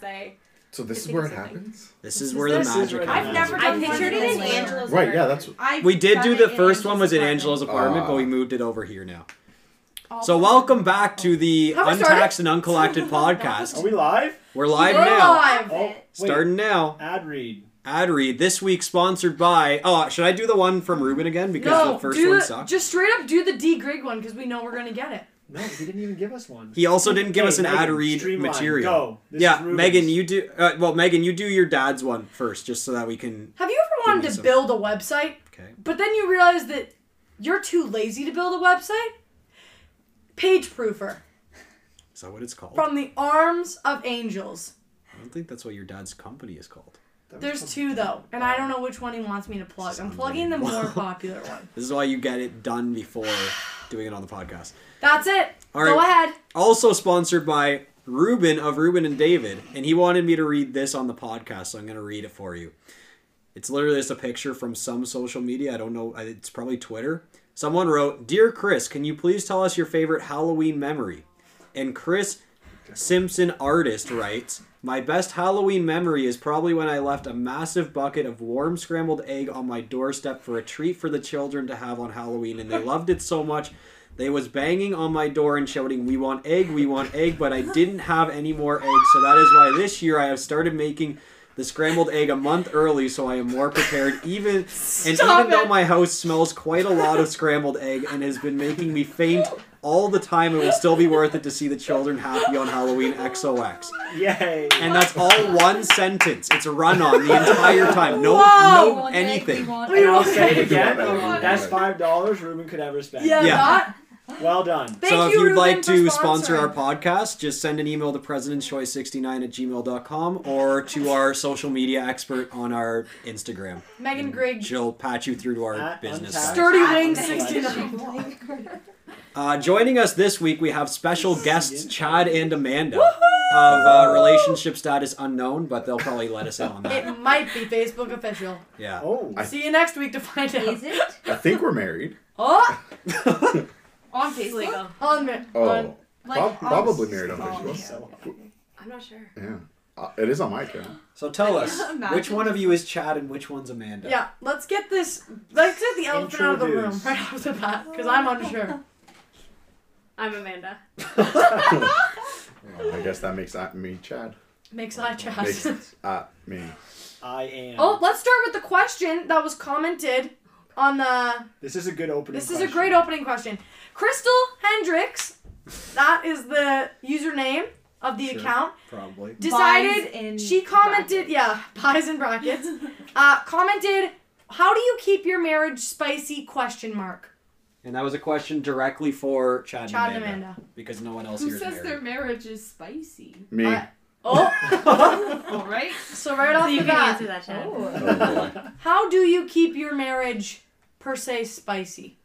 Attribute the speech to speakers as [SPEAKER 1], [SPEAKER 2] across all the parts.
[SPEAKER 1] say.
[SPEAKER 2] So this
[SPEAKER 1] I
[SPEAKER 2] is
[SPEAKER 1] think
[SPEAKER 2] where it
[SPEAKER 1] it's okay.
[SPEAKER 2] happens.
[SPEAKER 3] This is
[SPEAKER 4] This
[SPEAKER 3] where
[SPEAKER 4] is-
[SPEAKER 3] the
[SPEAKER 4] this is
[SPEAKER 3] magic
[SPEAKER 4] where the
[SPEAKER 3] happens.
[SPEAKER 1] I've never
[SPEAKER 4] I
[SPEAKER 1] done one
[SPEAKER 4] pictured
[SPEAKER 1] of
[SPEAKER 4] it
[SPEAKER 1] these
[SPEAKER 4] in
[SPEAKER 1] later.
[SPEAKER 4] Angela's
[SPEAKER 2] Right. Yeah. That's.
[SPEAKER 1] I've
[SPEAKER 3] We did
[SPEAKER 1] done
[SPEAKER 3] do
[SPEAKER 1] it
[SPEAKER 3] the
[SPEAKER 1] in
[SPEAKER 3] first one was in Angela's apartment,
[SPEAKER 2] Ah.
[SPEAKER 3] but we moved it over here now.
[SPEAKER 1] Oh,
[SPEAKER 3] So welcome back to the
[SPEAKER 4] Have we started?
[SPEAKER 3] Untaxed and Uncollected podcast.
[SPEAKER 4] Are we live?
[SPEAKER 3] We're live
[SPEAKER 4] We're
[SPEAKER 3] now.
[SPEAKER 4] live.
[SPEAKER 1] Oh.
[SPEAKER 3] Starting now.
[SPEAKER 4] Ad read.
[SPEAKER 3] Ad read this week sponsored by. Oh, should I do the one from Ruben again because
[SPEAKER 4] No,
[SPEAKER 3] the first
[SPEAKER 4] do
[SPEAKER 3] one
[SPEAKER 4] the-
[SPEAKER 3] sucked?
[SPEAKER 1] Just straight up do the D Grig one because we know we're gonna get it.
[SPEAKER 4] No, he didn't even give us one.
[SPEAKER 3] He also didn't give
[SPEAKER 4] Hey,
[SPEAKER 3] us an ad
[SPEAKER 4] Megan,
[SPEAKER 3] read
[SPEAKER 4] streamline.
[SPEAKER 3] material.
[SPEAKER 4] Go. This is
[SPEAKER 3] yeah,
[SPEAKER 4] Ruben's.
[SPEAKER 3] Megan, you do. Uh, well, Megan, you do your dad's one first, just so that we can.
[SPEAKER 1] Have you ever
[SPEAKER 3] Give me
[SPEAKER 1] wanted to
[SPEAKER 3] some.
[SPEAKER 1] build a website,
[SPEAKER 3] Okay.
[SPEAKER 1] but then you realize that you're too lazy to build a website? Page Proofer
[SPEAKER 3] Is that what it's called?
[SPEAKER 1] from the arms of angels.
[SPEAKER 3] I don't think that's what your dad's company is called.
[SPEAKER 1] There's two though, and I don't know which one he wants me to plug. I'm plugging the more popular one.
[SPEAKER 3] This is why you get it done before doing it on the podcast.
[SPEAKER 1] That's it.
[SPEAKER 3] All
[SPEAKER 1] Go
[SPEAKER 3] right.
[SPEAKER 1] ahead.
[SPEAKER 3] Also sponsored by Ruben of Ruben and David, and he wanted me to read this on the podcast, so I'm going to read it for you. It's literally just a picture from some social media. I don't know. I- It's probably Twitter. Someone wrote, "Dear Chris, can you please tell us your favorite Halloween memory?" And Chris Simpson artist writes, "My best Halloween memory is probably when I left a massive bucket of warm scrambled egg on my doorstep for a treat for the children to have on Halloween, and they loved it so much." They was banging on my door and shouting, "We want egg, we want egg," but I didn't have any more eggs, so that is why this year I have started making the scrambled egg a month early, so I am more prepared. Even and
[SPEAKER 1] Stop
[SPEAKER 3] even though
[SPEAKER 1] it.
[SPEAKER 3] my house smells quite a lot of scrambled egg and has been making me faint all the time, it will still be worth it to see the children happy on Halloween. XOX,
[SPEAKER 4] Yay.
[SPEAKER 1] Oh,
[SPEAKER 3] and that's all one sentence. It's a run on the entire time. No,
[SPEAKER 1] Whoa.
[SPEAKER 3] no anything.
[SPEAKER 4] And I'll say it again.
[SPEAKER 2] Yeah.
[SPEAKER 4] um, that's five dollars Ruben could ever spend.
[SPEAKER 1] Yeah,
[SPEAKER 3] Yeah.
[SPEAKER 1] that-
[SPEAKER 4] Well done.
[SPEAKER 1] Thank
[SPEAKER 3] so if
[SPEAKER 1] you,
[SPEAKER 3] you'd
[SPEAKER 1] Ruben,
[SPEAKER 3] like
[SPEAKER 1] for
[SPEAKER 3] to sponsor our
[SPEAKER 1] sponsoring.
[SPEAKER 3] podcast, just send an email to presidentschoice69 at gmail.com or to our social media expert on our Instagram.
[SPEAKER 1] Megan Grigg.
[SPEAKER 3] She'll patch you through to our
[SPEAKER 4] At
[SPEAKER 3] business.
[SPEAKER 4] Untapped.
[SPEAKER 3] side.
[SPEAKER 4] Stir-
[SPEAKER 1] Sturdy Wings
[SPEAKER 4] Nice.
[SPEAKER 1] 69.
[SPEAKER 3] Uh, joining us this week, we have special guests Chad and Amanda of uh, Relationship Status Unknown, but they'll probably let us in on that.
[SPEAKER 1] It might be Facebook official.
[SPEAKER 3] Yeah.
[SPEAKER 4] Oh.
[SPEAKER 2] I-
[SPEAKER 1] See you next week to find out.
[SPEAKER 5] Is it?
[SPEAKER 2] I think we're married.
[SPEAKER 1] Oh,
[SPEAKER 5] On Facebook?
[SPEAKER 1] on me.
[SPEAKER 2] Oh,
[SPEAKER 1] on-
[SPEAKER 2] prob-
[SPEAKER 5] on-
[SPEAKER 2] probably married on
[SPEAKER 5] Oh,
[SPEAKER 2] Facebook.
[SPEAKER 5] yeah.
[SPEAKER 4] So-
[SPEAKER 5] I'm not sure.
[SPEAKER 2] Yeah. Uh, it is on my account.
[SPEAKER 3] So tell us,
[SPEAKER 5] Imagine.
[SPEAKER 3] which one of you is Chad and which one's Amanda?
[SPEAKER 1] yeah, let's get this. Let's get the elephant out of the room
[SPEAKER 4] Introduce.
[SPEAKER 1] right off the bat, because I'm unsure.
[SPEAKER 5] I'm Amanda.
[SPEAKER 2] I guess that makes that me Chad.
[SPEAKER 1] Makes eye
[SPEAKER 2] Makes
[SPEAKER 1] chest.
[SPEAKER 2] uh, me.
[SPEAKER 4] I am.
[SPEAKER 1] Oh, let's start with the question that was commented on the.
[SPEAKER 4] This is a good opening.
[SPEAKER 1] This is a
[SPEAKER 4] question.
[SPEAKER 1] great opening question. Crystal Hendricks, that is the username of the
[SPEAKER 3] Sure.
[SPEAKER 1] account.
[SPEAKER 3] Probably.
[SPEAKER 1] decided
[SPEAKER 5] Binds in
[SPEAKER 1] she commented
[SPEAKER 5] brackets.
[SPEAKER 1] yeah pies and brackets uh, commented how do you keep your marriage spicy question mark
[SPEAKER 3] And that was a question directly for Chad,
[SPEAKER 1] Chad
[SPEAKER 3] and
[SPEAKER 1] and
[SPEAKER 3] Amanda.
[SPEAKER 1] Amanda
[SPEAKER 3] Because no one else
[SPEAKER 6] Who
[SPEAKER 3] here is
[SPEAKER 6] says
[SPEAKER 3] married.
[SPEAKER 6] their marriage is spicy?
[SPEAKER 2] Me.
[SPEAKER 1] Uh, oh
[SPEAKER 6] All right.
[SPEAKER 1] so right off the
[SPEAKER 5] you can
[SPEAKER 1] bat
[SPEAKER 5] answer that, Chad.
[SPEAKER 2] Oh, boy.
[SPEAKER 1] how do you keep your marriage per se spicy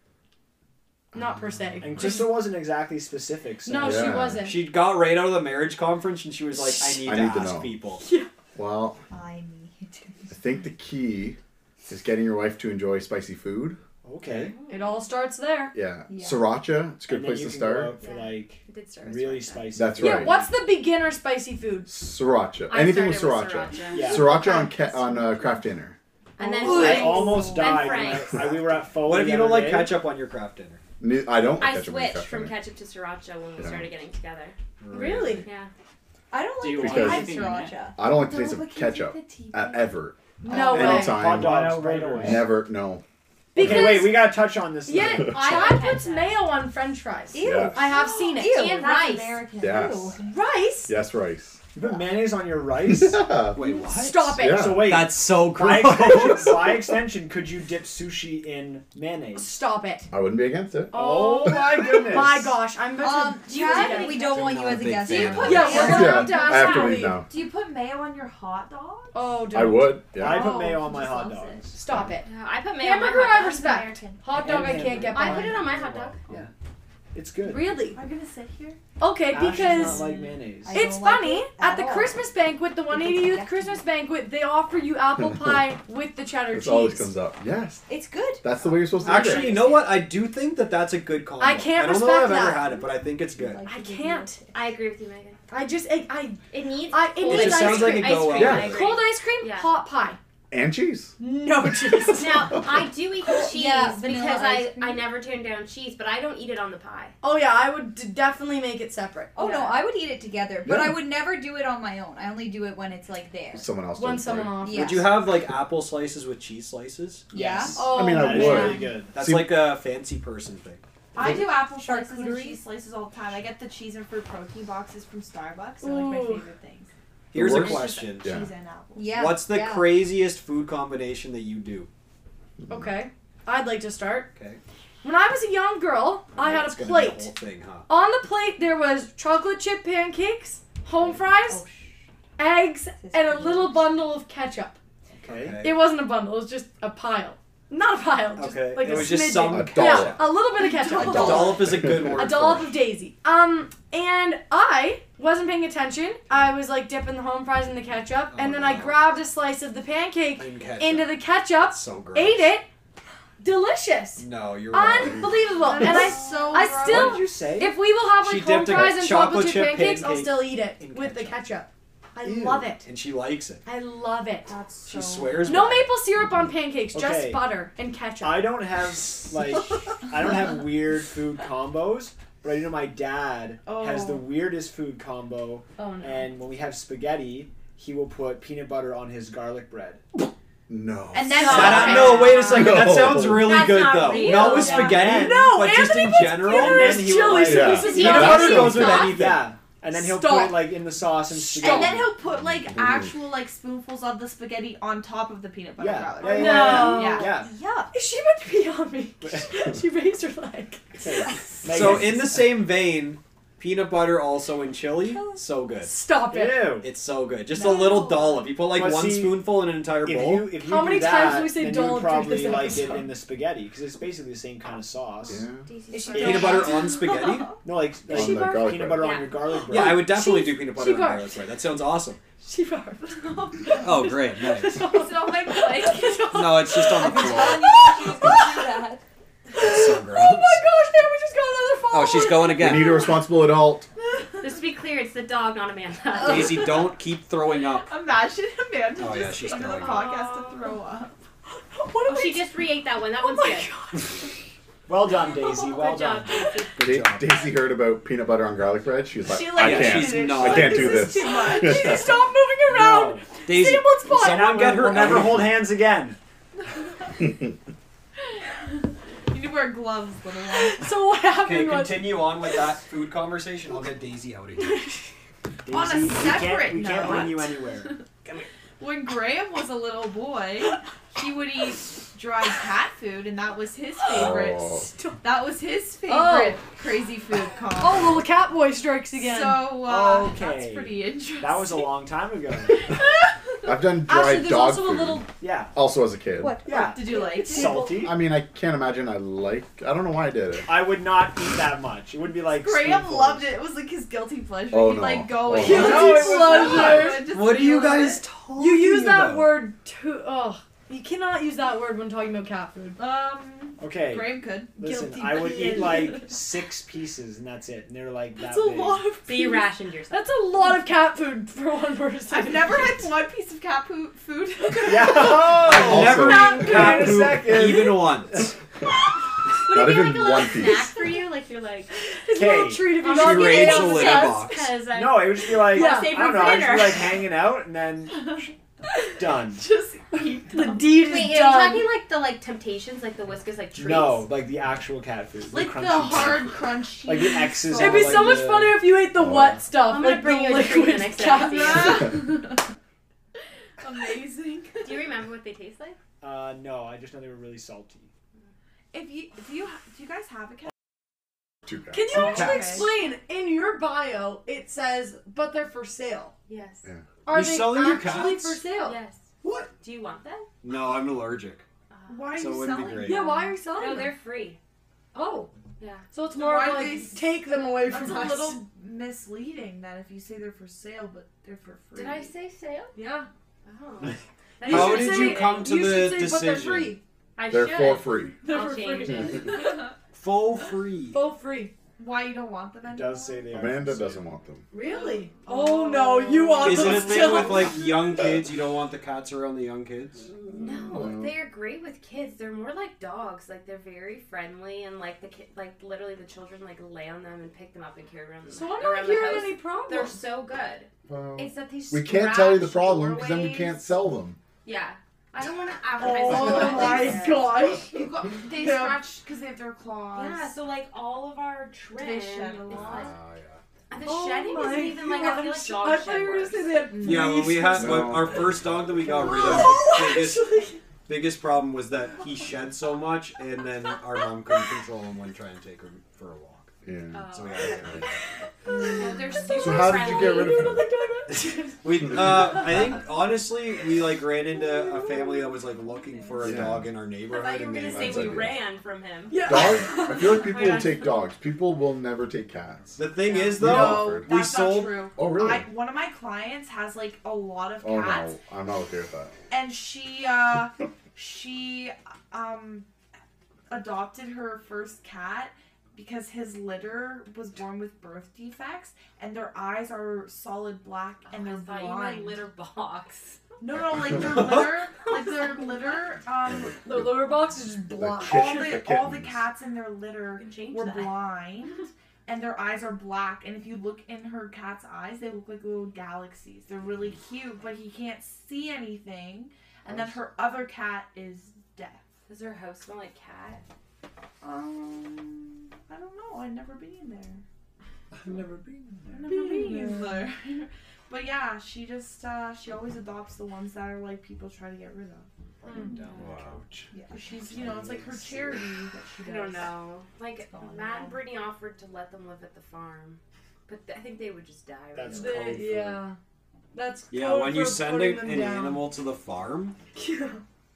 [SPEAKER 1] not per se
[SPEAKER 4] And Crystal wasn't exactly specific. So.
[SPEAKER 1] no she
[SPEAKER 2] Yeah.
[SPEAKER 1] wasn't
[SPEAKER 3] She got right out of the marriage conference and she was like, I need
[SPEAKER 2] I
[SPEAKER 3] to
[SPEAKER 2] need to
[SPEAKER 3] ask
[SPEAKER 2] know.
[SPEAKER 3] people.
[SPEAKER 2] well,
[SPEAKER 5] I need to.
[SPEAKER 2] I think the key is getting your wife to enjoy spicy food.
[SPEAKER 4] Okay.
[SPEAKER 1] it all starts there
[SPEAKER 2] Yeah.
[SPEAKER 5] Yeah.
[SPEAKER 2] Sriracha. It's a good
[SPEAKER 4] And then
[SPEAKER 2] place
[SPEAKER 4] you
[SPEAKER 2] to
[SPEAKER 4] can go
[SPEAKER 2] start.
[SPEAKER 4] out For
[SPEAKER 5] Yeah.
[SPEAKER 4] like
[SPEAKER 5] I did start with
[SPEAKER 4] really
[SPEAKER 5] sriracha.
[SPEAKER 4] spicy.
[SPEAKER 2] That's
[SPEAKER 4] food.
[SPEAKER 1] yeah
[SPEAKER 2] right.
[SPEAKER 1] what's the beginner spicy food
[SPEAKER 2] Sriracha.
[SPEAKER 5] I
[SPEAKER 2] Anything with
[SPEAKER 5] started
[SPEAKER 2] sriracha.
[SPEAKER 4] Yeah.
[SPEAKER 2] Sriracha on ca- on uh, craft dinner.
[SPEAKER 5] And then
[SPEAKER 1] Ooh.
[SPEAKER 4] I
[SPEAKER 5] Frank's.
[SPEAKER 4] almost
[SPEAKER 5] Then
[SPEAKER 4] died. when
[SPEAKER 5] Frank's.
[SPEAKER 4] I- I- we were at Foley
[SPEAKER 3] What if
[SPEAKER 4] the
[SPEAKER 3] you don't
[SPEAKER 4] other
[SPEAKER 3] like
[SPEAKER 4] day.
[SPEAKER 3] ketchup on your craft dinner?
[SPEAKER 2] Ne- I don't. like
[SPEAKER 5] I
[SPEAKER 2] ketchup on
[SPEAKER 5] switched
[SPEAKER 2] craft
[SPEAKER 5] from
[SPEAKER 2] dinner.
[SPEAKER 5] ketchup to sriracha when we
[SPEAKER 2] Yeah.
[SPEAKER 5] started getting together.
[SPEAKER 1] really
[SPEAKER 5] Yeah.
[SPEAKER 7] I don't
[SPEAKER 3] Do you
[SPEAKER 7] like
[SPEAKER 2] want
[SPEAKER 7] the
[SPEAKER 2] anything
[SPEAKER 7] taste
[SPEAKER 3] in
[SPEAKER 7] of
[SPEAKER 3] it?
[SPEAKER 7] sriracha.
[SPEAKER 2] I don't like the taste of ketchup uh, ever.
[SPEAKER 1] no
[SPEAKER 2] Anytime.
[SPEAKER 1] way
[SPEAKER 4] Hot dogs right
[SPEAKER 7] Never.
[SPEAKER 4] away.
[SPEAKER 2] Never. No.
[SPEAKER 4] Okay,
[SPEAKER 1] Because-
[SPEAKER 4] wait, we gotta touch on this.
[SPEAKER 1] yeah
[SPEAKER 4] later.
[SPEAKER 1] Chad puts mayo on french fries
[SPEAKER 7] Ew.
[SPEAKER 2] Yeah.
[SPEAKER 1] I have seen it
[SPEAKER 7] Ew. that's
[SPEAKER 5] And rice.
[SPEAKER 7] American.
[SPEAKER 2] Yes.
[SPEAKER 7] Ew.
[SPEAKER 1] rice
[SPEAKER 2] Yes, rice.
[SPEAKER 4] You put mayonnaise on your rice?
[SPEAKER 2] Yeah.
[SPEAKER 3] Wait, what?
[SPEAKER 1] stop it
[SPEAKER 2] Yeah.
[SPEAKER 4] So wait,
[SPEAKER 3] That's so
[SPEAKER 4] by
[SPEAKER 3] gross.
[SPEAKER 4] extension, by extension, could you dip sushi in mayonnaise?
[SPEAKER 1] Stop it.
[SPEAKER 2] I wouldn't be against it.
[SPEAKER 1] Oh,
[SPEAKER 4] my goodness!
[SPEAKER 1] my gosh, I'm about
[SPEAKER 7] Um,
[SPEAKER 1] to.
[SPEAKER 7] Chad, we don't want you
[SPEAKER 3] Not a
[SPEAKER 7] as a
[SPEAKER 3] big
[SPEAKER 7] guest.
[SPEAKER 3] fan.
[SPEAKER 7] Do you put
[SPEAKER 1] Yeah,
[SPEAKER 7] mayo
[SPEAKER 1] we're
[SPEAKER 7] on
[SPEAKER 1] gonna
[SPEAKER 7] your
[SPEAKER 1] have
[SPEAKER 2] yeah.
[SPEAKER 1] to
[SPEAKER 7] hot
[SPEAKER 1] ask
[SPEAKER 2] I have to
[SPEAKER 1] Sally.
[SPEAKER 2] leave now.
[SPEAKER 7] Do you put mayo on your hot dog?
[SPEAKER 1] Oh, dude.
[SPEAKER 2] I would. Yeah.
[SPEAKER 4] I put
[SPEAKER 1] Oh,
[SPEAKER 4] mayo on my
[SPEAKER 7] just
[SPEAKER 4] hot
[SPEAKER 7] loves
[SPEAKER 4] dogs.
[SPEAKER 1] Stop it.
[SPEAKER 5] Yeah, I put mayo on my
[SPEAKER 1] Hamburger, I
[SPEAKER 5] hot
[SPEAKER 1] respect.
[SPEAKER 7] American.
[SPEAKER 1] Hot dog, I can't get
[SPEAKER 5] dog. I
[SPEAKER 1] behind.
[SPEAKER 5] put it on my hot dog.
[SPEAKER 4] Yeah. It's good.
[SPEAKER 1] Really?
[SPEAKER 7] I'm gonna sit here.
[SPEAKER 1] Okay,
[SPEAKER 4] Ash does
[SPEAKER 1] because
[SPEAKER 4] not like mayonnaise.
[SPEAKER 7] I-
[SPEAKER 1] it's
[SPEAKER 7] don't like
[SPEAKER 1] funny.
[SPEAKER 7] it at
[SPEAKER 1] at the
[SPEAKER 7] all.
[SPEAKER 1] Christmas banquet, the 180 Youth
[SPEAKER 7] yucky.
[SPEAKER 1] Christmas banquet, they offer you apple pie with the cheddar
[SPEAKER 2] This always comes
[SPEAKER 1] cheese.
[SPEAKER 2] up. Yes,
[SPEAKER 7] It's good.
[SPEAKER 2] that's the way you're supposed to do
[SPEAKER 3] Actually,
[SPEAKER 2] it.
[SPEAKER 3] you know what? I do think that that's a good combo.
[SPEAKER 1] I can't
[SPEAKER 3] I don't know if I've
[SPEAKER 1] respect
[SPEAKER 3] ever
[SPEAKER 1] that.
[SPEAKER 3] had it, but I think it's good.
[SPEAKER 1] I can't.
[SPEAKER 5] I agree with you, Megan.
[SPEAKER 1] I just I, I
[SPEAKER 5] It needs.
[SPEAKER 1] I- it
[SPEAKER 5] cold
[SPEAKER 1] needs It
[SPEAKER 5] ice
[SPEAKER 1] just sounds
[SPEAKER 5] cream-
[SPEAKER 3] like it
[SPEAKER 5] ice
[SPEAKER 3] go
[SPEAKER 5] cream,
[SPEAKER 2] well.
[SPEAKER 5] I agree.
[SPEAKER 1] cold ice cream,
[SPEAKER 5] Yeah.
[SPEAKER 1] hot pie.
[SPEAKER 2] and cheese.
[SPEAKER 1] No cheese.
[SPEAKER 5] Now I do eat the cheese
[SPEAKER 6] Yeah, vanilla
[SPEAKER 5] because I,
[SPEAKER 6] ice cream.
[SPEAKER 5] I never turn down cheese, but I don't eat it on the pie.
[SPEAKER 1] oh yeah, I would d- definitely make it separate.
[SPEAKER 8] Oh no,
[SPEAKER 5] Yeah.
[SPEAKER 8] I would eat it together, but
[SPEAKER 2] Yeah.
[SPEAKER 8] I would never do it on my own. I only do it when it's like there.
[SPEAKER 2] Someone else.
[SPEAKER 1] When
[SPEAKER 2] does it for
[SPEAKER 1] someone
[SPEAKER 2] you.
[SPEAKER 1] off.
[SPEAKER 8] Yeah.
[SPEAKER 3] Would you have like apple slices with cheese slices?
[SPEAKER 8] Yeah.
[SPEAKER 1] Oh,
[SPEAKER 2] I mean, I
[SPEAKER 4] That is
[SPEAKER 2] would.
[SPEAKER 4] really good.
[SPEAKER 3] That's
[SPEAKER 2] See-
[SPEAKER 3] like a fancy person thing.
[SPEAKER 7] I do apple slices and
[SPEAKER 8] Charcuterie?
[SPEAKER 7] cheese slices all the time. I get the cheese and fruit protein boxes from Starbucks. They're like my
[SPEAKER 1] Ooh.
[SPEAKER 7] favorite things.
[SPEAKER 2] The
[SPEAKER 3] Here's a
[SPEAKER 2] worst-
[SPEAKER 3] question.
[SPEAKER 2] Yeah.
[SPEAKER 7] Cheese and apple.
[SPEAKER 8] Yeah.
[SPEAKER 3] What's the
[SPEAKER 8] yeah.
[SPEAKER 3] craziest food combination that you do?
[SPEAKER 1] Okay. I'd like to start.
[SPEAKER 3] Okay.
[SPEAKER 1] When I was a young girl, I had a
[SPEAKER 3] It's gonna be
[SPEAKER 1] plate.
[SPEAKER 3] whole thing, huh?
[SPEAKER 1] On the plate there was chocolate chip pancakes, home fries,
[SPEAKER 8] Oh, sh-
[SPEAKER 1] eggs,
[SPEAKER 8] this is
[SPEAKER 1] and a
[SPEAKER 8] good.
[SPEAKER 1] little bundle of ketchup.
[SPEAKER 4] Okay.
[SPEAKER 1] It wasn't a bundle, it was just a pile. Not a pile, just
[SPEAKER 3] Okay.
[SPEAKER 1] like
[SPEAKER 3] it
[SPEAKER 1] a
[SPEAKER 3] was just
[SPEAKER 1] smidgen.
[SPEAKER 3] some
[SPEAKER 2] A
[SPEAKER 1] Yeah,
[SPEAKER 2] dollop.
[SPEAKER 1] a little bit of ketchup.
[SPEAKER 2] A
[SPEAKER 1] A
[SPEAKER 3] dollop.
[SPEAKER 1] dollop.
[SPEAKER 3] is a good word.
[SPEAKER 1] A dollop
[SPEAKER 3] for it.
[SPEAKER 1] of Daisy. Um, and I wasn't paying attention. I was like dipping the home fries in the ketchup,
[SPEAKER 3] Oh,
[SPEAKER 1] and then I
[SPEAKER 3] no.
[SPEAKER 1] grabbed a slice of the pancake
[SPEAKER 3] And ketchup.
[SPEAKER 1] into the ketchup,
[SPEAKER 3] so gross.
[SPEAKER 1] ate it. Delicious.
[SPEAKER 3] No, you're wrong.
[SPEAKER 1] Unbelievable.
[SPEAKER 7] That
[SPEAKER 1] And I,
[SPEAKER 7] is so
[SPEAKER 1] I
[SPEAKER 7] gross.
[SPEAKER 1] still-
[SPEAKER 4] What did you say?
[SPEAKER 1] if we will have
[SPEAKER 3] She
[SPEAKER 1] like home
[SPEAKER 3] dipped a
[SPEAKER 1] fries and chocolate chip pancakes, I'll
[SPEAKER 3] pancake
[SPEAKER 1] still eat it
[SPEAKER 3] in
[SPEAKER 1] with the ketchup. I
[SPEAKER 2] Ew.
[SPEAKER 1] love it.
[SPEAKER 3] And she likes it.
[SPEAKER 1] I love it.
[SPEAKER 7] That's
[SPEAKER 3] She
[SPEAKER 7] so.
[SPEAKER 3] swears.
[SPEAKER 1] No
[SPEAKER 3] by it.
[SPEAKER 1] maple syrup on pancakes, just
[SPEAKER 4] Okay.
[SPEAKER 1] butter and ketchup.
[SPEAKER 4] I don't have like I don't have weird food combos, but I know my dad has the
[SPEAKER 7] Oh.
[SPEAKER 4] weirdest food combo.
[SPEAKER 1] oh no.
[SPEAKER 4] And when we have spaghetti, he will put peanut butter on his garlic bread.
[SPEAKER 2] No.
[SPEAKER 8] And that's
[SPEAKER 3] Is that
[SPEAKER 8] okay.
[SPEAKER 3] not- no, wait a second. That
[SPEAKER 2] No.
[SPEAKER 3] sounds really
[SPEAKER 5] That's
[SPEAKER 3] good
[SPEAKER 5] not
[SPEAKER 3] though.
[SPEAKER 5] real.
[SPEAKER 3] Not with
[SPEAKER 7] Yeah.
[SPEAKER 3] spaghetti,
[SPEAKER 1] No,
[SPEAKER 3] but just
[SPEAKER 1] Anthony
[SPEAKER 3] in
[SPEAKER 1] puts
[SPEAKER 3] general.
[SPEAKER 1] peanut
[SPEAKER 4] and
[SPEAKER 1] in
[SPEAKER 4] then
[SPEAKER 1] his
[SPEAKER 4] he will,
[SPEAKER 1] chili
[SPEAKER 4] like-
[SPEAKER 1] so this
[SPEAKER 2] Yeah.
[SPEAKER 1] is
[SPEAKER 5] Peanut
[SPEAKER 1] not
[SPEAKER 3] Peanut butter
[SPEAKER 1] real.
[SPEAKER 5] Stop.
[SPEAKER 3] goes with anything.
[SPEAKER 4] Yeah, and then he'll put
[SPEAKER 1] Stop.
[SPEAKER 4] it like in the sauce and spaghetti.
[SPEAKER 7] And then he'll put like
[SPEAKER 2] Mhm.
[SPEAKER 7] actual like spoonfuls of the spaghetti on top of the peanut butter
[SPEAKER 4] yeah, yeah,
[SPEAKER 7] salad.
[SPEAKER 1] No.
[SPEAKER 4] yeah, yeah.
[SPEAKER 7] Yeah.
[SPEAKER 1] She would pee on me. she raised her leg.
[SPEAKER 4] Okay,
[SPEAKER 3] So
[SPEAKER 4] Megan.
[SPEAKER 3] in the same vein, peanut butter also in chili. So good.
[SPEAKER 1] Stop it.
[SPEAKER 4] Ew.
[SPEAKER 3] It's so good. Just a little dollop. You put like
[SPEAKER 4] Well,
[SPEAKER 3] one
[SPEAKER 4] see,
[SPEAKER 3] spoonful in an entire
[SPEAKER 4] If
[SPEAKER 3] bowl.
[SPEAKER 4] you, if you
[SPEAKER 1] How
[SPEAKER 4] do
[SPEAKER 1] many
[SPEAKER 4] that,
[SPEAKER 1] times do we say
[SPEAKER 4] then you would
[SPEAKER 1] don't do
[SPEAKER 4] probably
[SPEAKER 1] this
[SPEAKER 4] like it
[SPEAKER 1] episode?
[SPEAKER 4] in the spaghetti because it's basically the same kind of sauce.
[SPEAKER 2] Yeah.
[SPEAKER 8] Is she
[SPEAKER 5] Yeah.
[SPEAKER 3] peanut butter on spaghetti?
[SPEAKER 4] No, like, like
[SPEAKER 2] On the
[SPEAKER 1] barf?
[SPEAKER 2] garlic
[SPEAKER 4] peanut
[SPEAKER 2] bread.
[SPEAKER 4] butter
[SPEAKER 5] Yeah.
[SPEAKER 4] on your garlic bread.
[SPEAKER 3] Yeah, I would definitely
[SPEAKER 1] She-
[SPEAKER 3] do peanut butter
[SPEAKER 1] she
[SPEAKER 3] on
[SPEAKER 1] barfed.
[SPEAKER 3] garlic bread. That sounds awesome.
[SPEAKER 1] She barfed.
[SPEAKER 3] Oh, great. Nice.
[SPEAKER 8] It's
[SPEAKER 1] oh
[SPEAKER 8] not my plate.
[SPEAKER 3] No, it's just on the floor.
[SPEAKER 8] Telling you that she was gonna do that.
[SPEAKER 3] It's so gross.
[SPEAKER 1] Oh my gosh, man, we just got another follower.
[SPEAKER 3] Oh, she's going
[SPEAKER 2] We need
[SPEAKER 3] again.
[SPEAKER 2] a responsible adult.
[SPEAKER 5] Just to be clear, it's the dog, not Amanda.
[SPEAKER 8] Oh.
[SPEAKER 3] Daisy, don't keep throwing up.
[SPEAKER 7] Imagine Amanda
[SPEAKER 3] Oh, yeah,
[SPEAKER 7] just
[SPEAKER 3] she's
[SPEAKER 7] came to the
[SPEAKER 3] throwing
[SPEAKER 7] podcast to throw up.
[SPEAKER 1] What
[SPEAKER 5] Oh,
[SPEAKER 1] did we
[SPEAKER 5] she just re-ate that one. That
[SPEAKER 1] Oh
[SPEAKER 5] one's
[SPEAKER 1] my
[SPEAKER 5] good.
[SPEAKER 4] Well done, Daisy. Well
[SPEAKER 5] Good
[SPEAKER 4] done.
[SPEAKER 5] job, Daisy.
[SPEAKER 3] Good
[SPEAKER 2] Da-
[SPEAKER 3] job.
[SPEAKER 2] Daisy heard about peanut butter on garlic bread. She was like,
[SPEAKER 7] She
[SPEAKER 2] I
[SPEAKER 7] like
[SPEAKER 3] Yeah,
[SPEAKER 2] can't.
[SPEAKER 3] she's
[SPEAKER 7] cheated.
[SPEAKER 3] not-
[SPEAKER 7] She's
[SPEAKER 2] I
[SPEAKER 7] like,
[SPEAKER 2] can't do
[SPEAKER 7] this.
[SPEAKER 2] this.
[SPEAKER 7] Is too much.
[SPEAKER 1] Daisy, stop moving around.
[SPEAKER 3] Daisy,
[SPEAKER 1] Stay in one spot.
[SPEAKER 4] No.
[SPEAKER 3] someone get her
[SPEAKER 4] We'll never
[SPEAKER 3] out.
[SPEAKER 4] hold hands again.
[SPEAKER 7] You need to wear gloves, little one.
[SPEAKER 1] So what happened
[SPEAKER 3] Okay,
[SPEAKER 1] was
[SPEAKER 3] continue on with that food conversation. I'll get Daisy out of here.
[SPEAKER 4] Daisy,
[SPEAKER 7] On a
[SPEAKER 4] we can't-
[SPEAKER 7] separate
[SPEAKER 4] we can't
[SPEAKER 7] note.
[SPEAKER 4] bring you anywhere.
[SPEAKER 7] When Graham was a little boy, he would eat dried cat food, and that was his favorite.
[SPEAKER 2] Oh.
[SPEAKER 7] That was his favorite crazy food combo.
[SPEAKER 1] Oh, little cat boy strikes again.
[SPEAKER 7] So uh,
[SPEAKER 4] Okay.
[SPEAKER 7] that's pretty interesting.
[SPEAKER 4] That was a long time ago.
[SPEAKER 2] I've done dried
[SPEAKER 1] Actually, there's
[SPEAKER 2] dog
[SPEAKER 1] also
[SPEAKER 2] food.
[SPEAKER 1] a little.
[SPEAKER 4] Yeah,
[SPEAKER 2] Also as a kid.
[SPEAKER 8] What?
[SPEAKER 4] yeah.
[SPEAKER 7] Did you like it?
[SPEAKER 4] Salty.
[SPEAKER 2] I mean, I can't imagine I like. I don't know why I did it.
[SPEAKER 4] I would not eat that much. It would be like.
[SPEAKER 7] Graham
[SPEAKER 4] spoonfuls.
[SPEAKER 7] loved it. It was like his guilty pleasure.
[SPEAKER 2] Oh,
[SPEAKER 7] He'd
[SPEAKER 2] no.
[SPEAKER 7] like go
[SPEAKER 2] Oh,
[SPEAKER 7] and
[SPEAKER 2] no.
[SPEAKER 4] No, it was
[SPEAKER 7] Just
[SPEAKER 3] What are you
[SPEAKER 7] feel it.
[SPEAKER 3] guys talking
[SPEAKER 1] You use that
[SPEAKER 3] about?
[SPEAKER 1] word too. Oh, you cannot use that word when talking about cat food.
[SPEAKER 7] Um,
[SPEAKER 4] Okay.
[SPEAKER 7] Graham could.
[SPEAKER 4] Listen,
[SPEAKER 1] Guilty
[SPEAKER 4] I would eat
[SPEAKER 1] pleasure.
[SPEAKER 4] like six pieces and that's it. And they're like
[SPEAKER 7] That's
[SPEAKER 4] that
[SPEAKER 7] a
[SPEAKER 4] big.
[SPEAKER 7] lot of.
[SPEAKER 5] So you rationed yourself.
[SPEAKER 1] That's a lot of cat food for one person.
[SPEAKER 7] I've never had one piece of cat poo- food.
[SPEAKER 4] Yeah.
[SPEAKER 2] Also-
[SPEAKER 3] I've never
[SPEAKER 2] Not
[SPEAKER 3] eaten cat
[SPEAKER 4] good.
[SPEAKER 3] poop
[SPEAKER 4] Second.
[SPEAKER 3] even once.
[SPEAKER 5] Would
[SPEAKER 2] Not
[SPEAKER 5] it be
[SPEAKER 2] even
[SPEAKER 5] like a little
[SPEAKER 2] one piece.
[SPEAKER 5] snack for you? Like you're like.
[SPEAKER 1] It's a little
[SPEAKER 4] Okay.
[SPEAKER 1] treat if you
[SPEAKER 5] I'm
[SPEAKER 1] got
[SPEAKER 5] not
[SPEAKER 3] She
[SPEAKER 1] the
[SPEAKER 5] getting
[SPEAKER 3] raised a
[SPEAKER 1] ALCS.
[SPEAKER 3] litter box.
[SPEAKER 5] Because I
[SPEAKER 4] No, it would just be like
[SPEAKER 1] Yeah.
[SPEAKER 4] I
[SPEAKER 7] Save
[SPEAKER 4] don't
[SPEAKER 7] for
[SPEAKER 4] know. I'd just
[SPEAKER 7] dinner.
[SPEAKER 4] be like hanging out and then done.
[SPEAKER 7] Just eat.
[SPEAKER 1] The deed
[SPEAKER 5] Wait,
[SPEAKER 1] is
[SPEAKER 5] are you
[SPEAKER 1] done.
[SPEAKER 5] talking like the like Temptations, like the Whiskas, like treats?
[SPEAKER 4] No, like the actual cat food,
[SPEAKER 7] Like the
[SPEAKER 4] crunchy
[SPEAKER 7] hard crunchy.
[SPEAKER 4] Like the X's
[SPEAKER 1] It'd
[SPEAKER 4] on
[SPEAKER 1] be
[SPEAKER 4] like
[SPEAKER 1] so much
[SPEAKER 4] the-
[SPEAKER 1] funnier if you ate the
[SPEAKER 2] Oh.
[SPEAKER 1] wet stuff,
[SPEAKER 5] I'm gonna
[SPEAKER 1] like
[SPEAKER 5] bring
[SPEAKER 1] the
[SPEAKER 5] you a treat the
[SPEAKER 1] liquid
[SPEAKER 5] next time I
[SPEAKER 1] cat.
[SPEAKER 5] see
[SPEAKER 1] food.
[SPEAKER 7] Amazing.
[SPEAKER 5] Do you remember what they taste like?
[SPEAKER 4] Uh, no, I just know they were really salty.
[SPEAKER 7] If you do you ha- do you guys have a cat?
[SPEAKER 2] Two guys.
[SPEAKER 1] Can you actually
[SPEAKER 7] Okay.
[SPEAKER 1] explain? In your bio, it says, "But they're for sale."
[SPEAKER 5] Yes. Oh.
[SPEAKER 1] Are
[SPEAKER 3] You're
[SPEAKER 1] they
[SPEAKER 3] selling your
[SPEAKER 1] actually
[SPEAKER 3] cats?
[SPEAKER 1] for sale? Yeah.
[SPEAKER 5] Yes.
[SPEAKER 3] What?
[SPEAKER 5] Do you want them?
[SPEAKER 3] No, I'm allergic.
[SPEAKER 7] Why are
[SPEAKER 3] So it
[SPEAKER 7] you
[SPEAKER 3] wouldn't be
[SPEAKER 7] selling?
[SPEAKER 3] great.
[SPEAKER 7] them?
[SPEAKER 1] why are you selling
[SPEAKER 5] Uh, No,
[SPEAKER 1] them?
[SPEAKER 5] they're free.
[SPEAKER 1] Oh,
[SPEAKER 5] Yeah.
[SPEAKER 1] So it's
[SPEAKER 7] So
[SPEAKER 1] more
[SPEAKER 7] why
[SPEAKER 1] of
[SPEAKER 7] do
[SPEAKER 1] like
[SPEAKER 7] they s-
[SPEAKER 1] take them away
[SPEAKER 7] That's
[SPEAKER 1] from
[SPEAKER 7] a
[SPEAKER 1] us.
[SPEAKER 7] little misleading that if you say they're for sale, but they're for free.
[SPEAKER 5] Did I say sale?
[SPEAKER 7] Yeah.
[SPEAKER 5] Oh. I
[SPEAKER 3] How
[SPEAKER 1] should
[SPEAKER 5] should
[SPEAKER 3] did
[SPEAKER 1] say-
[SPEAKER 3] you come to
[SPEAKER 1] you
[SPEAKER 3] the
[SPEAKER 1] should say, But they're
[SPEAKER 3] decision?
[SPEAKER 1] free.
[SPEAKER 5] I
[SPEAKER 2] They're
[SPEAKER 5] should.
[SPEAKER 2] for free.
[SPEAKER 5] I'll change it.
[SPEAKER 3] Full free.
[SPEAKER 1] Both free.
[SPEAKER 7] Why you don't want them
[SPEAKER 4] It
[SPEAKER 7] anymore?
[SPEAKER 4] does say they are.
[SPEAKER 2] Amanda doesn't want them.
[SPEAKER 1] Really? Oh, no, you
[SPEAKER 7] Oh.
[SPEAKER 1] are
[SPEAKER 3] Is it a
[SPEAKER 1] the
[SPEAKER 3] thing
[SPEAKER 1] still.
[SPEAKER 3] with like young kids? You don't want the cats around the young kids.
[SPEAKER 2] Oh.
[SPEAKER 5] No, they are great with kids. They're more like dogs. Like they're very friendly and like the kid, like literally the children like lay on them and pick them up and carry around.
[SPEAKER 1] so
[SPEAKER 5] the,
[SPEAKER 1] I'm
[SPEAKER 5] around
[SPEAKER 1] not
[SPEAKER 5] the
[SPEAKER 1] hearing
[SPEAKER 5] house.
[SPEAKER 1] any problems.
[SPEAKER 5] They're so good.
[SPEAKER 2] Well,
[SPEAKER 5] It's that they
[SPEAKER 2] we can't tell you the
[SPEAKER 5] scratch
[SPEAKER 2] problem because then we
[SPEAKER 5] doorways.
[SPEAKER 2] can't sell them.
[SPEAKER 5] Yeah, I don't want to advertise.
[SPEAKER 1] oh
[SPEAKER 5] them.
[SPEAKER 1] my gosh.
[SPEAKER 7] You got, they
[SPEAKER 1] Yeah.
[SPEAKER 7] scratch because they have their claws.
[SPEAKER 5] Yeah, so like all of our trim,
[SPEAKER 7] they shed a
[SPEAKER 5] is,
[SPEAKER 7] lot?
[SPEAKER 5] like- and the
[SPEAKER 1] Oh
[SPEAKER 5] shedding
[SPEAKER 1] my
[SPEAKER 5] isn't even like I feel like
[SPEAKER 1] gosh.
[SPEAKER 5] dog
[SPEAKER 1] I
[SPEAKER 5] shed
[SPEAKER 1] thought you were gonna
[SPEAKER 5] works.
[SPEAKER 1] say they had
[SPEAKER 3] Yeah, when we
[SPEAKER 1] fleas.
[SPEAKER 3] had
[SPEAKER 2] No.
[SPEAKER 3] when our first dog that we got rid of, the
[SPEAKER 1] Oh,
[SPEAKER 3] biggest,
[SPEAKER 1] actually.
[SPEAKER 3] biggest problem was that he shed so much, and then our mom couldn't control him when trying to take him for a walk.
[SPEAKER 2] Yeah.
[SPEAKER 5] Oh.
[SPEAKER 3] So we got rid of him.
[SPEAKER 5] Yeah, they're super
[SPEAKER 2] So how did you get
[SPEAKER 5] friendly.
[SPEAKER 2] rid of them?
[SPEAKER 3] We, uh, I think honestly, we like ran into a family that was like looking for a
[SPEAKER 2] Yeah.
[SPEAKER 3] dog in our
[SPEAKER 5] I
[SPEAKER 3] neighborhood.
[SPEAKER 5] thought you were
[SPEAKER 3] and
[SPEAKER 5] gonna
[SPEAKER 3] they went
[SPEAKER 5] say we
[SPEAKER 3] to-
[SPEAKER 5] ran from him.
[SPEAKER 1] Yeah.
[SPEAKER 2] Dogs? I feel like people
[SPEAKER 5] Oh
[SPEAKER 2] will
[SPEAKER 5] my gosh.
[SPEAKER 2] take dogs. People will never take cats.
[SPEAKER 3] The thing is, though,
[SPEAKER 7] no,
[SPEAKER 2] We
[SPEAKER 7] that's not
[SPEAKER 3] sold-
[SPEAKER 7] true.
[SPEAKER 2] Oh really?
[SPEAKER 7] I, one of my clients has like a lot of
[SPEAKER 2] oh
[SPEAKER 7] cats,
[SPEAKER 2] no, I'm not okay with that.
[SPEAKER 7] and she uh, she um, adopted her first cat because his litter was born with birth defects, and their eyes are solid black and they're
[SPEAKER 5] Oh, I thought you meant
[SPEAKER 7] blind.
[SPEAKER 5] litter box.
[SPEAKER 7] No, no, like their litter, like their litter. Um,
[SPEAKER 1] The litter box is just
[SPEAKER 2] Like
[SPEAKER 1] black.
[SPEAKER 7] all
[SPEAKER 2] Cheshire
[SPEAKER 7] the all the
[SPEAKER 2] kittens.
[SPEAKER 7] cats in their
[SPEAKER 5] You
[SPEAKER 7] litter
[SPEAKER 5] can change
[SPEAKER 7] were
[SPEAKER 5] that.
[SPEAKER 7] blind and their eyes are black and if you look in her cat's eyes they look like little galaxies they're really
[SPEAKER 5] Mm.
[SPEAKER 7] cute but he can't see anything and then her other cat is deaf
[SPEAKER 5] Does her house smell like cat?
[SPEAKER 7] um i don't know i've never been there
[SPEAKER 3] I've never been.
[SPEAKER 7] i've never been there but yeah she just uh she always adopts the ones that are like people try to get rid of
[SPEAKER 4] Fucking down the
[SPEAKER 3] Wow.
[SPEAKER 4] couch.
[SPEAKER 7] yeah she's you know it's like her charity that she
[SPEAKER 5] I
[SPEAKER 7] does
[SPEAKER 5] don't know. Like
[SPEAKER 7] It's gone
[SPEAKER 5] Matt
[SPEAKER 7] now.
[SPEAKER 5] and Brittany offered to let them live at the farm, but th- I think they would just die. Right
[SPEAKER 4] That's
[SPEAKER 5] now.
[SPEAKER 1] They-
[SPEAKER 4] code for-
[SPEAKER 1] yeah. That's
[SPEAKER 3] Yeah,
[SPEAKER 1] code
[SPEAKER 3] when you
[SPEAKER 1] for
[SPEAKER 3] send
[SPEAKER 1] putting
[SPEAKER 3] a,
[SPEAKER 1] them
[SPEAKER 3] an
[SPEAKER 1] down.
[SPEAKER 3] animal to the farm.
[SPEAKER 1] Yeah.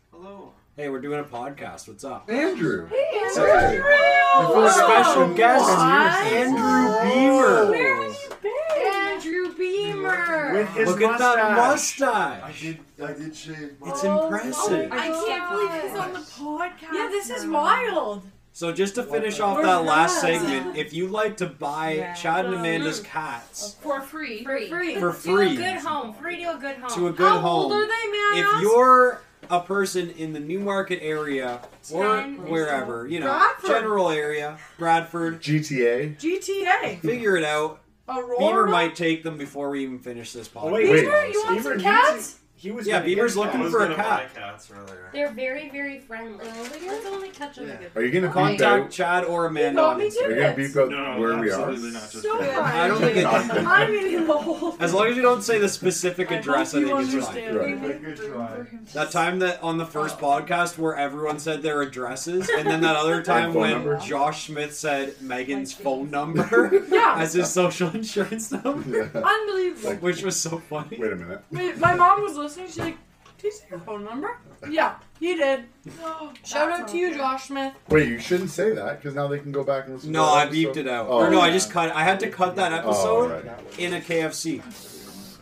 [SPEAKER 3] Hello. Hey, we're doing a podcast. What's up?
[SPEAKER 2] Andrew.
[SPEAKER 3] So-
[SPEAKER 2] Andrew. I
[SPEAKER 1] Oh,
[SPEAKER 2] feel like I've
[SPEAKER 3] Special
[SPEAKER 2] been
[SPEAKER 3] guest,
[SPEAKER 2] gone years.
[SPEAKER 3] Andrew Beaver.
[SPEAKER 1] Andrew Beamer.
[SPEAKER 4] With his
[SPEAKER 3] Look at
[SPEAKER 4] mustache.
[SPEAKER 3] that mustache.
[SPEAKER 2] I did shave
[SPEAKER 3] It's
[SPEAKER 1] Oh
[SPEAKER 3] impressive.
[SPEAKER 1] my
[SPEAKER 7] I can't believe he's on the
[SPEAKER 2] Gosh.
[SPEAKER 7] podcast.
[SPEAKER 1] Yeah, this is
[SPEAKER 7] now.
[SPEAKER 1] wild.
[SPEAKER 3] So just to
[SPEAKER 4] What
[SPEAKER 3] finish
[SPEAKER 4] the-
[SPEAKER 3] off
[SPEAKER 1] We're
[SPEAKER 3] that last
[SPEAKER 1] friends.
[SPEAKER 3] segment, if you like to buy
[SPEAKER 7] Yeah.
[SPEAKER 3] Chad
[SPEAKER 1] Oh,
[SPEAKER 3] and Amanda's cats
[SPEAKER 7] For free.
[SPEAKER 5] Free.
[SPEAKER 1] Free.
[SPEAKER 3] for
[SPEAKER 5] To
[SPEAKER 3] free
[SPEAKER 5] a good home. Free to a good home.
[SPEAKER 3] to a good
[SPEAKER 1] How
[SPEAKER 3] home,
[SPEAKER 1] old are they, man?
[SPEAKER 3] if you're a person in the Newmarket area or
[SPEAKER 5] Ten.
[SPEAKER 3] wherever, you know,
[SPEAKER 1] Bradford.
[SPEAKER 3] general area, Bradford,
[SPEAKER 2] GTA.
[SPEAKER 1] GTA.
[SPEAKER 3] figure it out.
[SPEAKER 1] Aurora.
[SPEAKER 3] Beaver might take them before we even finish this podcast.
[SPEAKER 4] Oh, wait,
[SPEAKER 2] Wait.
[SPEAKER 1] Beaver, you want
[SPEAKER 4] Beaver
[SPEAKER 1] some
[SPEAKER 4] needs
[SPEAKER 1] cats?
[SPEAKER 4] He was.
[SPEAKER 3] Yeah,
[SPEAKER 4] gonna get
[SPEAKER 3] Beaver's
[SPEAKER 4] cats.
[SPEAKER 3] looking
[SPEAKER 9] I was
[SPEAKER 3] for a
[SPEAKER 9] gonna
[SPEAKER 3] cat.
[SPEAKER 9] buy cats earlier.
[SPEAKER 5] They're very, very friendly. Let's only touch on
[SPEAKER 3] Yeah.
[SPEAKER 5] the good.
[SPEAKER 2] Are you gonna beep
[SPEAKER 3] Contact
[SPEAKER 2] out?
[SPEAKER 3] Chad or Amanda.
[SPEAKER 1] want
[SPEAKER 3] on
[SPEAKER 1] me
[SPEAKER 3] Instagram.
[SPEAKER 2] Are you gonna beep out
[SPEAKER 9] No,
[SPEAKER 2] where we are?
[SPEAKER 9] absolutely not. Just
[SPEAKER 1] So
[SPEAKER 9] kidding.
[SPEAKER 1] fine.
[SPEAKER 3] I don't think it.
[SPEAKER 1] I'm in the hole.
[SPEAKER 3] As long as you don't say the specific
[SPEAKER 1] I hope
[SPEAKER 3] address, I,
[SPEAKER 1] you
[SPEAKER 3] think it's fine.
[SPEAKER 1] understand.
[SPEAKER 2] Right.
[SPEAKER 1] We made
[SPEAKER 9] Good
[SPEAKER 1] room
[SPEAKER 9] try.
[SPEAKER 1] for him to-
[SPEAKER 3] That time that on the first podcast where everyone said their addresses, and then that other time
[SPEAKER 2] And phone
[SPEAKER 3] when
[SPEAKER 2] number.
[SPEAKER 3] Josh Smith said Megan's phone number
[SPEAKER 1] Yeah.
[SPEAKER 3] as his social insurance number,
[SPEAKER 2] Yeah.
[SPEAKER 1] Unbelievable.
[SPEAKER 2] Like-
[SPEAKER 3] which was so funny.
[SPEAKER 2] Wait a minute.
[SPEAKER 1] Wait, my mom was listening. She's like, "Do you see your phone number?" Yeah, he did.
[SPEAKER 7] Oh,
[SPEAKER 1] Shout
[SPEAKER 7] that's
[SPEAKER 1] out to you,
[SPEAKER 7] okay.
[SPEAKER 1] Josh Smith.
[SPEAKER 2] Wait, you shouldn't say that because now they can go back and listen.
[SPEAKER 3] No,
[SPEAKER 2] to
[SPEAKER 3] I
[SPEAKER 2] that
[SPEAKER 3] beeped
[SPEAKER 2] episode.
[SPEAKER 3] it out.
[SPEAKER 2] Oh,
[SPEAKER 3] or no, I
[SPEAKER 2] yeah.
[SPEAKER 3] just cut. I had to cut that
[SPEAKER 2] Oh,
[SPEAKER 3] episode
[SPEAKER 2] right.
[SPEAKER 3] in a KFC. It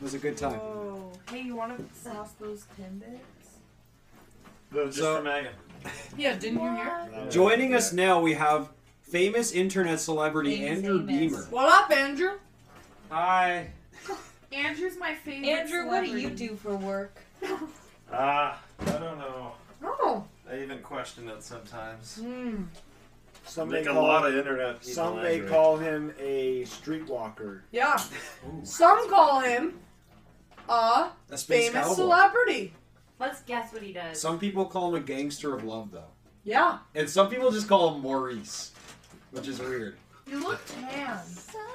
[SPEAKER 3] was a good time.
[SPEAKER 7] Oh, hey, you want to sauce those timbits?
[SPEAKER 9] No, just
[SPEAKER 3] So-
[SPEAKER 9] for Megan.
[SPEAKER 1] Yeah, didn't you hear?
[SPEAKER 4] Yeah.
[SPEAKER 3] Joining us now, we have famous internet celebrity
[SPEAKER 8] Famous,
[SPEAKER 3] Andrew
[SPEAKER 8] famous.
[SPEAKER 3] Beamer.
[SPEAKER 1] What up, Andrew?
[SPEAKER 9] Hi.
[SPEAKER 7] Andrew's my favorite.
[SPEAKER 8] Andrew, what do
[SPEAKER 7] celebrity.
[SPEAKER 8] you do for work?
[SPEAKER 9] Ah, I don't know.
[SPEAKER 1] Oh.
[SPEAKER 9] I even question it sometimes.
[SPEAKER 1] Hmm.
[SPEAKER 4] Some may
[SPEAKER 9] Make a
[SPEAKER 4] call.
[SPEAKER 9] lot of internet people
[SPEAKER 4] some may
[SPEAKER 9] angry.
[SPEAKER 4] call him a streetwalker.
[SPEAKER 1] Yeah. Some call him a
[SPEAKER 3] A space
[SPEAKER 1] famous
[SPEAKER 3] cowboy.
[SPEAKER 1] celebrity.
[SPEAKER 5] Let's guess what he does.
[SPEAKER 3] Some people call him a gangster of love, though,
[SPEAKER 1] Yeah.
[SPEAKER 3] and some people just call him Maurice, which is weird.
[SPEAKER 7] You look tan.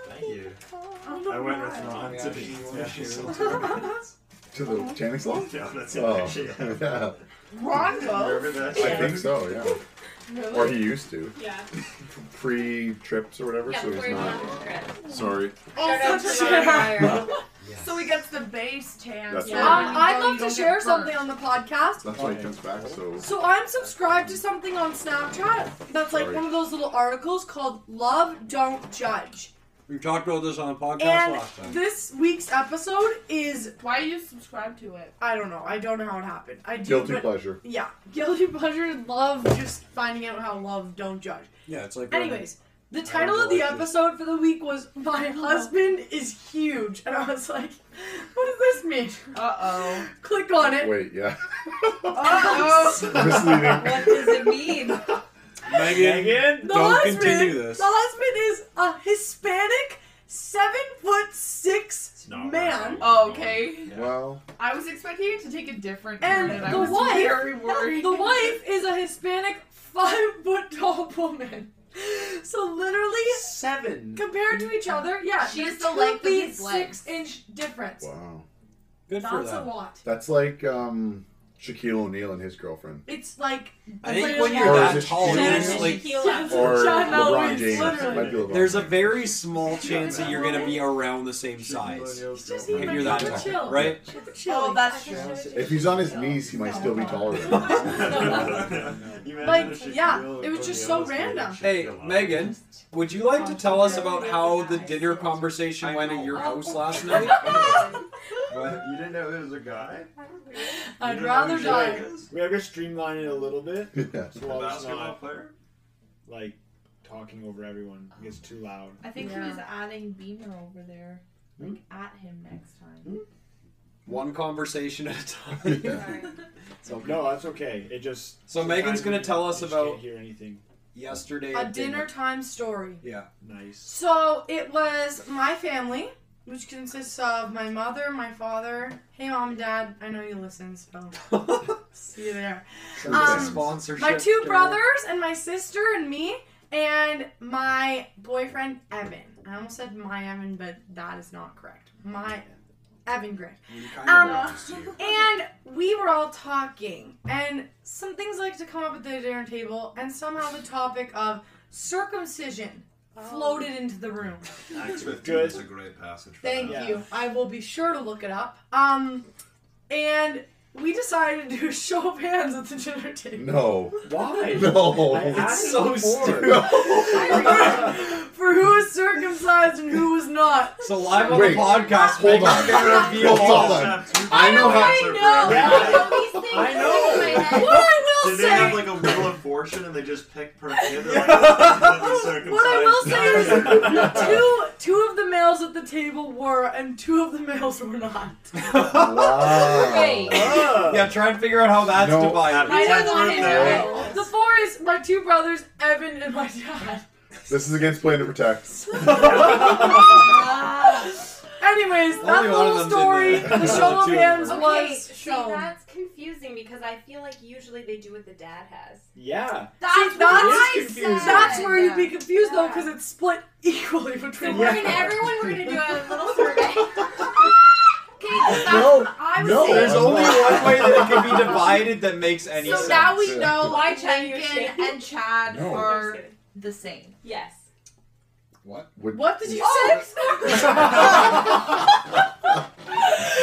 [SPEAKER 9] Thank you.
[SPEAKER 7] Oh,
[SPEAKER 9] I went with
[SPEAKER 7] God.
[SPEAKER 9] Ron
[SPEAKER 3] Yeah,
[SPEAKER 9] to
[SPEAKER 3] she-
[SPEAKER 9] be
[SPEAKER 3] yeah, she was-
[SPEAKER 2] To the tanning salon.
[SPEAKER 9] Yeah, that's it,
[SPEAKER 2] Oh,
[SPEAKER 9] actually.
[SPEAKER 2] yeah.
[SPEAKER 7] Rongo.
[SPEAKER 9] Remember that?
[SPEAKER 2] I think so. Yeah. Or he used to
[SPEAKER 5] Yeah.
[SPEAKER 2] pre trips or whatever,
[SPEAKER 5] Yeah,
[SPEAKER 2] so
[SPEAKER 5] before
[SPEAKER 2] he's
[SPEAKER 5] you
[SPEAKER 2] not.
[SPEAKER 1] Oh,
[SPEAKER 5] went on the trip.
[SPEAKER 2] Sorry.
[SPEAKER 5] Shout out
[SPEAKER 7] Also,
[SPEAKER 5] to Ron
[SPEAKER 7] tan.
[SPEAKER 5] Meyer.
[SPEAKER 3] Yes.
[SPEAKER 7] So he gets the bay face chance.
[SPEAKER 2] That's
[SPEAKER 7] that
[SPEAKER 2] right.
[SPEAKER 7] when
[SPEAKER 1] Um,
[SPEAKER 7] you
[SPEAKER 1] I'd
[SPEAKER 7] go, you
[SPEAKER 1] love to
[SPEAKER 7] don't
[SPEAKER 1] share
[SPEAKER 7] get
[SPEAKER 1] something
[SPEAKER 7] burnt.
[SPEAKER 1] on the podcast.
[SPEAKER 2] That's why he comes back. So
[SPEAKER 1] So I'm subscribed to something on Snapchat that's like
[SPEAKER 2] Sorry.
[SPEAKER 1] one of those little articles called Love Don't Judge.
[SPEAKER 3] We talked about this on the podcast
[SPEAKER 1] And
[SPEAKER 3] last time.
[SPEAKER 1] this week's episode is
[SPEAKER 7] Why you subscribe to it?
[SPEAKER 1] I don't know. I don't know how it happened. I do
[SPEAKER 2] guilty
[SPEAKER 1] but-
[SPEAKER 2] pleasure.
[SPEAKER 1] Yeah. Guilty pleasure, love, just finding out how love don't judge.
[SPEAKER 3] yeah, it's like.
[SPEAKER 1] Anyways, the
[SPEAKER 3] don't
[SPEAKER 1] title of the
[SPEAKER 3] like this.
[SPEAKER 1] episode for the week was My Husband is Huge. And I was like, what does this mean?
[SPEAKER 7] Uh oh.
[SPEAKER 1] Click on it.
[SPEAKER 2] Wait, yeah.
[SPEAKER 7] Uh
[SPEAKER 2] Misleading.
[SPEAKER 8] What does it mean?
[SPEAKER 3] Megan,
[SPEAKER 4] Megan?
[SPEAKER 1] The
[SPEAKER 3] Don't
[SPEAKER 1] husband,
[SPEAKER 3] continue this.
[SPEAKER 1] The husband is a Hispanic, seven foot six man.
[SPEAKER 7] oh. Okay.
[SPEAKER 2] Well,
[SPEAKER 7] I was expecting it to take a different turn,
[SPEAKER 1] And
[SPEAKER 7] and I
[SPEAKER 1] the
[SPEAKER 7] was
[SPEAKER 1] wife-
[SPEAKER 7] very worried.
[SPEAKER 1] The wife is a Hispanic, five foot tall woman. So literally,
[SPEAKER 4] Seven.
[SPEAKER 1] compared to each other, yeah,
[SPEAKER 8] She's
[SPEAKER 1] there's
[SPEAKER 8] the
[SPEAKER 1] two
[SPEAKER 8] length of
[SPEAKER 1] feet,
[SPEAKER 8] his legs.
[SPEAKER 1] six inch difference.
[SPEAKER 2] wow.
[SPEAKER 3] good for
[SPEAKER 1] That's a
[SPEAKER 3] them.
[SPEAKER 1] lot.
[SPEAKER 2] That's like um, Shaquille O'Neal and his girlfriend.
[SPEAKER 1] It's like
[SPEAKER 3] I think
[SPEAKER 1] literally
[SPEAKER 3] when you're
[SPEAKER 2] Or is
[SPEAKER 3] that
[SPEAKER 2] it
[SPEAKER 3] tall,
[SPEAKER 2] Shannon
[SPEAKER 3] it's
[SPEAKER 2] and
[SPEAKER 3] like,
[SPEAKER 2] Or
[SPEAKER 1] John
[SPEAKER 2] LeBron
[SPEAKER 1] Elway's
[SPEAKER 2] James.
[SPEAKER 1] literally-
[SPEAKER 2] Might be LeBron
[SPEAKER 3] there's a
[SPEAKER 2] James.
[SPEAKER 3] very small chance that you're gonna be around the same size
[SPEAKER 1] It's just
[SPEAKER 3] if
[SPEAKER 1] even
[SPEAKER 3] you're that
[SPEAKER 1] Super
[SPEAKER 3] tall,
[SPEAKER 1] chill.
[SPEAKER 3] right?
[SPEAKER 1] Super chill.
[SPEAKER 7] Oh, that's true.
[SPEAKER 2] If he's on his knees, he might still be taller than us.
[SPEAKER 1] Like, yeah, it was just so random.
[SPEAKER 3] Hey, Megan, would you like to tell us about how the dinner conversation
[SPEAKER 9] I
[SPEAKER 3] went at
[SPEAKER 9] know.
[SPEAKER 3] your house last night?
[SPEAKER 9] What? You didn't know there was a guy?
[SPEAKER 1] I'd
[SPEAKER 9] You didn't know
[SPEAKER 1] rather
[SPEAKER 9] who Jack
[SPEAKER 1] die.
[SPEAKER 9] is?
[SPEAKER 4] We have to streamline it a little bit.
[SPEAKER 2] Yeah.
[SPEAKER 4] So
[SPEAKER 9] The
[SPEAKER 4] while it's
[SPEAKER 9] basketball
[SPEAKER 4] not,
[SPEAKER 9] player?
[SPEAKER 4] like, talking over everyone. It gets too loud.
[SPEAKER 7] I think
[SPEAKER 1] Yeah.
[SPEAKER 7] he was adding Beamer over there, like
[SPEAKER 2] Hmm?
[SPEAKER 7] at him next time.
[SPEAKER 3] One conversation at a time.
[SPEAKER 2] Yeah.
[SPEAKER 5] Sorry.
[SPEAKER 4] No, that's okay. It just.
[SPEAKER 3] So Megan's
[SPEAKER 4] sometimes
[SPEAKER 3] gonna
[SPEAKER 4] you-
[SPEAKER 3] tell
[SPEAKER 4] you
[SPEAKER 3] us
[SPEAKER 4] just
[SPEAKER 3] about-
[SPEAKER 4] Can't hear anything.
[SPEAKER 3] Yesterday,
[SPEAKER 1] A
[SPEAKER 3] at
[SPEAKER 1] dinner time story.
[SPEAKER 3] Yeah.
[SPEAKER 4] Nice.
[SPEAKER 1] So it was my family, which consists of my mother, my father. Hey, mom and dad, I know you listen, so see you there. Um,
[SPEAKER 3] sponsorship.
[SPEAKER 1] My two
[SPEAKER 3] dinner.
[SPEAKER 1] brothers and my sister and me and my boyfriend Evan. I almost said my Evan, but that is not correct. My Evan Gray.
[SPEAKER 3] We kinda
[SPEAKER 1] Um,
[SPEAKER 3] noticed you.
[SPEAKER 1] And we were all talking, and some things like to come up at the dinner table, and somehow the topic of circumcision
[SPEAKER 9] Oh.
[SPEAKER 1] floated into the room.
[SPEAKER 4] Good.
[SPEAKER 9] That's a great passage. For
[SPEAKER 1] Thank
[SPEAKER 9] that.
[SPEAKER 1] you. I will be sure to look it up. Um, and we decided to do a show of hands at the dinner table
[SPEAKER 2] No.
[SPEAKER 4] Why?
[SPEAKER 2] No.
[SPEAKER 4] I asked
[SPEAKER 3] so
[SPEAKER 4] before.
[SPEAKER 3] stupid.
[SPEAKER 1] for who was circumcised and who was not.
[SPEAKER 3] So live on
[SPEAKER 2] Wait,
[SPEAKER 3] the podcast,
[SPEAKER 2] hold
[SPEAKER 3] Megan's
[SPEAKER 2] on.
[SPEAKER 3] gonna reveal
[SPEAKER 2] Hold
[SPEAKER 3] all
[SPEAKER 2] on.
[SPEAKER 3] that.
[SPEAKER 2] I know how-
[SPEAKER 4] Yeah.
[SPEAKER 8] I
[SPEAKER 4] I know.
[SPEAKER 1] What I will
[SPEAKER 9] Did they
[SPEAKER 1] say
[SPEAKER 9] have like a wheel of fortune and they just pick per kid? They're Like, what
[SPEAKER 1] What I will say is two two of the males at the table were and two of the males were not.
[SPEAKER 2] Wow.
[SPEAKER 8] Wait.
[SPEAKER 4] Ah.
[SPEAKER 3] Yeah, try and figure out how that's
[SPEAKER 2] No.
[SPEAKER 3] divided.
[SPEAKER 8] I know the one
[SPEAKER 9] There.
[SPEAKER 8] in
[SPEAKER 1] The four is my two brothers, Evan and my dad.
[SPEAKER 2] This is against plan to protect.
[SPEAKER 1] Ah. Anyways, that
[SPEAKER 3] Only one of
[SPEAKER 1] little
[SPEAKER 3] them's in
[SPEAKER 1] story,
[SPEAKER 3] there.
[SPEAKER 1] the show of
[SPEAKER 3] Two of
[SPEAKER 1] hands
[SPEAKER 3] them.
[SPEAKER 5] Okay,
[SPEAKER 1] was
[SPEAKER 5] see,
[SPEAKER 1] shown.
[SPEAKER 5] that's confusing because I feel like usually they do what the dad has.
[SPEAKER 4] Yeah.
[SPEAKER 8] That's
[SPEAKER 1] See,
[SPEAKER 8] what I
[SPEAKER 1] that's-
[SPEAKER 4] It's
[SPEAKER 8] said.
[SPEAKER 4] confusing.
[SPEAKER 1] That's where you'd be
[SPEAKER 8] Yeah.
[SPEAKER 1] confused though, because it's split equally between.
[SPEAKER 8] We're
[SPEAKER 4] Yeah.
[SPEAKER 8] gonna everyone. We're gonna do a little survey. Okay, so that's
[SPEAKER 2] No.
[SPEAKER 8] I was
[SPEAKER 2] No,
[SPEAKER 8] saying.
[SPEAKER 3] There's
[SPEAKER 2] I'm
[SPEAKER 3] only
[SPEAKER 2] not.
[SPEAKER 3] one way that it could be divided that makes any
[SPEAKER 7] so
[SPEAKER 3] sense.
[SPEAKER 7] now we
[SPEAKER 2] Yeah.
[SPEAKER 7] know why
[SPEAKER 8] Why Chad you're
[SPEAKER 7] Megan
[SPEAKER 8] shaking?
[SPEAKER 7] and Chad
[SPEAKER 2] No.
[SPEAKER 7] are
[SPEAKER 5] Just kidding.
[SPEAKER 7] the same.
[SPEAKER 5] Yes.
[SPEAKER 3] What?
[SPEAKER 2] Would-
[SPEAKER 1] What did you
[SPEAKER 8] Oh.
[SPEAKER 1] say?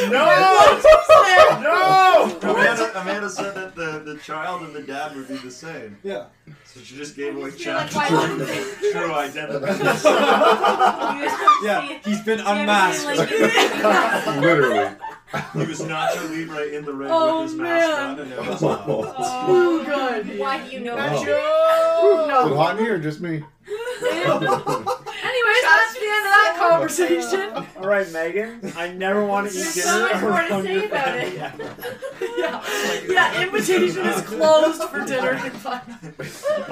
[SPEAKER 4] No! no!
[SPEAKER 9] Amanda, Amanda said that the, the child and the dad would be the same.
[SPEAKER 3] Yeah.
[SPEAKER 9] So she just gave away
[SPEAKER 8] I feel like
[SPEAKER 9] Chad's
[SPEAKER 8] why
[SPEAKER 9] true,
[SPEAKER 8] wouldn't they?
[SPEAKER 9] true identity.
[SPEAKER 3] Yeah. He's been
[SPEAKER 5] Like,
[SPEAKER 3] unmasked.
[SPEAKER 2] Literally.
[SPEAKER 9] He was Nacho Libre in the ring
[SPEAKER 1] Oh,
[SPEAKER 9] with his
[SPEAKER 1] man.
[SPEAKER 9] mask on and it was "Oh,
[SPEAKER 7] Oh,
[SPEAKER 9] not.
[SPEAKER 1] Too good.
[SPEAKER 5] Why do you know
[SPEAKER 2] Wow.
[SPEAKER 5] that?
[SPEAKER 2] Is it
[SPEAKER 1] No.
[SPEAKER 2] hot in here or just me?
[SPEAKER 1] Anyways, that's the end of that conversation.
[SPEAKER 4] All right, Megan. I never want to eat
[SPEAKER 1] There's
[SPEAKER 4] dinner.
[SPEAKER 1] so much more to
[SPEAKER 4] around
[SPEAKER 1] say
[SPEAKER 4] your
[SPEAKER 1] about
[SPEAKER 4] family.
[SPEAKER 1] it.
[SPEAKER 4] Yeah.
[SPEAKER 1] yeah. yeah, invitation is closed for dinner.
[SPEAKER 9] I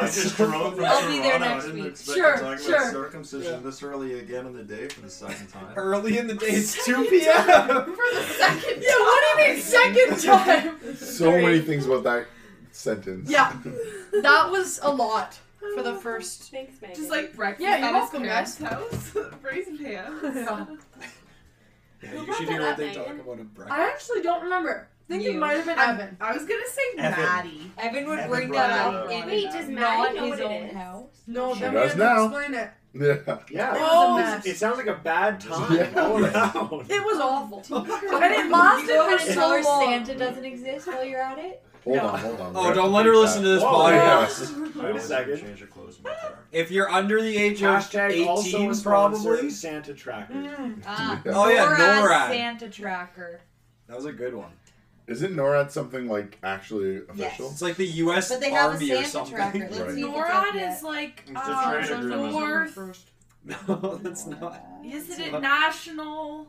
[SPEAKER 9] just drove from
[SPEAKER 8] I'll be there
[SPEAKER 9] Toronto.
[SPEAKER 8] next
[SPEAKER 9] I didn't
[SPEAKER 8] week.
[SPEAKER 9] expect
[SPEAKER 1] Sure,
[SPEAKER 9] to talk
[SPEAKER 1] sure.
[SPEAKER 9] about circumcision this early again in the day for the second time.
[SPEAKER 3] Early in the day, it's 2 p.m.
[SPEAKER 1] Second yeah, what do you mean second time?
[SPEAKER 2] So many things about that sentence.
[SPEAKER 1] Yeah, that was a lot for the first.
[SPEAKER 5] Thanks, Megan.
[SPEAKER 7] Just like breakfast
[SPEAKER 1] Yeah, you're
[SPEAKER 7] at
[SPEAKER 1] welcome,
[SPEAKER 7] his parents' house. Raising hands.
[SPEAKER 1] Yeah.
[SPEAKER 3] Yeah, you should hear what they talk about at breakfast.
[SPEAKER 1] I actually don't remember. I think it
[SPEAKER 8] You.
[SPEAKER 1] might have been
[SPEAKER 7] I'm-
[SPEAKER 1] Evan.
[SPEAKER 7] I was gonna say
[SPEAKER 9] Evan.
[SPEAKER 7] Maddie.
[SPEAKER 8] Evan would
[SPEAKER 9] Evan
[SPEAKER 8] bring
[SPEAKER 9] brought
[SPEAKER 8] that
[SPEAKER 9] it
[SPEAKER 8] up
[SPEAKER 9] up.
[SPEAKER 8] in
[SPEAKER 5] Wait, does Maddie
[SPEAKER 8] not
[SPEAKER 5] know
[SPEAKER 8] his
[SPEAKER 5] what it
[SPEAKER 8] own
[SPEAKER 5] is?
[SPEAKER 8] house.
[SPEAKER 1] No,
[SPEAKER 2] She
[SPEAKER 1] then we
[SPEAKER 2] does
[SPEAKER 1] have
[SPEAKER 2] now.
[SPEAKER 1] to explain it.
[SPEAKER 2] Yeah.
[SPEAKER 1] It
[SPEAKER 4] Yeah.
[SPEAKER 1] was a
[SPEAKER 4] It-
[SPEAKER 1] mess.
[SPEAKER 4] It sounds like a bad time
[SPEAKER 2] Yeah.
[SPEAKER 4] all around.
[SPEAKER 1] It was awful.
[SPEAKER 8] And it lasted for
[SPEAKER 1] so
[SPEAKER 8] so
[SPEAKER 1] long.
[SPEAKER 8] long. Santa doesn't exist while you're at it.
[SPEAKER 2] Hold
[SPEAKER 1] No.
[SPEAKER 2] on, hold on.
[SPEAKER 3] Oh, don't let her listen to this
[SPEAKER 4] Whoa.
[SPEAKER 2] Oh,
[SPEAKER 3] podcast.
[SPEAKER 4] Wait a second.
[SPEAKER 9] Change your clothes in my car.
[SPEAKER 3] If you're under the age of
[SPEAKER 4] Hashtag also a
[SPEAKER 3] 18,
[SPEAKER 4] sponsor
[SPEAKER 3] probably.
[SPEAKER 4] of Santa Tracker.
[SPEAKER 1] Mm.
[SPEAKER 8] Ah,
[SPEAKER 2] Yeah.
[SPEAKER 3] Oh, yeah,
[SPEAKER 8] NORAD
[SPEAKER 3] NORAD.
[SPEAKER 8] Santa tracker.
[SPEAKER 3] That was a good one.
[SPEAKER 2] Isn't NORAD something like actually official?
[SPEAKER 3] It's like the U.S.
[SPEAKER 8] But they have
[SPEAKER 3] Army
[SPEAKER 8] a
[SPEAKER 3] or
[SPEAKER 8] Santa
[SPEAKER 3] something.
[SPEAKER 8] tracker. Let's
[SPEAKER 2] Right.
[SPEAKER 8] see if it's up
[SPEAKER 7] NORAD
[SPEAKER 8] yet.
[SPEAKER 7] is like
[SPEAKER 1] Oh,
[SPEAKER 9] It's just
[SPEAKER 7] uh,
[SPEAKER 9] trying to
[SPEAKER 7] the
[SPEAKER 9] groom us.
[SPEAKER 7] North.
[SPEAKER 3] No, that's not.
[SPEAKER 7] Yes, it
[SPEAKER 3] It's
[SPEAKER 7] is
[SPEAKER 3] not.
[SPEAKER 7] national,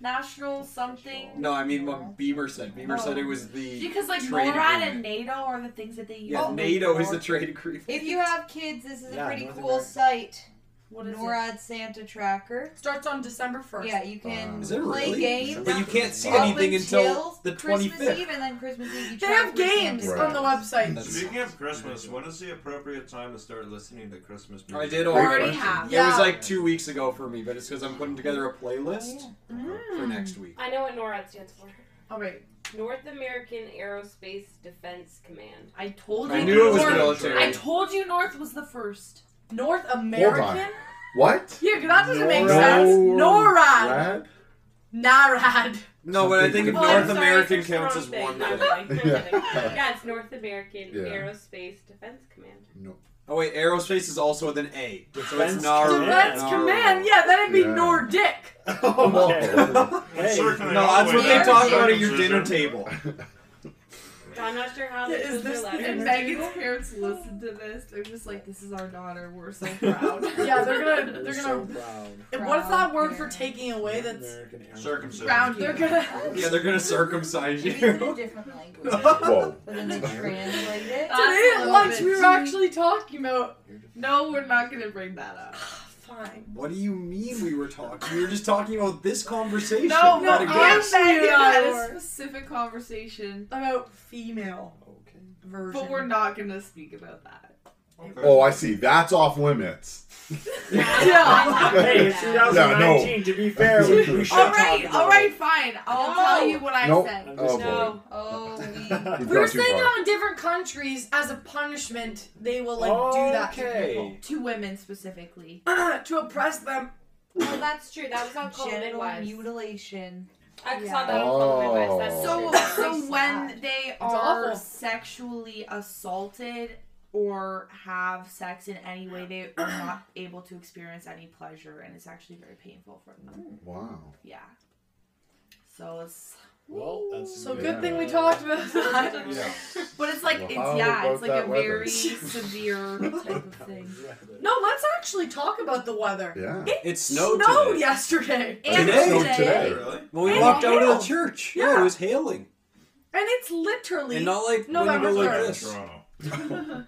[SPEAKER 7] national something.
[SPEAKER 3] No, I mean what Beamer said. Beamer said it was the
[SPEAKER 7] Because like
[SPEAKER 3] trade
[SPEAKER 7] NORAD and
[SPEAKER 3] agreement.
[SPEAKER 7] NATO are the things that they use.
[SPEAKER 3] yeah,
[SPEAKER 8] Oh.
[SPEAKER 3] NATO is the trade agreement.
[SPEAKER 8] If you have kids, this is a
[SPEAKER 4] Yeah,
[SPEAKER 8] pretty
[SPEAKER 4] North
[SPEAKER 8] cool
[SPEAKER 4] America.
[SPEAKER 8] site.
[SPEAKER 7] What is it?
[SPEAKER 8] NORAD Santa tracker.
[SPEAKER 1] Starts on December 1st.
[SPEAKER 8] Yeah, you can
[SPEAKER 2] Wow.
[SPEAKER 3] Is it
[SPEAKER 8] play
[SPEAKER 3] really?
[SPEAKER 8] games.
[SPEAKER 3] But you can't see
[SPEAKER 8] up
[SPEAKER 3] anything until the
[SPEAKER 8] Christmas
[SPEAKER 3] 25th.
[SPEAKER 8] Eve and then Christmas Eve. You
[SPEAKER 1] They
[SPEAKER 8] track
[SPEAKER 1] have
[SPEAKER 8] with Santa.
[SPEAKER 1] games
[SPEAKER 2] Right.
[SPEAKER 1] on the website.
[SPEAKER 3] That's-
[SPEAKER 9] Speaking of Christmas, when is the appropriate time to start listening to Christmas music?
[SPEAKER 3] I
[SPEAKER 2] Great
[SPEAKER 3] did already.
[SPEAKER 2] question.
[SPEAKER 7] have.
[SPEAKER 3] It was
[SPEAKER 1] Yeah.
[SPEAKER 3] like two weeks ago for me, but it's because I'm putting together a playlist for
[SPEAKER 1] Mm.
[SPEAKER 3] next week.
[SPEAKER 5] I know what NORAD stands for.
[SPEAKER 7] All right,
[SPEAKER 5] North American Aerospace Defense Command.
[SPEAKER 7] I told you.
[SPEAKER 3] I knew it was
[SPEAKER 7] North-
[SPEAKER 9] Or-
[SPEAKER 3] military.
[SPEAKER 7] I told you North was the first.
[SPEAKER 1] North American?
[SPEAKER 2] What?
[SPEAKER 1] Yeah, 'cause that doesn't make
[SPEAKER 2] Norad.
[SPEAKER 1] sense. NORAD.
[SPEAKER 2] Rad?
[SPEAKER 1] NARAD.
[SPEAKER 3] no, but I think if
[SPEAKER 2] Oh,
[SPEAKER 5] Oh,
[SPEAKER 3] North
[SPEAKER 5] I'm sorry,
[SPEAKER 3] American
[SPEAKER 5] it's the
[SPEAKER 3] counts
[SPEAKER 5] wrong
[SPEAKER 3] as
[SPEAKER 5] thing.
[SPEAKER 3] one
[SPEAKER 5] I'm
[SPEAKER 3] thing.
[SPEAKER 5] kidding, I'm
[SPEAKER 2] Yeah.
[SPEAKER 5] kidding. Yeah, it's North American
[SPEAKER 2] Yeah.
[SPEAKER 5] Aerospace Defense Command.
[SPEAKER 2] No.
[SPEAKER 3] Oh wait, aerospace is also with an A, so it's
[SPEAKER 4] Defense
[SPEAKER 3] not.
[SPEAKER 1] Defense
[SPEAKER 3] not-
[SPEAKER 1] Command. Yeah, that'd be
[SPEAKER 2] Yeah.
[SPEAKER 1] Nordic.
[SPEAKER 3] Oh,
[SPEAKER 4] okay.
[SPEAKER 9] It's
[SPEAKER 4] Hey.
[SPEAKER 9] circling
[SPEAKER 3] No,
[SPEAKER 9] all
[SPEAKER 3] that's
[SPEAKER 9] the
[SPEAKER 3] what
[SPEAKER 9] way
[SPEAKER 3] they
[SPEAKER 9] back to
[SPEAKER 3] talk about at your dinner
[SPEAKER 9] circumcision.
[SPEAKER 3] table.
[SPEAKER 5] I'm not sure how
[SPEAKER 1] Yeah,
[SPEAKER 5] this
[SPEAKER 1] is
[SPEAKER 5] was
[SPEAKER 1] this
[SPEAKER 5] your
[SPEAKER 1] the
[SPEAKER 5] letter.
[SPEAKER 7] And
[SPEAKER 1] internet?
[SPEAKER 7] Megan's parents listen to this. They're just like, "This is our daughter. We're so proud."
[SPEAKER 1] Yeah, they're gonna.
[SPEAKER 4] We're
[SPEAKER 1] They're
[SPEAKER 4] so
[SPEAKER 1] gonna.
[SPEAKER 4] proud.
[SPEAKER 1] and What's that word for
[SPEAKER 8] Proud
[SPEAKER 1] taking away? That's
[SPEAKER 4] American Airlines.
[SPEAKER 9] Circumcision.
[SPEAKER 7] Round
[SPEAKER 1] they're
[SPEAKER 7] you.
[SPEAKER 1] gonna.
[SPEAKER 3] Yeah, they're gonna circumcise
[SPEAKER 8] Maybe it's in a
[SPEAKER 3] you.
[SPEAKER 8] different language.
[SPEAKER 2] Whoa.
[SPEAKER 8] But then they translate it.
[SPEAKER 7] Uh,
[SPEAKER 1] Today
[SPEAKER 7] a
[SPEAKER 1] at
[SPEAKER 7] little
[SPEAKER 1] lunch,
[SPEAKER 7] bit
[SPEAKER 1] we were
[SPEAKER 7] too-
[SPEAKER 1] actually talking about.
[SPEAKER 7] No, we're not gonna bring that up.
[SPEAKER 1] Fine.
[SPEAKER 3] What do you mean we were talking? We were just talking about this conversation.
[SPEAKER 7] No,
[SPEAKER 3] What
[SPEAKER 1] no,
[SPEAKER 3] a
[SPEAKER 1] I-
[SPEAKER 3] guess.
[SPEAKER 7] Yes, we
[SPEAKER 1] Yeah,
[SPEAKER 7] had
[SPEAKER 1] or-
[SPEAKER 7] a specific conversation,
[SPEAKER 1] About female
[SPEAKER 4] Okay.
[SPEAKER 1] version.
[SPEAKER 7] but we're not gonna speak about that.
[SPEAKER 2] Oh, I see. That's off limits.
[SPEAKER 4] Hey, it's 2019. To be fair, we, we should
[SPEAKER 7] All right,
[SPEAKER 4] talk about
[SPEAKER 7] all right,
[SPEAKER 4] it.
[SPEAKER 7] fine. I'll
[SPEAKER 1] No.
[SPEAKER 7] tell you what I
[SPEAKER 2] Nope.
[SPEAKER 7] said.
[SPEAKER 2] Oh,
[SPEAKER 7] no.
[SPEAKER 8] Oh, we.
[SPEAKER 2] You've
[SPEAKER 1] We were
[SPEAKER 2] gone too
[SPEAKER 1] saying
[SPEAKER 2] far.
[SPEAKER 1] how in different countries, as a punishment, they will like do that
[SPEAKER 4] Okay.
[SPEAKER 7] To women specifically.
[SPEAKER 1] to people to oppress them.
[SPEAKER 5] Oh, that's true. That was on Call the
[SPEAKER 8] Genital
[SPEAKER 5] Midwives.
[SPEAKER 8] mutilation.
[SPEAKER 5] I saw
[SPEAKER 8] Yeah.
[SPEAKER 5] that on Call the Midwives. That's
[SPEAKER 7] So,
[SPEAKER 5] true.
[SPEAKER 7] so
[SPEAKER 8] Very
[SPEAKER 7] when
[SPEAKER 8] sad.
[SPEAKER 7] they are
[SPEAKER 1] awful.
[SPEAKER 7] sexually assaulted or have sex in any way, they are not able to experience any pleasure, and it's actually very painful for them.
[SPEAKER 2] Wow.
[SPEAKER 7] Yeah. So it's,
[SPEAKER 4] Well, that's
[SPEAKER 1] So
[SPEAKER 2] Yeah.
[SPEAKER 1] good thing we talked about that.
[SPEAKER 4] Yeah.
[SPEAKER 7] but it's like it's
[SPEAKER 2] Wow,
[SPEAKER 7] yeah, it's
[SPEAKER 2] about
[SPEAKER 7] like a
[SPEAKER 2] that weather.
[SPEAKER 7] very severe type of thing.
[SPEAKER 1] No, let's actually talk about the weather.
[SPEAKER 2] Yeah.
[SPEAKER 3] It snowed
[SPEAKER 1] Snowed
[SPEAKER 3] today.
[SPEAKER 1] yesterday,
[SPEAKER 2] I think
[SPEAKER 7] And
[SPEAKER 2] it
[SPEAKER 3] Today?
[SPEAKER 2] snowed
[SPEAKER 7] today-
[SPEAKER 2] today.
[SPEAKER 9] Really?
[SPEAKER 3] When we
[SPEAKER 1] And
[SPEAKER 3] walked out of
[SPEAKER 1] hail.
[SPEAKER 3] the church, yeah, it was hailing,
[SPEAKER 1] and it's literally
[SPEAKER 3] and not like
[SPEAKER 1] No,
[SPEAKER 3] when
[SPEAKER 1] that
[SPEAKER 3] you go
[SPEAKER 1] was
[SPEAKER 3] like
[SPEAKER 1] her.
[SPEAKER 3] this.
[SPEAKER 9] Toronto.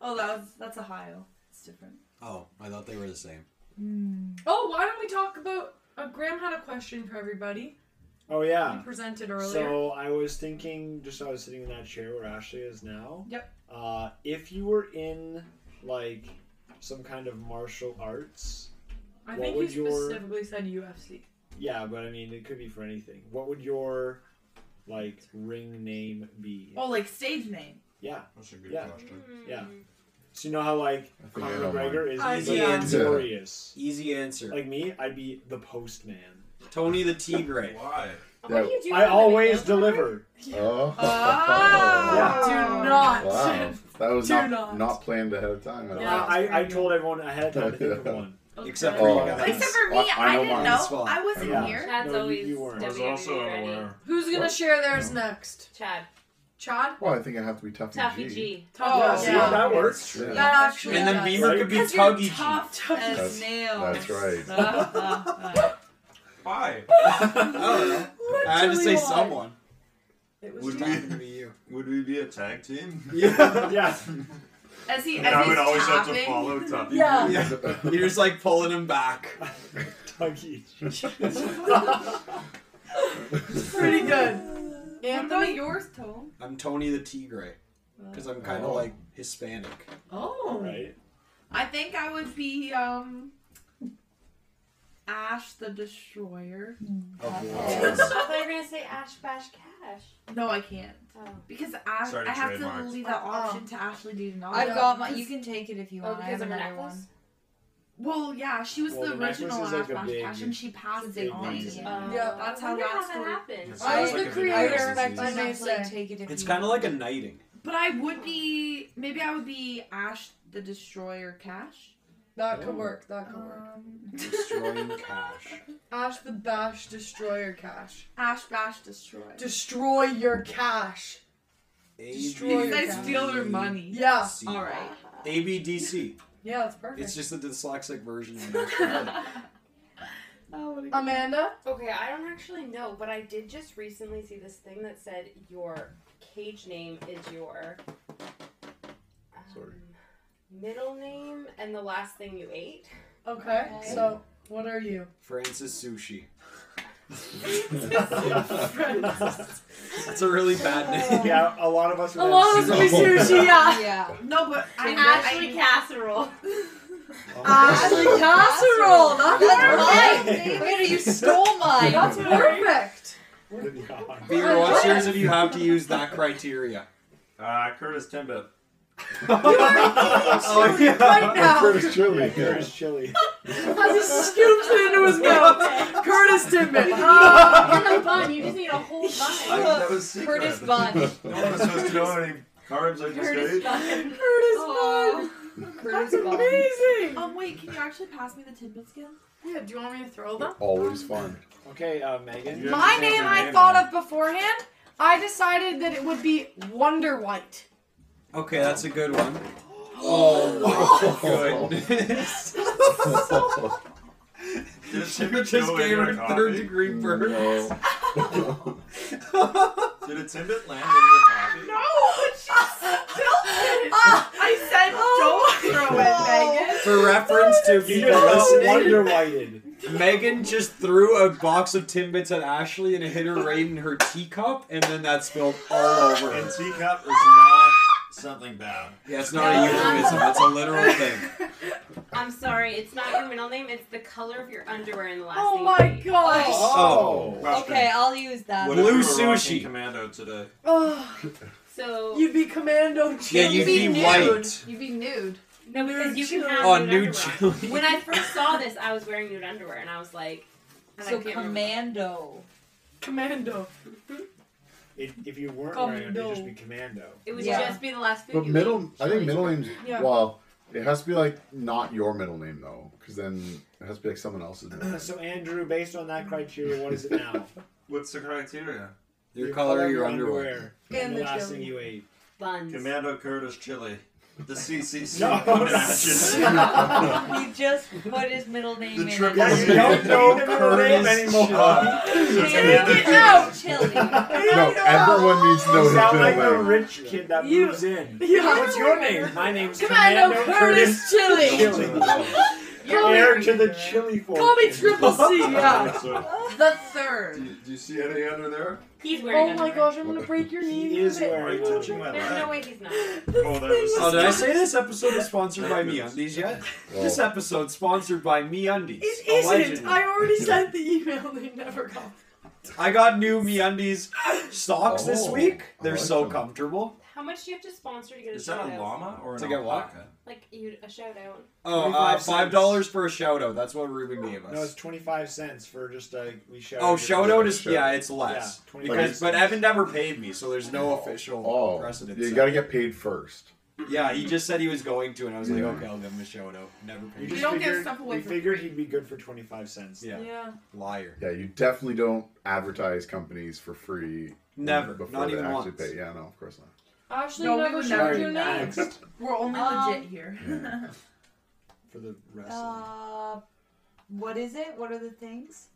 [SPEAKER 7] Oh, that was, that's Ohio. It's different.
[SPEAKER 3] Oh, I thought they were the same.
[SPEAKER 1] Oh, why don't we talk about? Uh, Graham had a question for everybody.
[SPEAKER 4] Oh
[SPEAKER 1] He
[SPEAKER 4] yeah.
[SPEAKER 1] presented earlier.
[SPEAKER 4] So I was thinking, just so I was sitting in that chair where Ashley is now.
[SPEAKER 7] Yep.
[SPEAKER 4] Uh, if you were in like some kind of martial arts,
[SPEAKER 1] I
[SPEAKER 4] what
[SPEAKER 1] think he
[SPEAKER 4] would your-
[SPEAKER 1] specifically said UFC.
[SPEAKER 4] yeah, but I mean it could be for anything. What would your like ring name be?
[SPEAKER 7] Oh, like stage name.
[SPEAKER 4] Yeah.
[SPEAKER 9] That's a good
[SPEAKER 4] Yeah.
[SPEAKER 9] question.
[SPEAKER 4] Yeah.
[SPEAKER 5] Hmm.
[SPEAKER 4] So you know how like
[SPEAKER 2] I think I
[SPEAKER 4] Conor
[SPEAKER 2] know mine.
[SPEAKER 4] McGregor is
[SPEAKER 1] I-
[SPEAKER 4] easy
[SPEAKER 3] yeah.
[SPEAKER 4] and glorious.
[SPEAKER 3] Easy answer.
[SPEAKER 4] Like me, I'd be the postman.
[SPEAKER 3] Tony the Tigre.
[SPEAKER 9] Why?
[SPEAKER 5] What do you do?
[SPEAKER 4] I
[SPEAKER 5] for a living?
[SPEAKER 4] always
[SPEAKER 5] Those are
[SPEAKER 4] deliver.
[SPEAKER 2] Oh.
[SPEAKER 7] Oh.
[SPEAKER 1] Do
[SPEAKER 7] Yeah.
[SPEAKER 1] not.
[SPEAKER 2] Wow. That was
[SPEAKER 1] Do
[SPEAKER 2] not,
[SPEAKER 1] not.
[SPEAKER 2] not. planned ahead of time. at all.
[SPEAKER 1] Yeah.
[SPEAKER 4] I, I told everyone I had time to think of one.
[SPEAKER 3] Except for you
[SPEAKER 2] Oh.
[SPEAKER 3] guys.
[SPEAKER 7] Except for me,
[SPEAKER 2] I- I
[SPEAKER 7] I,
[SPEAKER 2] know
[SPEAKER 7] didn't
[SPEAKER 2] mine.
[SPEAKER 3] It's
[SPEAKER 7] know.
[SPEAKER 3] fine.
[SPEAKER 7] I wasn't
[SPEAKER 2] Yeah.
[SPEAKER 7] here.
[SPEAKER 5] Chad's
[SPEAKER 4] No, you-
[SPEAKER 5] always
[SPEAKER 4] you weren't.
[SPEAKER 9] I was also
[SPEAKER 5] WWE ready.
[SPEAKER 9] unaware.
[SPEAKER 1] Who's gonna
[SPEAKER 2] What?
[SPEAKER 1] share theirs
[SPEAKER 2] No.
[SPEAKER 1] next?
[SPEAKER 5] Chad,
[SPEAKER 1] Chad.
[SPEAKER 2] Well, I think I have to be tough and
[SPEAKER 5] Taffy
[SPEAKER 2] G.
[SPEAKER 5] G.
[SPEAKER 1] Oh,
[SPEAKER 4] yeah, see,
[SPEAKER 1] yeah.
[SPEAKER 4] that works.
[SPEAKER 2] True.
[SPEAKER 1] That actually.
[SPEAKER 3] And then
[SPEAKER 1] does.
[SPEAKER 3] Beamer could be
[SPEAKER 7] Because you're
[SPEAKER 3] Tuggy G.
[SPEAKER 7] tough
[SPEAKER 1] Tuggy
[SPEAKER 7] as
[SPEAKER 2] G.
[SPEAKER 7] nails.
[SPEAKER 2] That's right.
[SPEAKER 9] Why?
[SPEAKER 3] Oh, I had to say
[SPEAKER 1] Literally why.
[SPEAKER 3] someone.
[SPEAKER 1] It was
[SPEAKER 9] Would
[SPEAKER 1] Chad.
[SPEAKER 9] we,
[SPEAKER 3] It's gonna be you.
[SPEAKER 9] would we be a tag team?
[SPEAKER 3] Yeah.
[SPEAKER 4] Yeah.
[SPEAKER 7] As he,
[SPEAKER 9] And
[SPEAKER 7] as
[SPEAKER 9] I
[SPEAKER 7] he's
[SPEAKER 9] would always
[SPEAKER 7] tapping,
[SPEAKER 9] have to follow Tuffy.
[SPEAKER 1] Yeah.
[SPEAKER 3] You're just like pulling him back.
[SPEAKER 4] Tuggy.
[SPEAKER 1] Pretty good.
[SPEAKER 7] What about
[SPEAKER 1] Anthony.
[SPEAKER 7] yours, Tom?
[SPEAKER 3] I'm Tony the Tigre. Because I'm kind of
[SPEAKER 2] Oh.
[SPEAKER 3] like Hispanic.
[SPEAKER 1] Oh.
[SPEAKER 4] Right.
[SPEAKER 7] I think I would be um, Ash the Destroyer.
[SPEAKER 2] Oh.
[SPEAKER 5] I thought you were gonna say Ash Bash Cash.
[SPEAKER 7] No, I can't
[SPEAKER 5] Oh.
[SPEAKER 7] because Ash,
[SPEAKER 9] Sorry,
[SPEAKER 7] I have to
[SPEAKER 9] trademarked.
[SPEAKER 7] leave that option to Ashley Dean.
[SPEAKER 8] I've Uh-uh. got my. You can take it if you
[SPEAKER 5] Oh,
[SPEAKER 8] want. I
[SPEAKER 5] because
[SPEAKER 8] have
[SPEAKER 5] of her
[SPEAKER 8] another
[SPEAKER 5] necklace?
[SPEAKER 8] one.
[SPEAKER 7] Well, yeah, she was
[SPEAKER 4] Well,
[SPEAKER 7] the,
[SPEAKER 4] the necklace
[SPEAKER 7] original
[SPEAKER 4] is
[SPEAKER 7] Last
[SPEAKER 4] like a
[SPEAKER 7] Flash
[SPEAKER 4] big-
[SPEAKER 7] Cash, and she passed
[SPEAKER 4] big
[SPEAKER 7] it on.
[SPEAKER 4] reason.
[SPEAKER 7] to
[SPEAKER 5] Uh,
[SPEAKER 1] Yeah, that's
[SPEAKER 5] I
[SPEAKER 1] how
[SPEAKER 5] wonder
[SPEAKER 1] that
[SPEAKER 5] how
[SPEAKER 1] story-
[SPEAKER 5] happened.
[SPEAKER 9] It
[SPEAKER 1] I
[SPEAKER 9] sounds
[SPEAKER 1] was
[SPEAKER 9] like
[SPEAKER 1] the
[SPEAKER 9] a
[SPEAKER 1] creator,
[SPEAKER 9] disease.
[SPEAKER 1] and I I may say.
[SPEAKER 7] take it if
[SPEAKER 3] It's
[SPEAKER 7] you
[SPEAKER 3] kind of
[SPEAKER 7] want.
[SPEAKER 3] like a knighting.
[SPEAKER 7] But I would be. Maybe I would be Ash the Destroyer Cash.
[SPEAKER 1] That could
[SPEAKER 4] Oh.
[SPEAKER 1] work. That could work.
[SPEAKER 7] Um,
[SPEAKER 3] Destroying cash.
[SPEAKER 1] Ash the Bash, destroy your cash.
[SPEAKER 7] Ash Bash Destroyer.
[SPEAKER 1] Destroy your cash. Destroy
[SPEAKER 7] Because
[SPEAKER 1] your
[SPEAKER 7] I
[SPEAKER 1] cash.
[SPEAKER 7] steal her money.
[SPEAKER 1] Yeah.
[SPEAKER 3] Oh,
[SPEAKER 7] All right.
[SPEAKER 3] ABDC.
[SPEAKER 1] Yeah, that's perfect.
[SPEAKER 3] It's just a dyslexic version of
[SPEAKER 8] Oh,
[SPEAKER 3] that.
[SPEAKER 1] Amanda,
[SPEAKER 5] Okay, I don't actually know, but I did just recently see this thing that said your cage name is your um,
[SPEAKER 2] Sorry.
[SPEAKER 5] middle name and the last thing you ate.
[SPEAKER 1] okay.
[SPEAKER 7] Okay.
[SPEAKER 1] So, what are you?
[SPEAKER 3] Francis Sushi.
[SPEAKER 1] Francis.
[SPEAKER 3] That's a really bad name.
[SPEAKER 4] Yeah, a lot of us. would
[SPEAKER 1] A
[SPEAKER 4] have
[SPEAKER 1] lot of us
[SPEAKER 4] zero.
[SPEAKER 1] would be sushi. Yeah.
[SPEAKER 7] Yeah. No, but I
[SPEAKER 5] Ashley casserole.
[SPEAKER 1] Ashley Ah, casserole. Not
[SPEAKER 4] That's
[SPEAKER 1] perfect.
[SPEAKER 4] mine, David.
[SPEAKER 7] you stole mine.
[SPEAKER 1] That's perfect.
[SPEAKER 4] Yeah.
[SPEAKER 3] Beer watchers, if you have to use that criteria.
[SPEAKER 9] Uh, Curtis Timbit.
[SPEAKER 3] Oh, yeah.
[SPEAKER 1] Right now,
[SPEAKER 2] Curtis Truly.
[SPEAKER 4] Curtis Chili.
[SPEAKER 1] as he scoops it into his mouth, Curtis Ah. Tidman.
[SPEAKER 5] and a bun. You just need a whole
[SPEAKER 9] I,
[SPEAKER 5] bun.
[SPEAKER 9] that was secret.
[SPEAKER 8] Curtis Bunn.
[SPEAKER 9] No one was supposed to know how many carbs I just
[SPEAKER 5] Curtis
[SPEAKER 9] ate.
[SPEAKER 5] bun.
[SPEAKER 1] Curtis
[SPEAKER 8] Aw.
[SPEAKER 1] Tidman.
[SPEAKER 8] Curtis
[SPEAKER 1] That's
[SPEAKER 8] Bunn.
[SPEAKER 1] amazing.
[SPEAKER 7] Um, wait, can you actually pass me the tidbits again?
[SPEAKER 1] Yeah, do you want me to throw them?
[SPEAKER 2] Always fun.
[SPEAKER 4] Okay, uh, Megan.
[SPEAKER 9] Yeah.
[SPEAKER 1] My name I thought of beforehand. I decided that it would be Wonder White.
[SPEAKER 3] Okay, that's a good one. Oh my goodness.
[SPEAKER 9] Did Timbit
[SPEAKER 3] Just
[SPEAKER 9] go in
[SPEAKER 3] gave
[SPEAKER 9] your
[SPEAKER 3] her third
[SPEAKER 9] coffee?
[SPEAKER 3] degree burn.
[SPEAKER 2] No.
[SPEAKER 9] Did a Timbit land in your coffee?
[SPEAKER 7] No, she's tilted.
[SPEAKER 1] Ah.
[SPEAKER 7] I said
[SPEAKER 8] Oh,
[SPEAKER 7] don't throw
[SPEAKER 1] Oh.
[SPEAKER 7] it, Megan.
[SPEAKER 3] For reference to
[SPEAKER 4] You
[SPEAKER 3] people
[SPEAKER 4] just got
[SPEAKER 3] listening,
[SPEAKER 4] wonder whited.
[SPEAKER 3] Megan just threw a box of Timbits at Ashley and it hit her right in her teacup, and then that spilled all over
[SPEAKER 9] And
[SPEAKER 3] her.
[SPEAKER 9] teacup is not something bad.
[SPEAKER 3] Yeah, it's not a euphemism, it's a literal thing.
[SPEAKER 5] I'm sorry, it's not your middle name. It's the color of your underwear and the last
[SPEAKER 1] Oh
[SPEAKER 5] thing.
[SPEAKER 1] my
[SPEAKER 5] you ate.
[SPEAKER 1] gosh.
[SPEAKER 3] Oh.
[SPEAKER 9] Question.
[SPEAKER 8] Okay, I'll use that.
[SPEAKER 9] What if you
[SPEAKER 3] Blue
[SPEAKER 9] were rocking
[SPEAKER 3] sushi.
[SPEAKER 9] Commando today.
[SPEAKER 1] Oh,
[SPEAKER 5] So
[SPEAKER 1] you'd be Commando Chili.
[SPEAKER 3] Yeah, you'd be
[SPEAKER 8] nude.
[SPEAKER 3] white.
[SPEAKER 8] You'd be nude.
[SPEAKER 5] no, because you can
[SPEAKER 1] Nude
[SPEAKER 5] have
[SPEAKER 3] Oh,
[SPEAKER 5] nude
[SPEAKER 3] nude
[SPEAKER 5] underwear.
[SPEAKER 3] chili.
[SPEAKER 5] When I first saw this, I was wearing nude underwear, and I was like, and I
[SPEAKER 8] So
[SPEAKER 5] can't remember-
[SPEAKER 8] commando.
[SPEAKER 1] Commando.
[SPEAKER 4] If, if you weren't wearing it, it'd just be commando.
[SPEAKER 5] It would
[SPEAKER 8] Yeah.
[SPEAKER 5] just be the last food.
[SPEAKER 2] But
[SPEAKER 5] you
[SPEAKER 2] middle,
[SPEAKER 5] ate.
[SPEAKER 2] I think middle names.
[SPEAKER 1] Yeah.
[SPEAKER 2] Well, it has to be like not your middle name though, because then it has to be like someone else's. Middle name.
[SPEAKER 4] So Andrew, based on that criteria, what is it now?
[SPEAKER 9] What's the criteria?
[SPEAKER 3] Your color of your underwear.
[SPEAKER 1] And
[SPEAKER 4] And the
[SPEAKER 1] the
[SPEAKER 4] last
[SPEAKER 1] jelly.
[SPEAKER 4] thing you ate.
[SPEAKER 5] buns.
[SPEAKER 9] Commando Curtis Chili. The CCC.
[SPEAKER 4] No.
[SPEAKER 9] Imagine.
[SPEAKER 8] He just put his middle name
[SPEAKER 9] The
[SPEAKER 8] in.
[SPEAKER 9] triple
[SPEAKER 4] Yeah, you don't know the middle name
[SPEAKER 3] Curtis
[SPEAKER 4] anymore.
[SPEAKER 3] Chili.
[SPEAKER 8] Commando
[SPEAKER 9] Commando
[SPEAKER 1] out.
[SPEAKER 8] Chili.
[SPEAKER 2] No, everyone needs to know
[SPEAKER 4] You
[SPEAKER 2] his
[SPEAKER 4] sound like the
[SPEAKER 2] middle name.
[SPEAKER 4] rich kid that
[SPEAKER 1] You-
[SPEAKER 4] moves in.
[SPEAKER 1] Yeah.
[SPEAKER 4] What's your name? My name's
[SPEAKER 1] Commando Curtis Chili.
[SPEAKER 4] Chili.
[SPEAKER 1] Call me-
[SPEAKER 4] Heir to the chili fortune.
[SPEAKER 1] Call me Triple C. Yeah.
[SPEAKER 9] So,
[SPEAKER 7] The
[SPEAKER 9] do,
[SPEAKER 7] third.
[SPEAKER 9] you, do you see any under there?
[SPEAKER 5] He's wearing
[SPEAKER 1] Oh my gosh, I'm gonna break your knee.
[SPEAKER 4] He is
[SPEAKER 1] with it.
[SPEAKER 9] Are
[SPEAKER 4] wearing
[SPEAKER 9] you touching my
[SPEAKER 4] one.
[SPEAKER 5] There's no
[SPEAKER 9] leg?
[SPEAKER 5] way he's not.
[SPEAKER 9] Oh, that was.
[SPEAKER 3] Oh, did I say this episode is sponsored by
[SPEAKER 9] That is-
[SPEAKER 3] MeUndies yet?
[SPEAKER 2] Well,
[SPEAKER 3] This episode sponsored by MeUndies.
[SPEAKER 1] It
[SPEAKER 3] Allegedly.
[SPEAKER 1] isn't. I already sent the email. They never got.
[SPEAKER 3] I got new MeUndies socks this
[SPEAKER 2] Oh,
[SPEAKER 3] week.
[SPEAKER 2] I
[SPEAKER 3] They're
[SPEAKER 2] like
[SPEAKER 3] so
[SPEAKER 2] them.
[SPEAKER 3] comfortunal. comfortable.
[SPEAKER 5] How much do you have to sponsor to get a
[SPEAKER 9] Is
[SPEAKER 5] shout
[SPEAKER 9] that a
[SPEAKER 5] out?
[SPEAKER 9] llama or an
[SPEAKER 3] To get what?
[SPEAKER 9] alpaca?
[SPEAKER 5] Like you a shout out.
[SPEAKER 3] Oh, uh,
[SPEAKER 4] 25
[SPEAKER 3] five
[SPEAKER 4] cents.
[SPEAKER 3] dollars for a shout out. That's what Ruben gave
[SPEAKER 4] No, it's
[SPEAKER 3] us.
[SPEAKER 4] 25 cents for just a. We shout
[SPEAKER 3] Oh,
[SPEAKER 4] out your-
[SPEAKER 3] shout out is
[SPEAKER 2] Shout
[SPEAKER 3] yeah,
[SPEAKER 2] out.
[SPEAKER 3] it's less
[SPEAKER 4] Yeah, 25
[SPEAKER 3] because but
[SPEAKER 4] cents.
[SPEAKER 3] Evan never paid me, so there's no official
[SPEAKER 2] Oh,
[SPEAKER 3] precedent.
[SPEAKER 2] you
[SPEAKER 3] set.
[SPEAKER 2] gotta get paid first.
[SPEAKER 3] yeah, he just said he was going to, and I was like,
[SPEAKER 2] Yeah.
[SPEAKER 3] okay, I'll give him a shout out. Never
[SPEAKER 4] You
[SPEAKER 3] paid. me.
[SPEAKER 4] just
[SPEAKER 7] don't give
[SPEAKER 4] figured,
[SPEAKER 7] stuff away
[SPEAKER 4] we
[SPEAKER 7] for
[SPEAKER 4] figured
[SPEAKER 7] free.
[SPEAKER 4] he'd be good for 25 cents.
[SPEAKER 3] Yeah.
[SPEAKER 1] Yeah.
[SPEAKER 3] liar.
[SPEAKER 2] Yeah, you definitely don't advertise companies for free.
[SPEAKER 3] Never,
[SPEAKER 2] Mm, Before
[SPEAKER 3] not
[SPEAKER 2] they
[SPEAKER 3] even
[SPEAKER 2] actually
[SPEAKER 3] once.
[SPEAKER 2] pay. Yeah, no, of course not.
[SPEAKER 1] Ashley
[SPEAKER 7] No, we
[SPEAKER 1] never
[SPEAKER 7] would
[SPEAKER 1] shared
[SPEAKER 7] never
[SPEAKER 1] your
[SPEAKER 7] do that.
[SPEAKER 1] name.
[SPEAKER 4] Next
[SPEAKER 7] We're only
[SPEAKER 8] Um,
[SPEAKER 7] legit here.
[SPEAKER 4] for the rest. of
[SPEAKER 8] Uh, what is it? What are the things?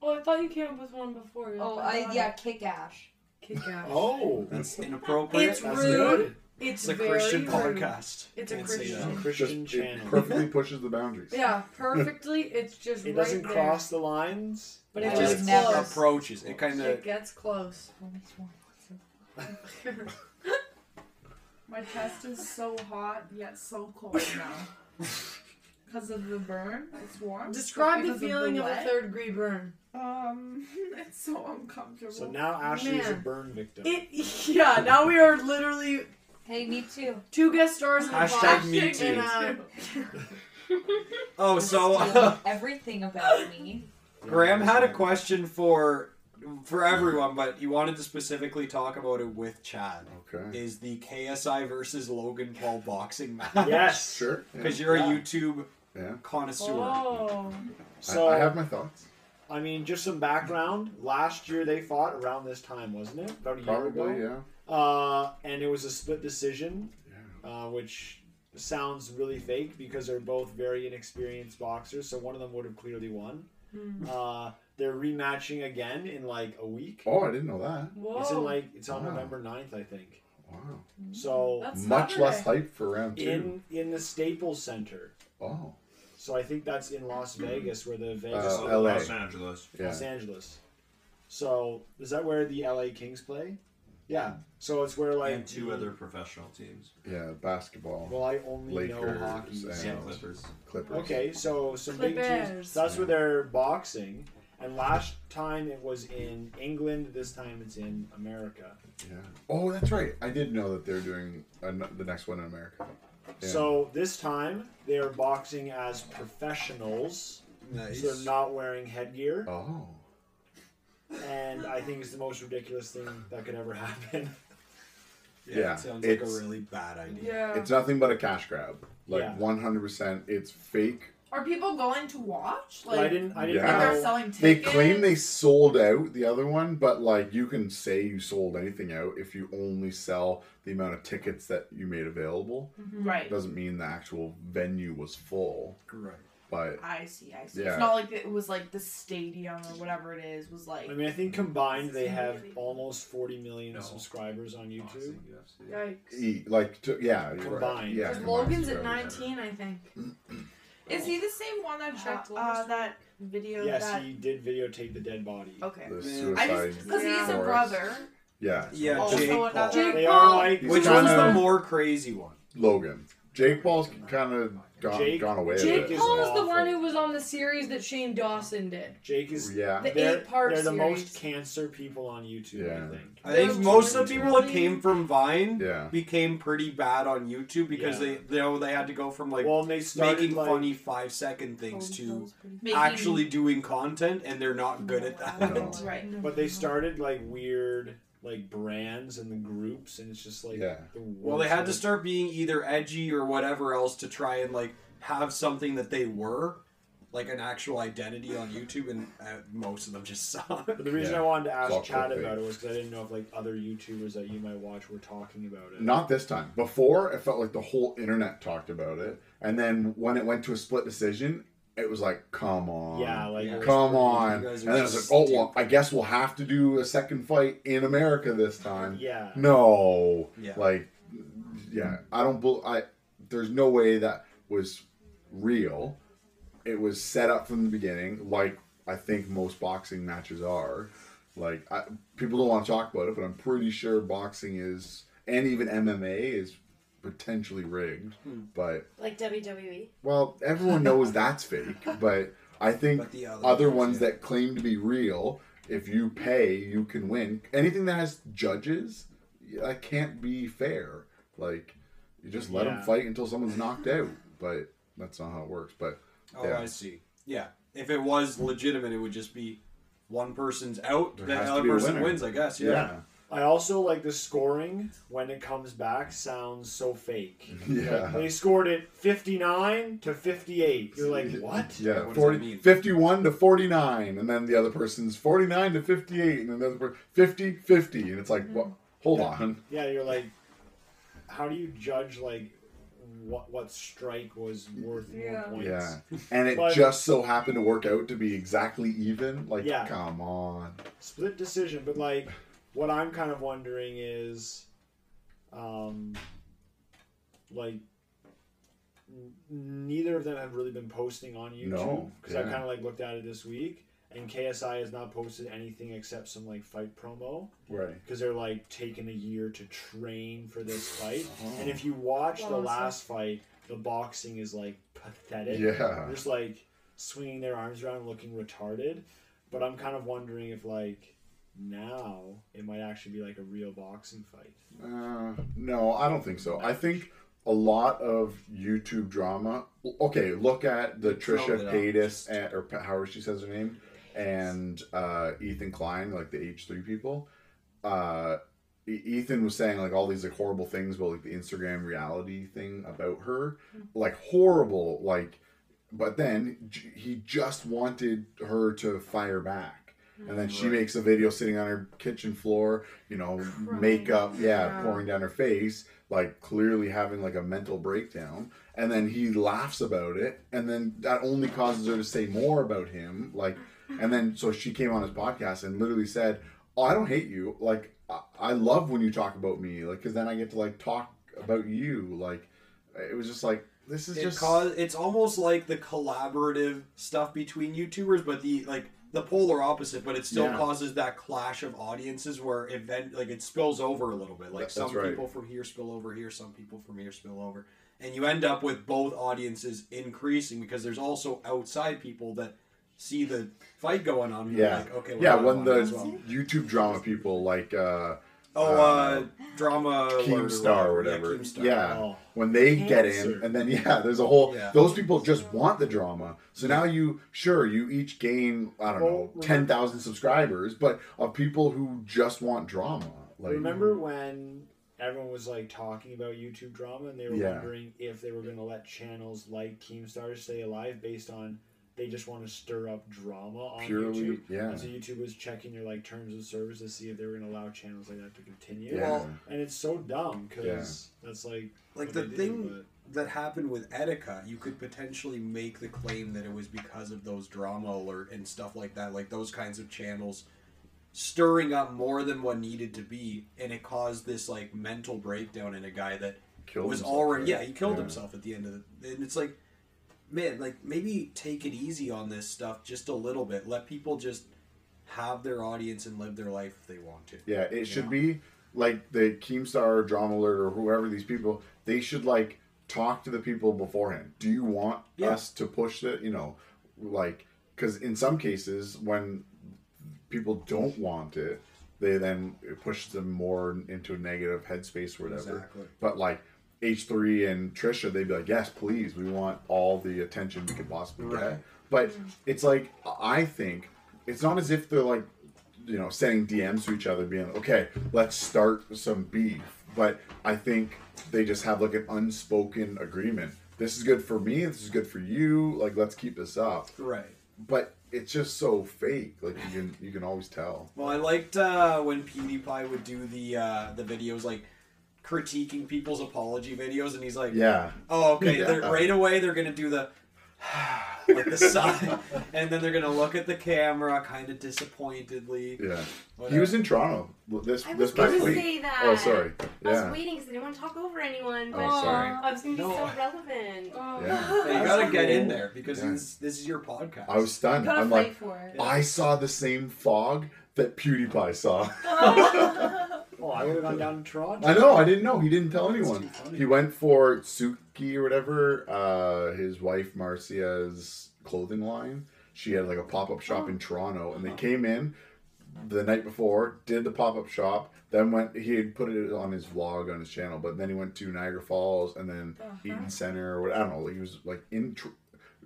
[SPEAKER 1] Oh, I thought you came up with one before.
[SPEAKER 8] Oh, I yeah, kick ash.
[SPEAKER 1] Kick
[SPEAKER 4] it.
[SPEAKER 1] ass.
[SPEAKER 4] Oh,
[SPEAKER 3] That's inappropriate.
[SPEAKER 1] It's
[SPEAKER 3] That's
[SPEAKER 4] that's
[SPEAKER 1] rude.
[SPEAKER 3] good.
[SPEAKER 4] good.
[SPEAKER 1] It's,
[SPEAKER 3] It's a
[SPEAKER 1] very
[SPEAKER 3] Christian
[SPEAKER 1] rude.
[SPEAKER 3] podcast. uh,
[SPEAKER 1] It's a
[SPEAKER 3] Can't say
[SPEAKER 1] Christian-
[SPEAKER 3] that.
[SPEAKER 4] It's a
[SPEAKER 2] Just,
[SPEAKER 4] Christian
[SPEAKER 2] it
[SPEAKER 4] channel.
[SPEAKER 2] perfectly pushes the boundaries.
[SPEAKER 1] Yeah, perfectly. It's just
[SPEAKER 4] It
[SPEAKER 1] right
[SPEAKER 4] doesn't
[SPEAKER 1] there.
[SPEAKER 4] cross the lines. Uh,
[SPEAKER 1] But
[SPEAKER 8] I
[SPEAKER 1] it
[SPEAKER 8] would
[SPEAKER 1] just
[SPEAKER 8] never
[SPEAKER 1] close.
[SPEAKER 3] approaches. It kind of
[SPEAKER 1] It gets close.
[SPEAKER 7] My chest is so hot yet so cold now. Because of the burn, it's warm.
[SPEAKER 1] Describe the
[SPEAKER 7] Because
[SPEAKER 1] feeling of a
[SPEAKER 7] wet.
[SPEAKER 1] third degree burn.
[SPEAKER 7] Um, it's so uncomfortable.
[SPEAKER 4] So now Ashley is a
[SPEAKER 1] Man.
[SPEAKER 4] burn victim.
[SPEAKER 1] It, yeah, now we are literally
[SPEAKER 8] Hey, me too.
[SPEAKER 1] two guest stars in the
[SPEAKER 3] Hashtag
[SPEAKER 1] podcast.
[SPEAKER 3] me too.
[SPEAKER 1] And, uh,
[SPEAKER 3] Oh, so
[SPEAKER 8] Stealing everything about me.
[SPEAKER 3] Graham had a question for for everyone, but he wanted to specifically talk about it with Chad.
[SPEAKER 2] Okay.
[SPEAKER 3] Is the KSI versus Logan Paul boxing match?
[SPEAKER 4] Yes.
[SPEAKER 2] Sure. Yeah.
[SPEAKER 3] Because you're a
[SPEAKER 4] Yeah.
[SPEAKER 3] YouTube
[SPEAKER 2] Yeah.
[SPEAKER 3] connoisseur.
[SPEAKER 7] Oh.
[SPEAKER 4] So
[SPEAKER 2] I, I have my thoughts.
[SPEAKER 4] I mean, just some background. Last year they fought around this time, wasn't it? About a year
[SPEAKER 2] Probably,
[SPEAKER 4] ago.
[SPEAKER 2] yeah.
[SPEAKER 4] Uh, and it was a split decision,
[SPEAKER 2] Yeah.
[SPEAKER 4] uh, which sounds really fake because they're both very inexperienced boxers. So one of them would have clearly won. Uh, they're rematching again in like a week.
[SPEAKER 2] Oh, I didn't know that.
[SPEAKER 7] Whoa.
[SPEAKER 4] It's in like it's on
[SPEAKER 2] Wow.
[SPEAKER 4] November 9th, I think.
[SPEAKER 2] Wow.
[SPEAKER 4] So
[SPEAKER 7] That's
[SPEAKER 2] Much
[SPEAKER 7] Saturday.
[SPEAKER 2] less hype for round two.
[SPEAKER 4] in in the Staples Center.
[SPEAKER 2] Oh,
[SPEAKER 4] So I think that's in Las Vegas, where the Vegas
[SPEAKER 2] Uh, LA.
[SPEAKER 9] Los Angeles.
[SPEAKER 2] yeah.
[SPEAKER 4] Los Angeles. So is that where the LA Kings play? Yeah. So it's where like
[SPEAKER 9] And two
[SPEAKER 4] the-
[SPEAKER 9] other professional teams.
[SPEAKER 2] Yeah, basketball.
[SPEAKER 4] Well, I only know
[SPEAKER 2] Lakers
[SPEAKER 4] hockey.
[SPEAKER 2] and-
[SPEAKER 4] so-
[SPEAKER 9] And Clippers.
[SPEAKER 2] Clippers.
[SPEAKER 4] Okay, so some big teams.
[SPEAKER 1] Clippers.
[SPEAKER 4] That's where they're boxing. And last time it was in England. This time it's in America.
[SPEAKER 2] Yeah. Oh, that's right. I did know that they're doing an- the next one in America. Yeah.
[SPEAKER 4] So this time they are boxing as professionals.
[SPEAKER 3] Nice.
[SPEAKER 4] So they're not wearing headgear.
[SPEAKER 2] Oh.
[SPEAKER 4] and I think it's the most ridiculous thing that could ever happen.
[SPEAKER 3] Yeah,
[SPEAKER 2] Yeah,
[SPEAKER 3] it sounds like a
[SPEAKER 2] it's-
[SPEAKER 3] really bad idea.
[SPEAKER 7] Yeah.
[SPEAKER 2] It's nothing but a cash grab.
[SPEAKER 4] Yeah.
[SPEAKER 2] Like one hundred percent, it's fake.
[SPEAKER 7] Are people going to watch?
[SPEAKER 4] But
[SPEAKER 7] Like,
[SPEAKER 4] I didn't. I didn't
[SPEAKER 7] like
[SPEAKER 2] Yeah.
[SPEAKER 7] they're
[SPEAKER 4] know.
[SPEAKER 7] selling
[SPEAKER 2] They
[SPEAKER 7] tickets.
[SPEAKER 2] claim they sold out the other one, but like you can say you sold anything out if you only sell the amount of tickets that you made available. It
[SPEAKER 1] Mm-hmm.
[SPEAKER 7] Right.
[SPEAKER 2] doesn't mean the actual venue was full,
[SPEAKER 3] Right.
[SPEAKER 2] but
[SPEAKER 7] I see. I see.
[SPEAKER 2] Yeah.
[SPEAKER 7] It's not like it was like the stadium or whatever it is was like.
[SPEAKER 4] I mean, I think combined they have almost 40 million
[SPEAKER 9] No.
[SPEAKER 4] subscribers on YouTube.
[SPEAKER 9] Boxing, UFC.
[SPEAKER 7] Yikes.
[SPEAKER 2] e- like to, yeah, you're right.
[SPEAKER 4] Combined.
[SPEAKER 2] yeah.
[SPEAKER 1] Because
[SPEAKER 2] combined
[SPEAKER 1] Logan's at
[SPEAKER 2] subscribers.
[SPEAKER 1] 19, I think.
[SPEAKER 7] Is he the same one that
[SPEAKER 1] Checked
[SPEAKER 7] shot uh,
[SPEAKER 1] last
[SPEAKER 7] that video?
[SPEAKER 4] Yes,
[SPEAKER 7] that...
[SPEAKER 4] he did videotape the dead body.
[SPEAKER 7] Okay.
[SPEAKER 2] The
[SPEAKER 3] Man.
[SPEAKER 2] suicide.
[SPEAKER 7] I just because
[SPEAKER 1] Yeah.
[SPEAKER 7] he's a
[SPEAKER 2] forest.
[SPEAKER 7] brother.
[SPEAKER 2] Yeah,
[SPEAKER 3] Yeah,
[SPEAKER 7] Also
[SPEAKER 3] Jake Paul.
[SPEAKER 7] another-
[SPEAKER 1] Jake
[SPEAKER 4] They are
[SPEAKER 1] Paul.
[SPEAKER 4] like
[SPEAKER 2] He's
[SPEAKER 3] Which
[SPEAKER 2] kinda-
[SPEAKER 3] one's the more crazy one?
[SPEAKER 2] Logan. Jake Paul's kind of gone,
[SPEAKER 4] Jake-
[SPEAKER 2] gone away.
[SPEAKER 4] Jake
[SPEAKER 2] a
[SPEAKER 1] Jake
[SPEAKER 2] bit.
[SPEAKER 4] is
[SPEAKER 1] Paul is the
[SPEAKER 4] awful.
[SPEAKER 1] one who was on the series that Shane Dawson did.
[SPEAKER 4] Jake is.
[SPEAKER 2] Yeah.
[SPEAKER 1] The
[SPEAKER 4] they're,
[SPEAKER 1] eight-part
[SPEAKER 4] They're the most
[SPEAKER 1] series.
[SPEAKER 4] cancer people on YouTube.
[SPEAKER 2] Yeah.
[SPEAKER 4] I think.
[SPEAKER 3] I think
[SPEAKER 1] Those
[SPEAKER 3] most of the
[SPEAKER 1] two
[SPEAKER 3] people that
[SPEAKER 1] really-
[SPEAKER 3] came from Vine
[SPEAKER 2] Yeah.
[SPEAKER 3] became pretty bad on YouTube because
[SPEAKER 4] Yeah.
[SPEAKER 3] they they, know they had to go from like
[SPEAKER 4] well, and they started
[SPEAKER 3] making
[SPEAKER 4] like,
[SPEAKER 3] funny five second
[SPEAKER 5] Oh,
[SPEAKER 3] things
[SPEAKER 1] Oh,
[SPEAKER 3] to
[SPEAKER 7] Making-
[SPEAKER 3] actually doing content, and they're not good at that.
[SPEAKER 2] No.
[SPEAKER 7] Right.
[SPEAKER 4] but they started like weird like brands and the groups, and it's just like
[SPEAKER 2] Yeah.
[SPEAKER 4] the
[SPEAKER 3] Well, they
[SPEAKER 4] worst
[SPEAKER 3] had to
[SPEAKER 4] thing.
[SPEAKER 3] start being either edgy or whatever else to try and like have something that they were, like an actual identity on YouTube, and uh, most of them just suck.
[SPEAKER 4] But the reason
[SPEAKER 2] Yeah.
[SPEAKER 4] I wanted to ask
[SPEAKER 2] Fuck
[SPEAKER 4] Chad
[SPEAKER 2] with
[SPEAKER 4] about it was because I didn't know if like other YouTubers that you might watch were talking about it.
[SPEAKER 2] Not this time. Before, it felt like the whole internet talked about it, and then when it went to a split decision, it was like, "Come on,
[SPEAKER 4] Yeah, like
[SPEAKER 3] Yeah.
[SPEAKER 4] it was-
[SPEAKER 2] come
[SPEAKER 3] You
[SPEAKER 2] on!" And
[SPEAKER 3] guys
[SPEAKER 2] then
[SPEAKER 3] are
[SPEAKER 2] it
[SPEAKER 3] just
[SPEAKER 2] was like, "Oh, well,
[SPEAKER 3] stupid."
[SPEAKER 2] I guess we'll have to do a second fight in America this time."
[SPEAKER 4] yeah.
[SPEAKER 2] No,
[SPEAKER 3] Yeah.
[SPEAKER 2] like, yeah, I don't. bel I there's no way that was real. It was set up from the beginning, like I think most boxing matches are. Like I, people don't want to talk about it, but I'm pretty sure boxing is, and even MMA is potentially rigged. But
[SPEAKER 5] Like E? WWE.
[SPEAKER 2] well, everyone knows that's fake. But I think
[SPEAKER 3] But the other
[SPEAKER 2] other, ones
[SPEAKER 3] ones, yeah.
[SPEAKER 2] that claim to be real, if you pay, you can win. Anything that has judges, that can't be fair. Like you just let
[SPEAKER 4] Yeah.
[SPEAKER 2] them fight until someone's knocked out. But that's not how it works. But
[SPEAKER 3] Oh,
[SPEAKER 2] Yeah.
[SPEAKER 3] I see. Yeah, if it was legitimate, it would just be one person's out,
[SPEAKER 2] There
[SPEAKER 3] the
[SPEAKER 2] has to
[SPEAKER 3] other
[SPEAKER 2] be a
[SPEAKER 3] person
[SPEAKER 2] winner.
[SPEAKER 3] wins. I guess. Yeah.
[SPEAKER 2] yeah,
[SPEAKER 4] I also like the scoring when it comes back sounds so fake.
[SPEAKER 2] yeah.
[SPEAKER 4] They scored it 59 to 58. You're like, what?
[SPEAKER 2] Yeah,
[SPEAKER 3] What does that
[SPEAKER 2] 40,
[SPEAKER 3] mean?
[SPEAKER 2] 51 to 49, and then the other person's 49 to 58, and then the other person 50, 50, and it's like,
[SPEAKER 3] Mm-hmm.
[SPEAKER 2] well, hold on.
[SPEAKER 4] Yeah, you're like, how do you judge like what what strike was worth more
[SPEAKER 1] Yeah.
[SPEAKER 4] points?
[SPEAKER 2] Yeah. And it
[SPEAKER 4] But-
[SPEAKER 2] just so happened to work out to be exactly even. Like,
[SPEAKER 4] Yeah.
[SPEAKER 2] come on.
[SPEAKER 4] split decision. But like, what I'm kind of wondering is, um, like, n- neither of them have really been posting on YouTube
[SPEAKER 2] No,
[SPEAKER 4] because I
[SPEAKER 2] yeah.
[SPEAKER 4] kind of like looked at it this week, and KSI has not posted anything except some like fight promo
[SPEAKER 2] Right.
[SPEAKER 4] because they're like taking a year to train for this fight.
[SPEAKER 2] Uh-huh.
[SPEAKER 4] And if you watch the
[SPEAKER 1] Awesome.
[SPEAKER 4] last fight, the boxing is like pathetic.
[SPEAKER 2] Yeah.
[SPEAKER 4] They're just like swinging their arms around, looking retarded. But I'm kind of wondering if like now it might actually be like a real boxing fight.
[SPEAKER 2] Uh, no, I don't think so. I think a lot of YouTube drama. Okay, look at the
[SPEAKER 3] Throw it
[SPEAKER 2] Trisha
[SPEAKER 3] up.
[SPEAKER 2] Paytas and, or Pa- however she says her name, and uh, Ethan Klein, like the H three people. Uh, E- Ethan was saying like all these like horrible things about like the Instagram reality thing about her, like horrible like. But then j- he just wanted her to fire back. And then she
[SPEAKER 9] Right.
[SPEAKER 2] makes a video sitting on her kitchen floor, you know, makeup, Um, yeah,
[SPEAKER 7] Yeah.
[SPEAKER 2] pouring down her face, like clearly having like a mental breakdown. And then he laughs about it, and then that only causes her to say more about him, like. And then so she came on his podcast and literally said, "Oh, I don't hate you. Like I, I love when you talk about me, like because then I get to like talk about you. Like it was just like this is
[SPEAKER 3] It
[SPEAKER 2] just
[SPEAKER 3] cause, it's almost like the collaborative stuff between YouTubers, but the like the polar opposite. But it still
[SPEAKER 2] Yeah.
[SPEAKER 3] causes that clash of audiences where event like it spills over a little bit. Like
[SPEAKER 2] That's
[SPEAKER 3] some
[SPEAKER 2] right.
[SPEAKER 3] people from here spill over here, some people from here spill over, and you end up with both audiences increasing because there's also outside people that see the fight going on. And they're
[SPEAKER 2] Yeah.
[SPEAKER 3] like, okay, well,
[SPEAKER 2] yeah.
[SPEAKER 3] I
[SPEAKER 2] When
[SPEAKER 3] want
[SPEAKER 2] the
[SPEAKER 3] it as well.
[SPEAKER 2] YouTube drama people like uh,
[SPEAKER 3] oh uh, drama alert or
[SPEAKER 2] Keemstar or whatever,
[SPEAKER 3] Yeah, Keemstar.
[SPEAKER 2] yeah,
[SPEAKER 4] Oh.
[SPEAKER 2] when they get
[SPEAKER 4] Cancer.
[SPEAKER 2] in, and then yeah, there's a whole.
[SPEAKER 3] Yeah.
[SPEAKER 2] Those people just want the drama. So now you, sure, you each gain I don't
[SPEAKER 4] Well,
[SPEAKER 2] know
[SPEAKER 4] remember-
[SPEAKER 2] ten thousand subscribers, but of people who just want drama. Like
[SPEAKER 4] Remember when everyone was like talking about YouTube drama and they were
[SPEAKER 2] Yeah.
[SPEAKER 4] wondering if they were going to let channels like Keemstar stay alive based on they just want to stir up drama on
[SPEAKER 2] purely,
[SPEAKER 4] YouTube?
[SPEAKER 2] yeah.
[SPEAKER 4] And so YouTube was checking their like terms of service to see if they were going to allow channels like that to continue.
[SPEAKER 2] Yeah.
[SPEAKER 3] Well,
[SPEAKER 4] and it's so dumb because that's like
[SPEAKER 3] Like
[SPEAKER 4] what
[SPEAKER 3] the
[SPEAKER 4] they do,
[SPEAKER 3] thing-
[SPEAKER 4] but-
[SPEAKER 3] that happened with Etika, you could potentially make the claim that it was because of those drama alert and stuff like that, like those kinds of channels stirring up more than what needed to be, and it caused this like mental breakdown in a guy that
[SPEAKER 2] Killed
[SPEAKER 3] was
[SPEAKER 2] himself,
[SPEAKER 3] already
[SPEAKER 2] right?
[SPEAKER 3] yeah he killed
[SPEAKER 2] Yeah.
[SPEAKER 3] himself at the end of the and it's like man like maybe take it easy on this stuff just a little bit let people just have their audience and live their life if they want to
[SPEAKER 2] Yeah, it should be like the Keemstar, Drama Alert, or whoever these people. They should like talk to the people beforehand. Do you want
[SPEAKER 3] Yeah.
[SPEAKER 2] us to push the You know, like because in some cases when people don't want it, they then it pushes them more into a negative headspace or whatever.
[SPEAKER 3] Exactly.
[SPEAKER 2] But like. H3 and Trisha, they'd be like, Yes, please, we want all the attention we can possibly
[SPEAKER 3] Right.
[SPEAKER 2] get. But
[SPEAKER 5] Mm-hmm.
[SPEAKER 2] it's like, I think it's not as if they're like you know, sending DMs to each other, being like, okay, let's start some beef. But I think they just have like an unspoken agreement. This is good for me. This is good for you. Like, let's keep this up.
[SPEAKER 3] right
[SPEAKER 2] But it's just so fake. Like you can you can always tell.
[SPEAKER 3] Well, I liked uh, when PewDiePie would do the uh, the videos like critiquing people's apology videos, and he's like,
[SPEAKER 2] Yeah.
[SPEAKER 3] "Oh, okay."
[SPEAKER 2] Yeah.
[SPEAKER 3] They're, right away, they're gonna do the like the sigh, and then they're gonna look at the camera kind of disappointedly.
[SPEAKER 2] Yeah. He
[SPEAKER 3] whatever.
[SPEAKER 2] was in Toronto this
[SPEAKER 5] I
[SPEAKER 2] this
[SPEAKER 5] was
[SPEAKER 2] past
[SPEAKER 5] gonna
[SPEAKER 2] week.
[SPEAKER 5] say that.
[SPEAKER 2] Oh, sorry.
[SPEAKER 5] I was
[SPEAKER 2] Yeah.
[SPEAKER 5] waiting because I didn't want to talk over anyone. But
[SPEAKER 2] Oh, sorry.
[SPEAKER 5] I was gonna be
[SPEAKER 3] No.
[SPEAKER 5] so relevant.
[SPEAKER 1] Oh.
[SPEAKER 2] Yeah.
[SPEAKER 3] Hey, you gotta
[SPEAKER 4] That's
[SPEAKER 3] get in
[SPEAKER 4] cool.
[SPEAKER 3] there because
[SPEAKER 2] Yeah.
[SPEAKER 3] this, this is your podcast.
[SPEAKER 2] I was stunned.
[SPEAKER 7] Gotta
[SPEAKER 2] I'm
[SPEAKER 7] fight
[SPEAKER 2] like,
[SPEAKER 7] for it.
[SPEAKER 2] I saw the same fog that PewDiePie saw.
[SPEAKER 4] oh, I would have gone down to Toronto.
[SPEAKER 2] I know. I didn't know. He didn't tell anyone. He went for Suki or whatever. Uh, his wife Marcia's clothing line. She had like a pop up shop in Toronto, and they came in the night before, did the pop up shop. Then went. He had put it on his vlog on his channel, but then he went to Niagara Falls and then Eaton Center or what. I don't know. Like he was like in. Tr-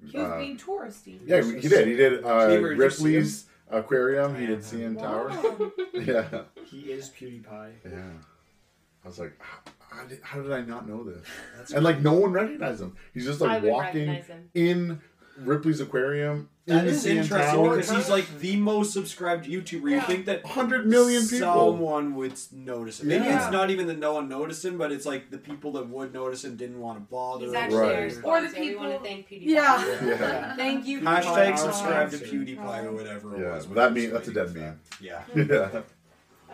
[SPEAKER 7] He was
[SPEAKER 2] uh,
[SPEAKER 7] being touristy.
[SPEAKER 2] yeah, he did. He did uh,
[SPEAKER 3] Chamber, did you see him?
[SPEAKER 2] Ripley's Aquarium. He did CN Tower.
[SPEAKER 7] Wow.
[SPEAKER 2] Yeah.
[SPEAKER 4] He is PewDiePie.
[SPEAKER 2] Yeah. I was like, "H- how did, how did I not know this?
[SPEAKER 3] That's
[SPEAKER 2] and like, no one recognized him. He's just
[SPEAKER 5] I
[SPEAKER 2] like
[SPEAKER 5] would
[SPEAKER 2] walking
[SPEAKER 5] recognize him.
[SPEAKER 2] in Ripley's Aquarium.
[SPEAKER 3] that
[SPEAKER 2] in
[SPEAKER 3] is
[SPEAKER 2] CN
[SPEAKER 3] interesting
[SPEAKER 2] Tower.
[SPEAKER 3] because he's like the most subscribed YouTuber. You think that
[SPEAKER 2] 100 million people.
[SPEAKER 3] Someone would s- notice him. Maybe
[SPEAKER 2] Yeah.
[SPEAKER 3] it's not even that no one noticed him, but it's like the people that would notice him didn't want to bother.
[SPEAKER 5] He's
[SPEAKER 3] him.
[SPEAKER 5] actually
[SPEAKER 2] Right.
[SPEAKER 5] our
[SPEAKER 7] Or the
[SPEAKER 5] sponsor. We want to
[SPEAKER 7] people-
[SPEAKER 5] thank PewDiePie.
[SPEAKER 7] Yeah.
[SPEAKER 2] Yeah.
[SPEAKER 7] Thank you.
[SPEAKER 3] Hashtag
[SPEAKER 4] PewDiePie.
[SPEAKER 3] subscribe to
[SPEAKER 4] Yeah.
[SPEAKER 3] PewDiePie or whatever it
[SPEAKER 2] Yeah,
[SPEAKER 3] was.
[SPEAKER 2] but that mean- that's a dead meme.
[SPEAKER 3] Yeah.
[SPEAKER 2] yeah.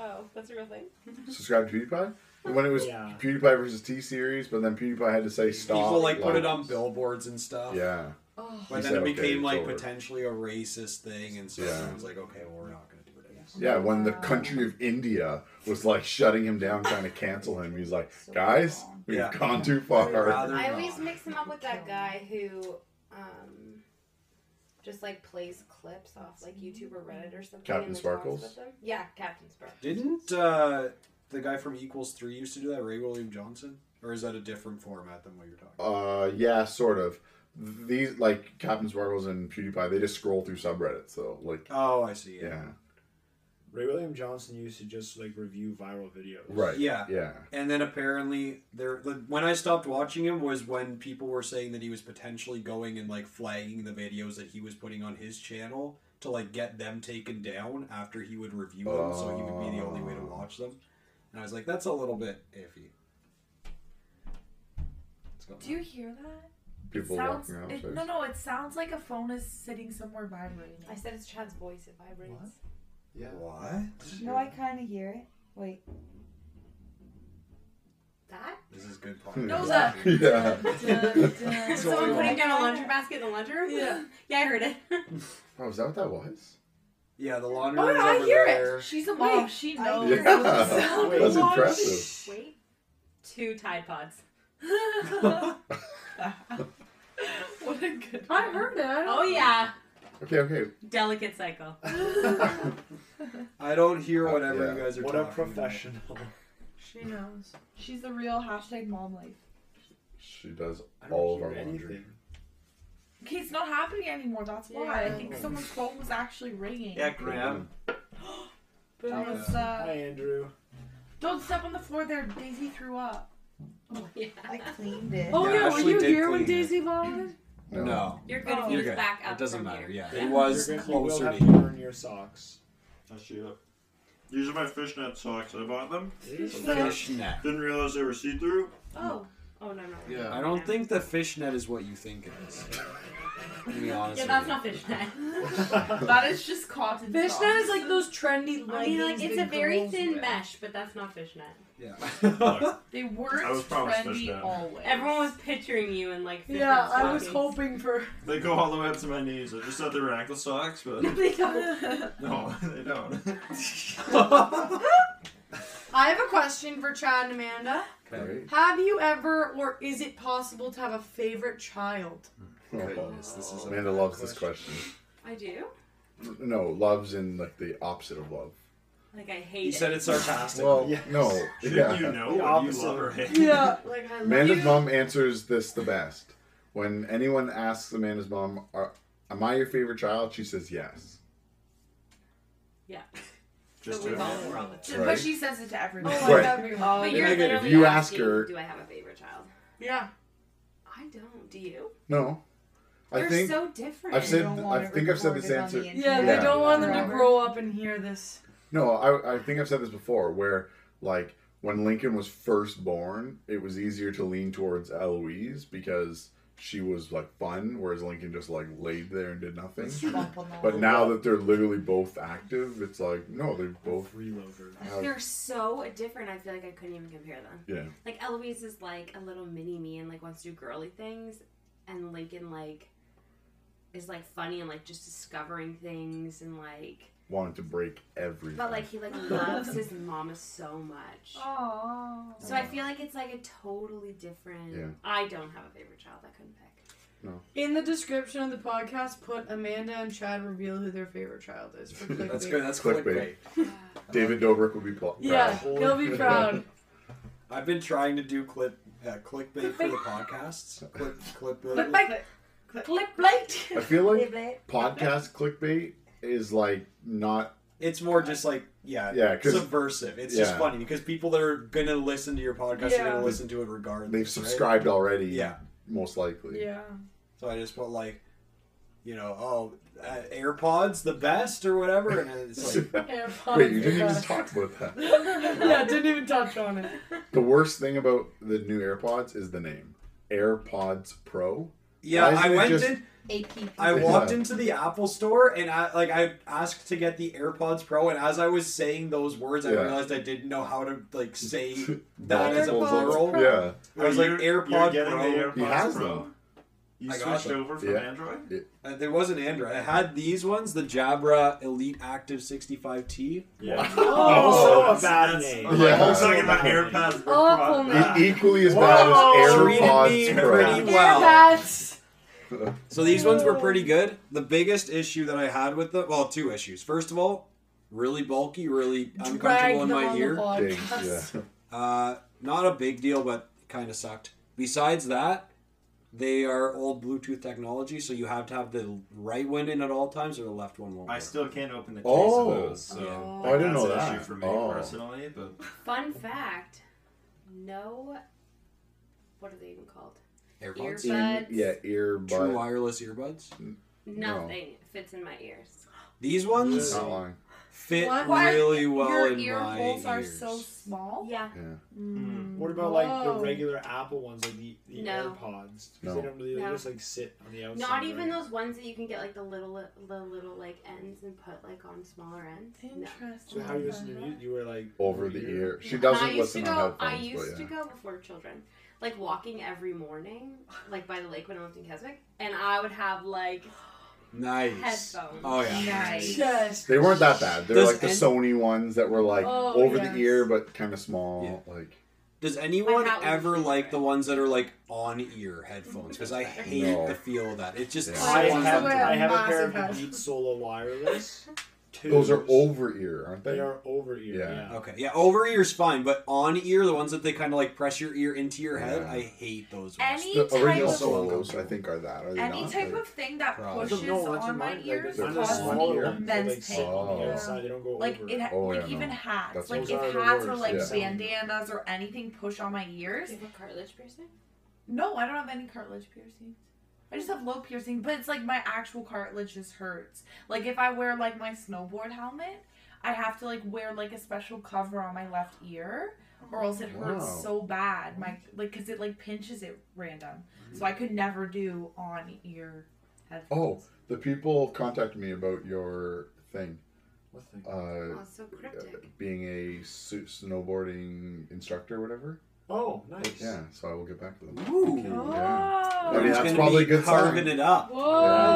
[SPEAKER 5] Oh, that's a real thing.
[SPEAKER 2] Subscribe to PewDiePie? When it was
[SPEAKER 4] Yeah.
[SPEAKER 2] PewDiePie versus T Series, but then PewDiePie had to say stop.
[SPEAKER 3] People like put it on billboards and stuff.
[SPEAKER 2] Yeah.
[SPEAKER 3] But
[SPEAKER 1] Oh,
[SPEAKER 2] He
[SPEAKER 3] then
[SPEAKER 2] said,
[SPEAKER 3] it
[SPEAKER 2] "Okay,
[SPEAKER 3] became
[SPEAKER 2] it's
[SPEAKER 3] like
[SPEAKER 2] over."
[SPEAKER 3] potentially a racist thing, and so
[SPEAKER 2] Yeah.
[SPEAKER 3] everyone's like, okay, well, we're not going to do it. I guess.
[SPEAKER 2] Yeah, when the country of India was like shutting him down, trying to cancel him, he's like, guys, we've
[SPEAKER 3] Yeah.
[SPEAKER 2] gone too
[SPEAKER 3] We'd
[SPEAKER 2] far.
[SPEAKER 3] rather
[SPEAKER 5] I
[SPEAKER 3] not.
[SPEAKER 5] always mix him up with that guy who, um, just like plays clips off like YouTube or Reddit or something.
[SPEAKER 2] Captain
[SPEAKER 5] and then
[SPEAKER 2] Sparkles?
[SPEAKER 5] talks with them. Yeah, Captain Sparkles.
[SPEAKER 3] Didn't uh, the guy from Equals Three used to do that? Ray William Johnson. Or is that a different format than what you're talking about?
[SPEAKER 2] Uh, yeah, sort of. These like Captain Sparkles and PewDiePie, they just scroll through subreddits. So like,
[SPEAKER 3] Oh, I see.
[SPEAKER 2] yeah,
[SPEAKER 4] Ray William Johnson used to just like review viral videos.
[SPEAKER 2] right,
[SPEAKER 3] Yeah.
[SPEAKER 2] yeah,
[SPEAKER 3] And then apparently there like, when I stopped watching him was when people were saying that he was potentially going and like flagging the videos that he was putting on his channel to like get them taken down after he would review them so he would be the only way to
[SPEAKER 2] Oh.
[SPEAKER 3] watch them. And I was like, that's a little bit iffy. What's going
[SPEAKER 7] Do you hear that?
[SPEAKER 2] People
[SPEAKER 7] sounds,
[SPEAKER 2] walking around.
[SPEAKER 7] it-
[SPEAKER 2] so-
[SPEAKER 7] no, no, it sounds like a phone is sitting somewhere vibrating.
[SPEAKER 8] I said it's Chad's voice. It vibrates.
[SPEAKER 9] What? Yeah.
[SPEAKER 3] on?
[SPEAKER 7] no, I kind of hear it. Wait.
[SPEAKER 5] That?
[SPEAKER 3] What? This is good podcast.
[SPEAKER 2] No,
[SPEAKER 7] that-
[SPEAKER 2] Yeah.
[SPEAKER 7] Dun-dun-dun.
[SPEAKER 2] Someone
[SPEAKER 5] Someone
[SPEAKER 2] Totally.
[SPEAKER 5] putting down a laundry basket in the laundry room?
[SPEAKER 7] Yeah.
[SPEAKER 5] yeah, I heard it.
[SPEAKER 2] Oh, is that what that was?
[SPEAKER 3] Yeah, the laundry
[SPEAKER 1] Why
[SPEAKER 7] Oh,
[SPEAKER 3] room's
[SPEAKER 1] did I
[SPEAKER 3] over
[SPEAKER 1] hear it?
[SPEAKER 3] there.
[SPEAKER 7] She's a mom.
[SPEAKER 1] Wait.
[SPEAKER 7] she
[SPEAKER 5] I
[SPEAKER 7] knows.
[SPEAKER 2] Yeah,
[SPEAKER 5] hear
[SPEAKER 2] that was
[SPEAKER 4] Wait.
[SPEAKER 2] impressive.
[SPEAKER 5] Wait. Two Tide Pods.
[SPEAKER 7] what a good.
[SPEAKER 1] I heard it. I
[SPEAKER 5] Oh,
[SPEAKER 1] don't-
[SPEAKER 5] yeah.
[SPEAKER 2] Okay, okay.
[SPEAKER 5] Delicate cycle.
[SPEAKER 3] I don't hear whatever
[SPEAKER 2] Yeah.
[SPEAKER 3] you guys are
[SPEAKER 4] What a
[SPEAKER 3] talking
[SPEAKER 4] professional.
[SPEAKER 1] She knows.
[SPEAKER 7] She's the real hashtag mom life.
[SPEAKER 2] She does
[SPEAKER 4] I don't
[SPEAKER 2] all of
[SPEAKER 4] hear
[SPEAKER 2] our laundry.
[SPEAKER 4] anything.
[SPEAKER 7] Okay, it's not happening anymore. That's why I
[SPEAKER 1] Yeah.
[SPEAKER 7] think someone's phone was actually ringing.
[SPEAKER 3] About. Yeah, Graham.
[SPEAKER 7] But it was,
[SPEAKER 3] Yeah.
[SPEAKER 7] uh,
[SPEAKER 4] Hi, Andrew.
[SPEAKER 7] don't step on the floor there. Daisy threw up.
[SPEAKER 5] Oh, yeah.
[SPEAKER 8] I cleaned it.
[SPEAKER 1] Oh
[SPEAKER 3] Yeah,
[SPEAKER 1] yeah,
[SPEAKER 3] Ashley
[SPEAKER 1] were you
[SPEAKER 3] did
[SPEAKER 1] here when
[SPEAKER 3] clean it.
[SPEAKER 1] Daisy vomited?
[SPEAKER 2] No.
[SPEAKER 3] No,
[SPEAKER 5] You're good if
[SPEAKER 7] Oh.
[SPEAKER 5] you
[SPEAKER 3] you're
[SPEAKER 5] just
[SPEAKER 3] good.
[SPEAKER 5] back up.
[SPEAKER 3] It doesn't
[SPEAKER 5] from
[SPEAKER 3] matter.
[SPEAKER 5] Here.
[SPEAKER 3] Yeah, it was
[SPEAKER 4] You're gonna- you
[SPEAKER 3] closer
[SPEAKER 4] will
[SPEAKER 3] to
[SPEAKER 4] have to burn your socks.
[SPEAKER 9] That's you. These are my fishnet socks. I bought them.
[SPEAKER 3] fishnet.
[SPEAKER 9] Didn't realize they were see-through.
[SPEAKER 5] Oh. Oh, no, no.
[SPEAKER 9] Yeah.
[SPEAKER 3] I don't think the fishnet is what you think it is. To be honest
[SPEAKER 5] Yeah, that's
[SPEAKER 3] with
[SPEAKER 5] not fishnet.
[SPEAKER 7] That is just cotton.
[SPEAKER 1] Fishnet
[SPEAKER 7] socks.
[SPEAKER 1] is like those trendy leggings.
[SPEAKER 5] I mean, like, it's
[SPEAKER 1] that
[SPEAKER 5] a very
[SPEAKER 1] girls
[SPEAKER 5] thin
[SPEAKER 1] wear.
[SPEAKER 5] mesh, but that's not fishnet.
[SPEAKER 3] you. Yeah.
[SPEAKER 9] Look,
[SPEAKER 7] They weren't
[SPEAKER 9] I was promised
[SPEAKER 7] trendy
[SPEAKER 9] fishnet.
[SPEAKER 7] always.
[SPEAKER 5] Everyone was picturing you in, like, fishnet
[SPEAKER 1] Yeah, I was
[SPEAKER 5] stockings.
[SPEAKER 1] hoping for.
[SPEAKER 9] they go all the way up to my knees. I just thought they were ankle socks, but
[SPEAKER 5] They don't.
[SPEAKER 9] no, they don't.
[SPEAKER 1] I have a question for Chad and Amanda.
[SPEAKER 3] okay.
[SPEAKER 2] Right?
[SPEAKER 1] Have you ever, or is it possible to have a favorite child?
[SPEAKER 3] Goodness, this is a
[SPEAKER 2] Oh. Amanda loves this question.
[SPEAKER 5] I do?
[SPEAKER 2] No, loves in like the opposite of love.
[SPEAKER 5] Like, I hate
[SPEAKER 3] He
[SPEAKER 5] it.
[SPEAKER 3] said it sarcastically.
[SPEAKER 2] Well,
[SPEAKER 4] Yes.
[SPEAKER 2] no.
[SPEAKER 9] Shouldn't you
[SPEAKER 2] Yeah.
[SPEAKER 9] know
[SPEAKER 4] The
[SPEAKER 9] what you
[SPEAKER 4] opposite.
[SPEAKER 9] love or hate?
[SPEAKER 1] Like I love
[SPEAKER 2] Amanda's
[SPEAKER 1] you.
[SPEAKER 2] mom answers this the best. When anyone asks Amanda's mom, Are, "Am I your favorite child?" she says yes.
[SPEAKER 5] Yeah.
[SPEAKER 9] Just
[SPEAKER 5] but we've
[SPEAKER 9] to-
[SPEAKER 5] all, we're all the
[SPEAKER 7] But
[SPEAKER 2] Right.
[SPEAKER 7] she says it to everyone.
[SPEAKER 1] Oh,
[SPEAKER 2] Right.
[SPEAKER 1] I love you, mom.
[SPEAKER 5] But
[SPEAKER 3] you're
[SPEAKER 5] you're
[SPEAKER 3] like, if
[SPEAKER 5] literally
[SPEAKER 2] you ask
[SPEAKER 5] asking,
[SPEAKER 2] her-
[SPEAKER 5] do I have a favorite child?
[SPEAKER 1] Yeah.
[SPEAKER 5] I don't. Do you?
[SPEAKER 2] No, I
[SPEAKER 5] You're
[SPEAKER 2] think
[SPEAKER 5] so different.
[SPEAKER 2] I've said-
[SPEAKER 7] They don't
[SPEAKER 2] I
[SPEAKER 7] want it
[SPEAKER 2] think I've said this
[SPEAKER 7] recorded on the
[SPEAKER 2] answer-
[SPEAKER 1] Yeah,
[SPEAKER 7] internet.
[SPEAKER 1] they don't want them to
[SPEAKER 7] Forever.
[SPEAKER 1] grow up and hear this.
[SPEAKER 2] no. I, I think I've said this before, where like when Lincoln was first born, it was easier to lean towards Eloise because she was like fun, whereas Lincoln just like laid there and did nothing.
[SPEAKER 7] Bump on the
[SPEAKER 2] But
[SPEAKER 7] wall.
[SPEAKER 2] now that they're literally both active, it's like no, they're both
[SPEAKER 4] Freeloader.
[SPEAKER 2] have,
[SPEAKER 5] They're so different. I feel like I couldn't even compare them.
[SPEAKER 2] yeah.
[SPEAKER 5] Like Eloise is like a little mini me and like wants to do girly things, and Lincoln like is like funny and like just discovering things and like.
[SPEAKER 2] wanted to break everything.
[SPEAKER 5] But like he like loves his mama so much.
[SPEAKER 7] Oh, Aw.
[SPEAKER 5] So I feel like it's like a totally different.
[SPEAKER 2] Yeah.
[SPEAKER 5] I don't have a favorite child. I couldn't pick.
[SPEAKER 1] In the description of the podcast, put Amanda and Chad reveal who their favorite child is for clickbait.
[SPEAKER 3] That's good. That's
[SPEAKER 2] Clickbait.
[SPEAKER 3] clickbait.
[SPEAKER 2] David Dobrik would be pl-
[SPEAKER 1] Yeah,
[SPEAKER 2] proud.
[SPEAKER 1] he'll be proud.
[SPEAKER 3] I've been trying to do clip uh, clickbait for the podcasts. Clip uh, clickbait.
[SPEAKER 1] Clickbait. Clickbait.
[SPEAKER 2] I feel like podcast clickbait is like not
[SPEAKER 3] It's more just like yeah,
[SPEAKER 2] Yeah, 'cause-
[SPEAKER 3] subversive. It's just
[SPEAKER 2] yeah.
[SPEAKER 3] funny because people that are gonna listen to your podcast are
[SPEAKER 1] Yeah.
[SPEAKER 3] gonna listen to it regardless.
[SPEAKER 2] they've
[SPEAKER 3] right?
[SPEAKER 2] subscribed already.
[SPEAKER 3] Yeah.
[SPEAKER 2] most likely.
[SPEAKER 1] Yeah.
[SPEAKER 3] So I just put like, you know, oh, uh, AirPods the best or whatever, and it's like
[SPEAKER 2] Wait, you didn't even talk about that.
[SPEAKER 1] yeah, didn't even touch on it.
[SPEAKER 2] The worst thing about the new AirPods is the name, AirPods Pro.
[SPEAKER 3] yeah.
[SPEAKER 2] Why isn't
[SPEAKER 3] I
[SPEAKER 2] it
[SPEAKER 3] went
[SPEAKER 2] just-
[SPEAKER 3] in,
[SPEAKER 7] APP.
[SPEAKER 3] I
[SPEAKER 2] Yeah.
[SPEAKER 3] walked into the Apple store and I like I asked to get the AirPods Pro, and as I was saying those words, I
[SPEAKER 2] Yeah.
[SPEAKER 3] realized I didn't know how to like say. That
[SPEAKER 1] is a plural?
[SPEAKER 2] Yeah,
[SPEAKER 3] I was like
[SPEAKER 9] You're-
[SPEAKER 3] AirPod
[SPEAKER 9] you're getting
[SPEAKER 3] Pro.
[SPEAKER 9] The AirPods
[SPEAKER 2] He has
[SPEAKER 9] Pro.
[SPEAKER 2] them.
[SPEAKER 9] You
[SPEAKER 3] I got
[SPEAKER 9] switched
[SPEAKER 3] them.
[SPEAKER 9] over from
[SPEAKER 2] Yeah.
[SPEAKER 9] Android.
[SPEAKER 3] Uh, there was an Android. I had these ones, the Jabra Elite Active 65T.
[SPEAKER 9] Yeah.
[SPEAKER 2] Oh.
[SPEAKER 4] Also
[SPEAKER 9] that's-
[SPEAKER 4] Oh, a bad
[SPEAKER 9] that's-
[SPEAKER 4] name.
[SPEAKER 9] I'm like,
[SPEAKER 2] Yeah.
[SPEAKER 9] we're talking about
[SPEAKER 4] Awful name.
[SPEAKER 9] AirPods. Pro.
[SPEAKER 1] Awful
[SPEAKER 9] Ah.
[SPEAKER 2] E- equally as bad as
[SPEAKER 4] Whoa!
[SPEAKER 3] Treated
[SPEAKER 2] AirPods
[SPEAKER 3] me
[SPEAKER 2] Pro.
[SPEAKER 3] pretty Wow.
[SPEAKER 1] Airpods.
[SPEAKER 3] So these ones were pretty good. The biggest issue that I had with them, well, two issues. First of all, really bulky, really
[SPEAKER 1] Drag
[SPEAKER 3] uncomfortable in
[SPEAKER 1] them
[SPEAKER 3] my
[SPEAKER 1] on the
[SPEAKER 3] ear.
[SPEAKER 2] Big,
[SPEAKER 1] podcast.
[SPEAKER 2] yeah.
[SPEAKER 3] Uh, not a big deal, but kind of sucked. Besides that, they are old Bluetooth technology, so you have to have the right one in at all times, or the left one won't.
[SPEAKER 9] I
[SPEAKER 3] work.
[SPEAKER 9] still can't open the case
[SPEAKER 2] Oh.
[SPEAKER 9] of those, so
[SPEAKER 1] Oh.
[SPEAKER 9] that-
[SPEAKER 2] I didn't
[SPEAKER 9] that's
[SPEAKER 2] know
[SPEAKER 9] an
[SPEAKER 2] that.
[SPEAKER 9] issue for me
[SPEAKER 2] Oh.
[SPEAKER 9] personally. But
[SPEAKER 5] Fun fact no. What are they even called?
[SPEAKER 3] AirPods,
[SPEAKER 5] Ear-
[SPEAKER 2] In,
[SPEAKER 5] Buds.
[SPEAKER 2] yeah,
[SPEAKER 3] true
[SPEAKER 2] earbud.
[SPEAKER 3] wireless earbuds.
[SPEAKER 2] No.
[SPEAKER 5] Nothing fits in my ears.
[SPEAKER 3] These ones
[SPEAKER 2] Not lying.
[SPEAKER 3] fit
[SPEAKER 1] What?
[SPEAKER 7] Why-
[SPEAKER 3] really well
[SPEAKER 7] Your
[SPEAKER 3] in
[SPEAKER 7] ear
[SPEAKER 3] my
[SPEAKER 7] holes
[SPEAKER 3] ears.
[SPEAKER 7] are so small.
[SPEAKER 5] Yeah.
[SPEAKER 2] Yeah.
[SPEAKER 4] What about like the
[SPEAKER 7] Whoa.
[SPEAKER 4] regular Apple ones, like the, the
[SPEAKER 5] No.
[SPEAKER 4] AirPods? Because
[SPEAKER 2] No.
[SPEAKER 4] they don't really they
[SPEAKER 5] No.
[SPEAKER 4] just like sit on the outside.
[SPEAKER 5] Not even
[SPEAKER 4] right?
[SPEAKER 5] those ones that you can get like the little the little like ends and put like on smaller ends. No.
[SPEAKER 4] So
[SPEAKER 7] Interesting.
[SPEAKER 4] how you listen to music? You were like
[SPEAKER 2] Over the ear. She
[SPEAKER 5] And
[SPEAKER 2] doesn't
[SPEAKER 5] I used to
[SPEAKER 2] listen
[SPEAKER 5] go.
[SPEAKER 2] on
[SPEAKER 5] I
[SPEAKER 2] headphones,
[SPEAKER 5] used
[SPEAKER 2] but
[SPEAKER 5] to
[SPEAKER 2] yeah.
[SPEAKER 5] go before children, like walking every morning, like by the lake when I lived in Keswick, and I would have like
[SPEAKER 3] nice.
[SPEAKER 5] headphones.
[SPEAKER 3] Oh yeah.
[SPEAKER 7] Nice.
[SPEAKER 1] Just.
[SPEAKER 2] They weren't that bad. They're
[SPEAKER 3] Does
[SPEAKER 2] like the
[SPEAKER 3] any-
[SPEAKER 2] Sony ones that were like
[SPEAKER 1] Oh,
[SPEAKER 2] over
[SPEAKER 1] yes.
[SPEAKER 2] the ear but kind of small. Like
[SPEAKER 3] Does anyone
[SPEAKER 5] hat was
[SPEAKER 3] ever
[SPEAKER 5] favorite.
[SPEAKER 3] like the ones that are like on ear headphones? Because I hate
[SPEAKER 2] No.
[SPEAKER 3] the feel of that. It just
[SPEAKER 2] Yeah.
[SPEAKER 4] I
[SPEAKER 1] Those
[SPEAKER 4] have,
[SPEAKER 1] were
[SPEAKER 4] I have a
[SPEAKER 1] massive
[SPEAKER 4] pair of
[SPEAKER 1] heads.
[SPEAKER 4] Beat Solo wireless.
[SPEAKER 2] those are
[SPEAKER 4] twos.
[SPEAKER 2] over ear, aren't they?
[SPEAKER 4] They are over ear.
[SPEAKER 2] Yeah.
[SPEAKER 4] Yeah.
[SPEAKER 3] okay. Yeah, over ear's fine, but on ear, the ones that they kind of like press your ear into your head,
[SPEAKER 2] Yeah.
[SPEAKER 3] I hate those ones.
[SPEAKER 7] Any
[SPEAKER 2] the
[SPEAKER 7] type
[SPEAKER 2] original
[SPEAKER 7] of
[SPEAKER 3] so
[SPEAKER 2] solos, I think, are that. Are they
[SPEAKER 7] any
[SPEAKER 2] not?
[SPEAKER 7] type
[SPEAKER 2] Like-
[SPEAKER 7] of thing that
[SPEAKER 3] Probably.
[SPEAKER 7] pushes
[SPEAKER 4] No, that's
[SPEAKER 7] Oh, on
[SPEAKER 4] in
[SPEAKER 7] my
[SPEAKER 4] like,
[SPEAKER 7] ears
[SPEAKER 4] they're
[SPEAKER 2] the
[SPEAKER 7] causes
[SPEAKER 2] smaller
[SPEAKER 7] me
[SPEAKER 2] ones,
[SPEAKER 4] ones,
[SPEAKER 7] then
[SPEAKER 4] they, like sit on the
[SPEAKER 2] Oh.
[SPEAKER 4] outside. They don't go
[SPEAKER 7] like
[SPEAKER 4] over.
[SPEAKER 7] it, ha-
[SPEAKER 2] Oh,
[SPEAKER 7] like
[SPEAKER 2] yeah,
[SPEAKER 7] even
[SPEAKER 2] no.
[SPEAKER 7] hats,
[SPEAKER 2] That's
[SPEAKER 7] like
[SPEAKER 4] those
[SPEAKER 7] if
[SPEAKER 4] are the
[SPEAKER 7] hats or
[SPEAKER 4] worst,
[SPEAKER 7] like
[SPEAKER 2] yeah.
[SPEAKER 7] bandanas or anything push on my ears.
[SPEAKER 5] Do you have a cartilage piercing?
[SPEAKER 7] No, I don't have any cartilage piercings. I just have low piercing, but it's like my actual cartilage just hurts. Like if I wear like my snowboard helmet, I have to like wear like a special cover on my left ear, or else it hurts
[SPEAKER 2] Wow.
[SPEAKER 7] so bad. My like because it like pinches it random, so I could never do on ear
[SPEAKER 2] oh,
[SPEAKER 7] headphones.
[SPEAKER 2] the people contacted me about your thing.
[SPEAKER 4] What thing?
[SPEAKER 2] Uh,
[SPEAKER 5] Oh, it's so cryptic.
[SPEAKER 2] being a su- snowboarding instructor, or whatever.
[SPEAKER 4] Oh, nice.
[SPEAKER 2] Yeah, so I will get back to them.
[SPEAKER 7] Oh.
[SPEAKER 3] Ooh.
[SPEAKER 2] I mean,
[SPEAKER 3] It's
[SPEAKER 2] that's
[SPEAKER 3] gonna
[SPEAKER 2] probably
[SPEAKER 3] be
[SPEAKER 2] a good
[SPEAKER 3] carving
[SPEAKER 2] sign.
[SPEAKER 3] it up.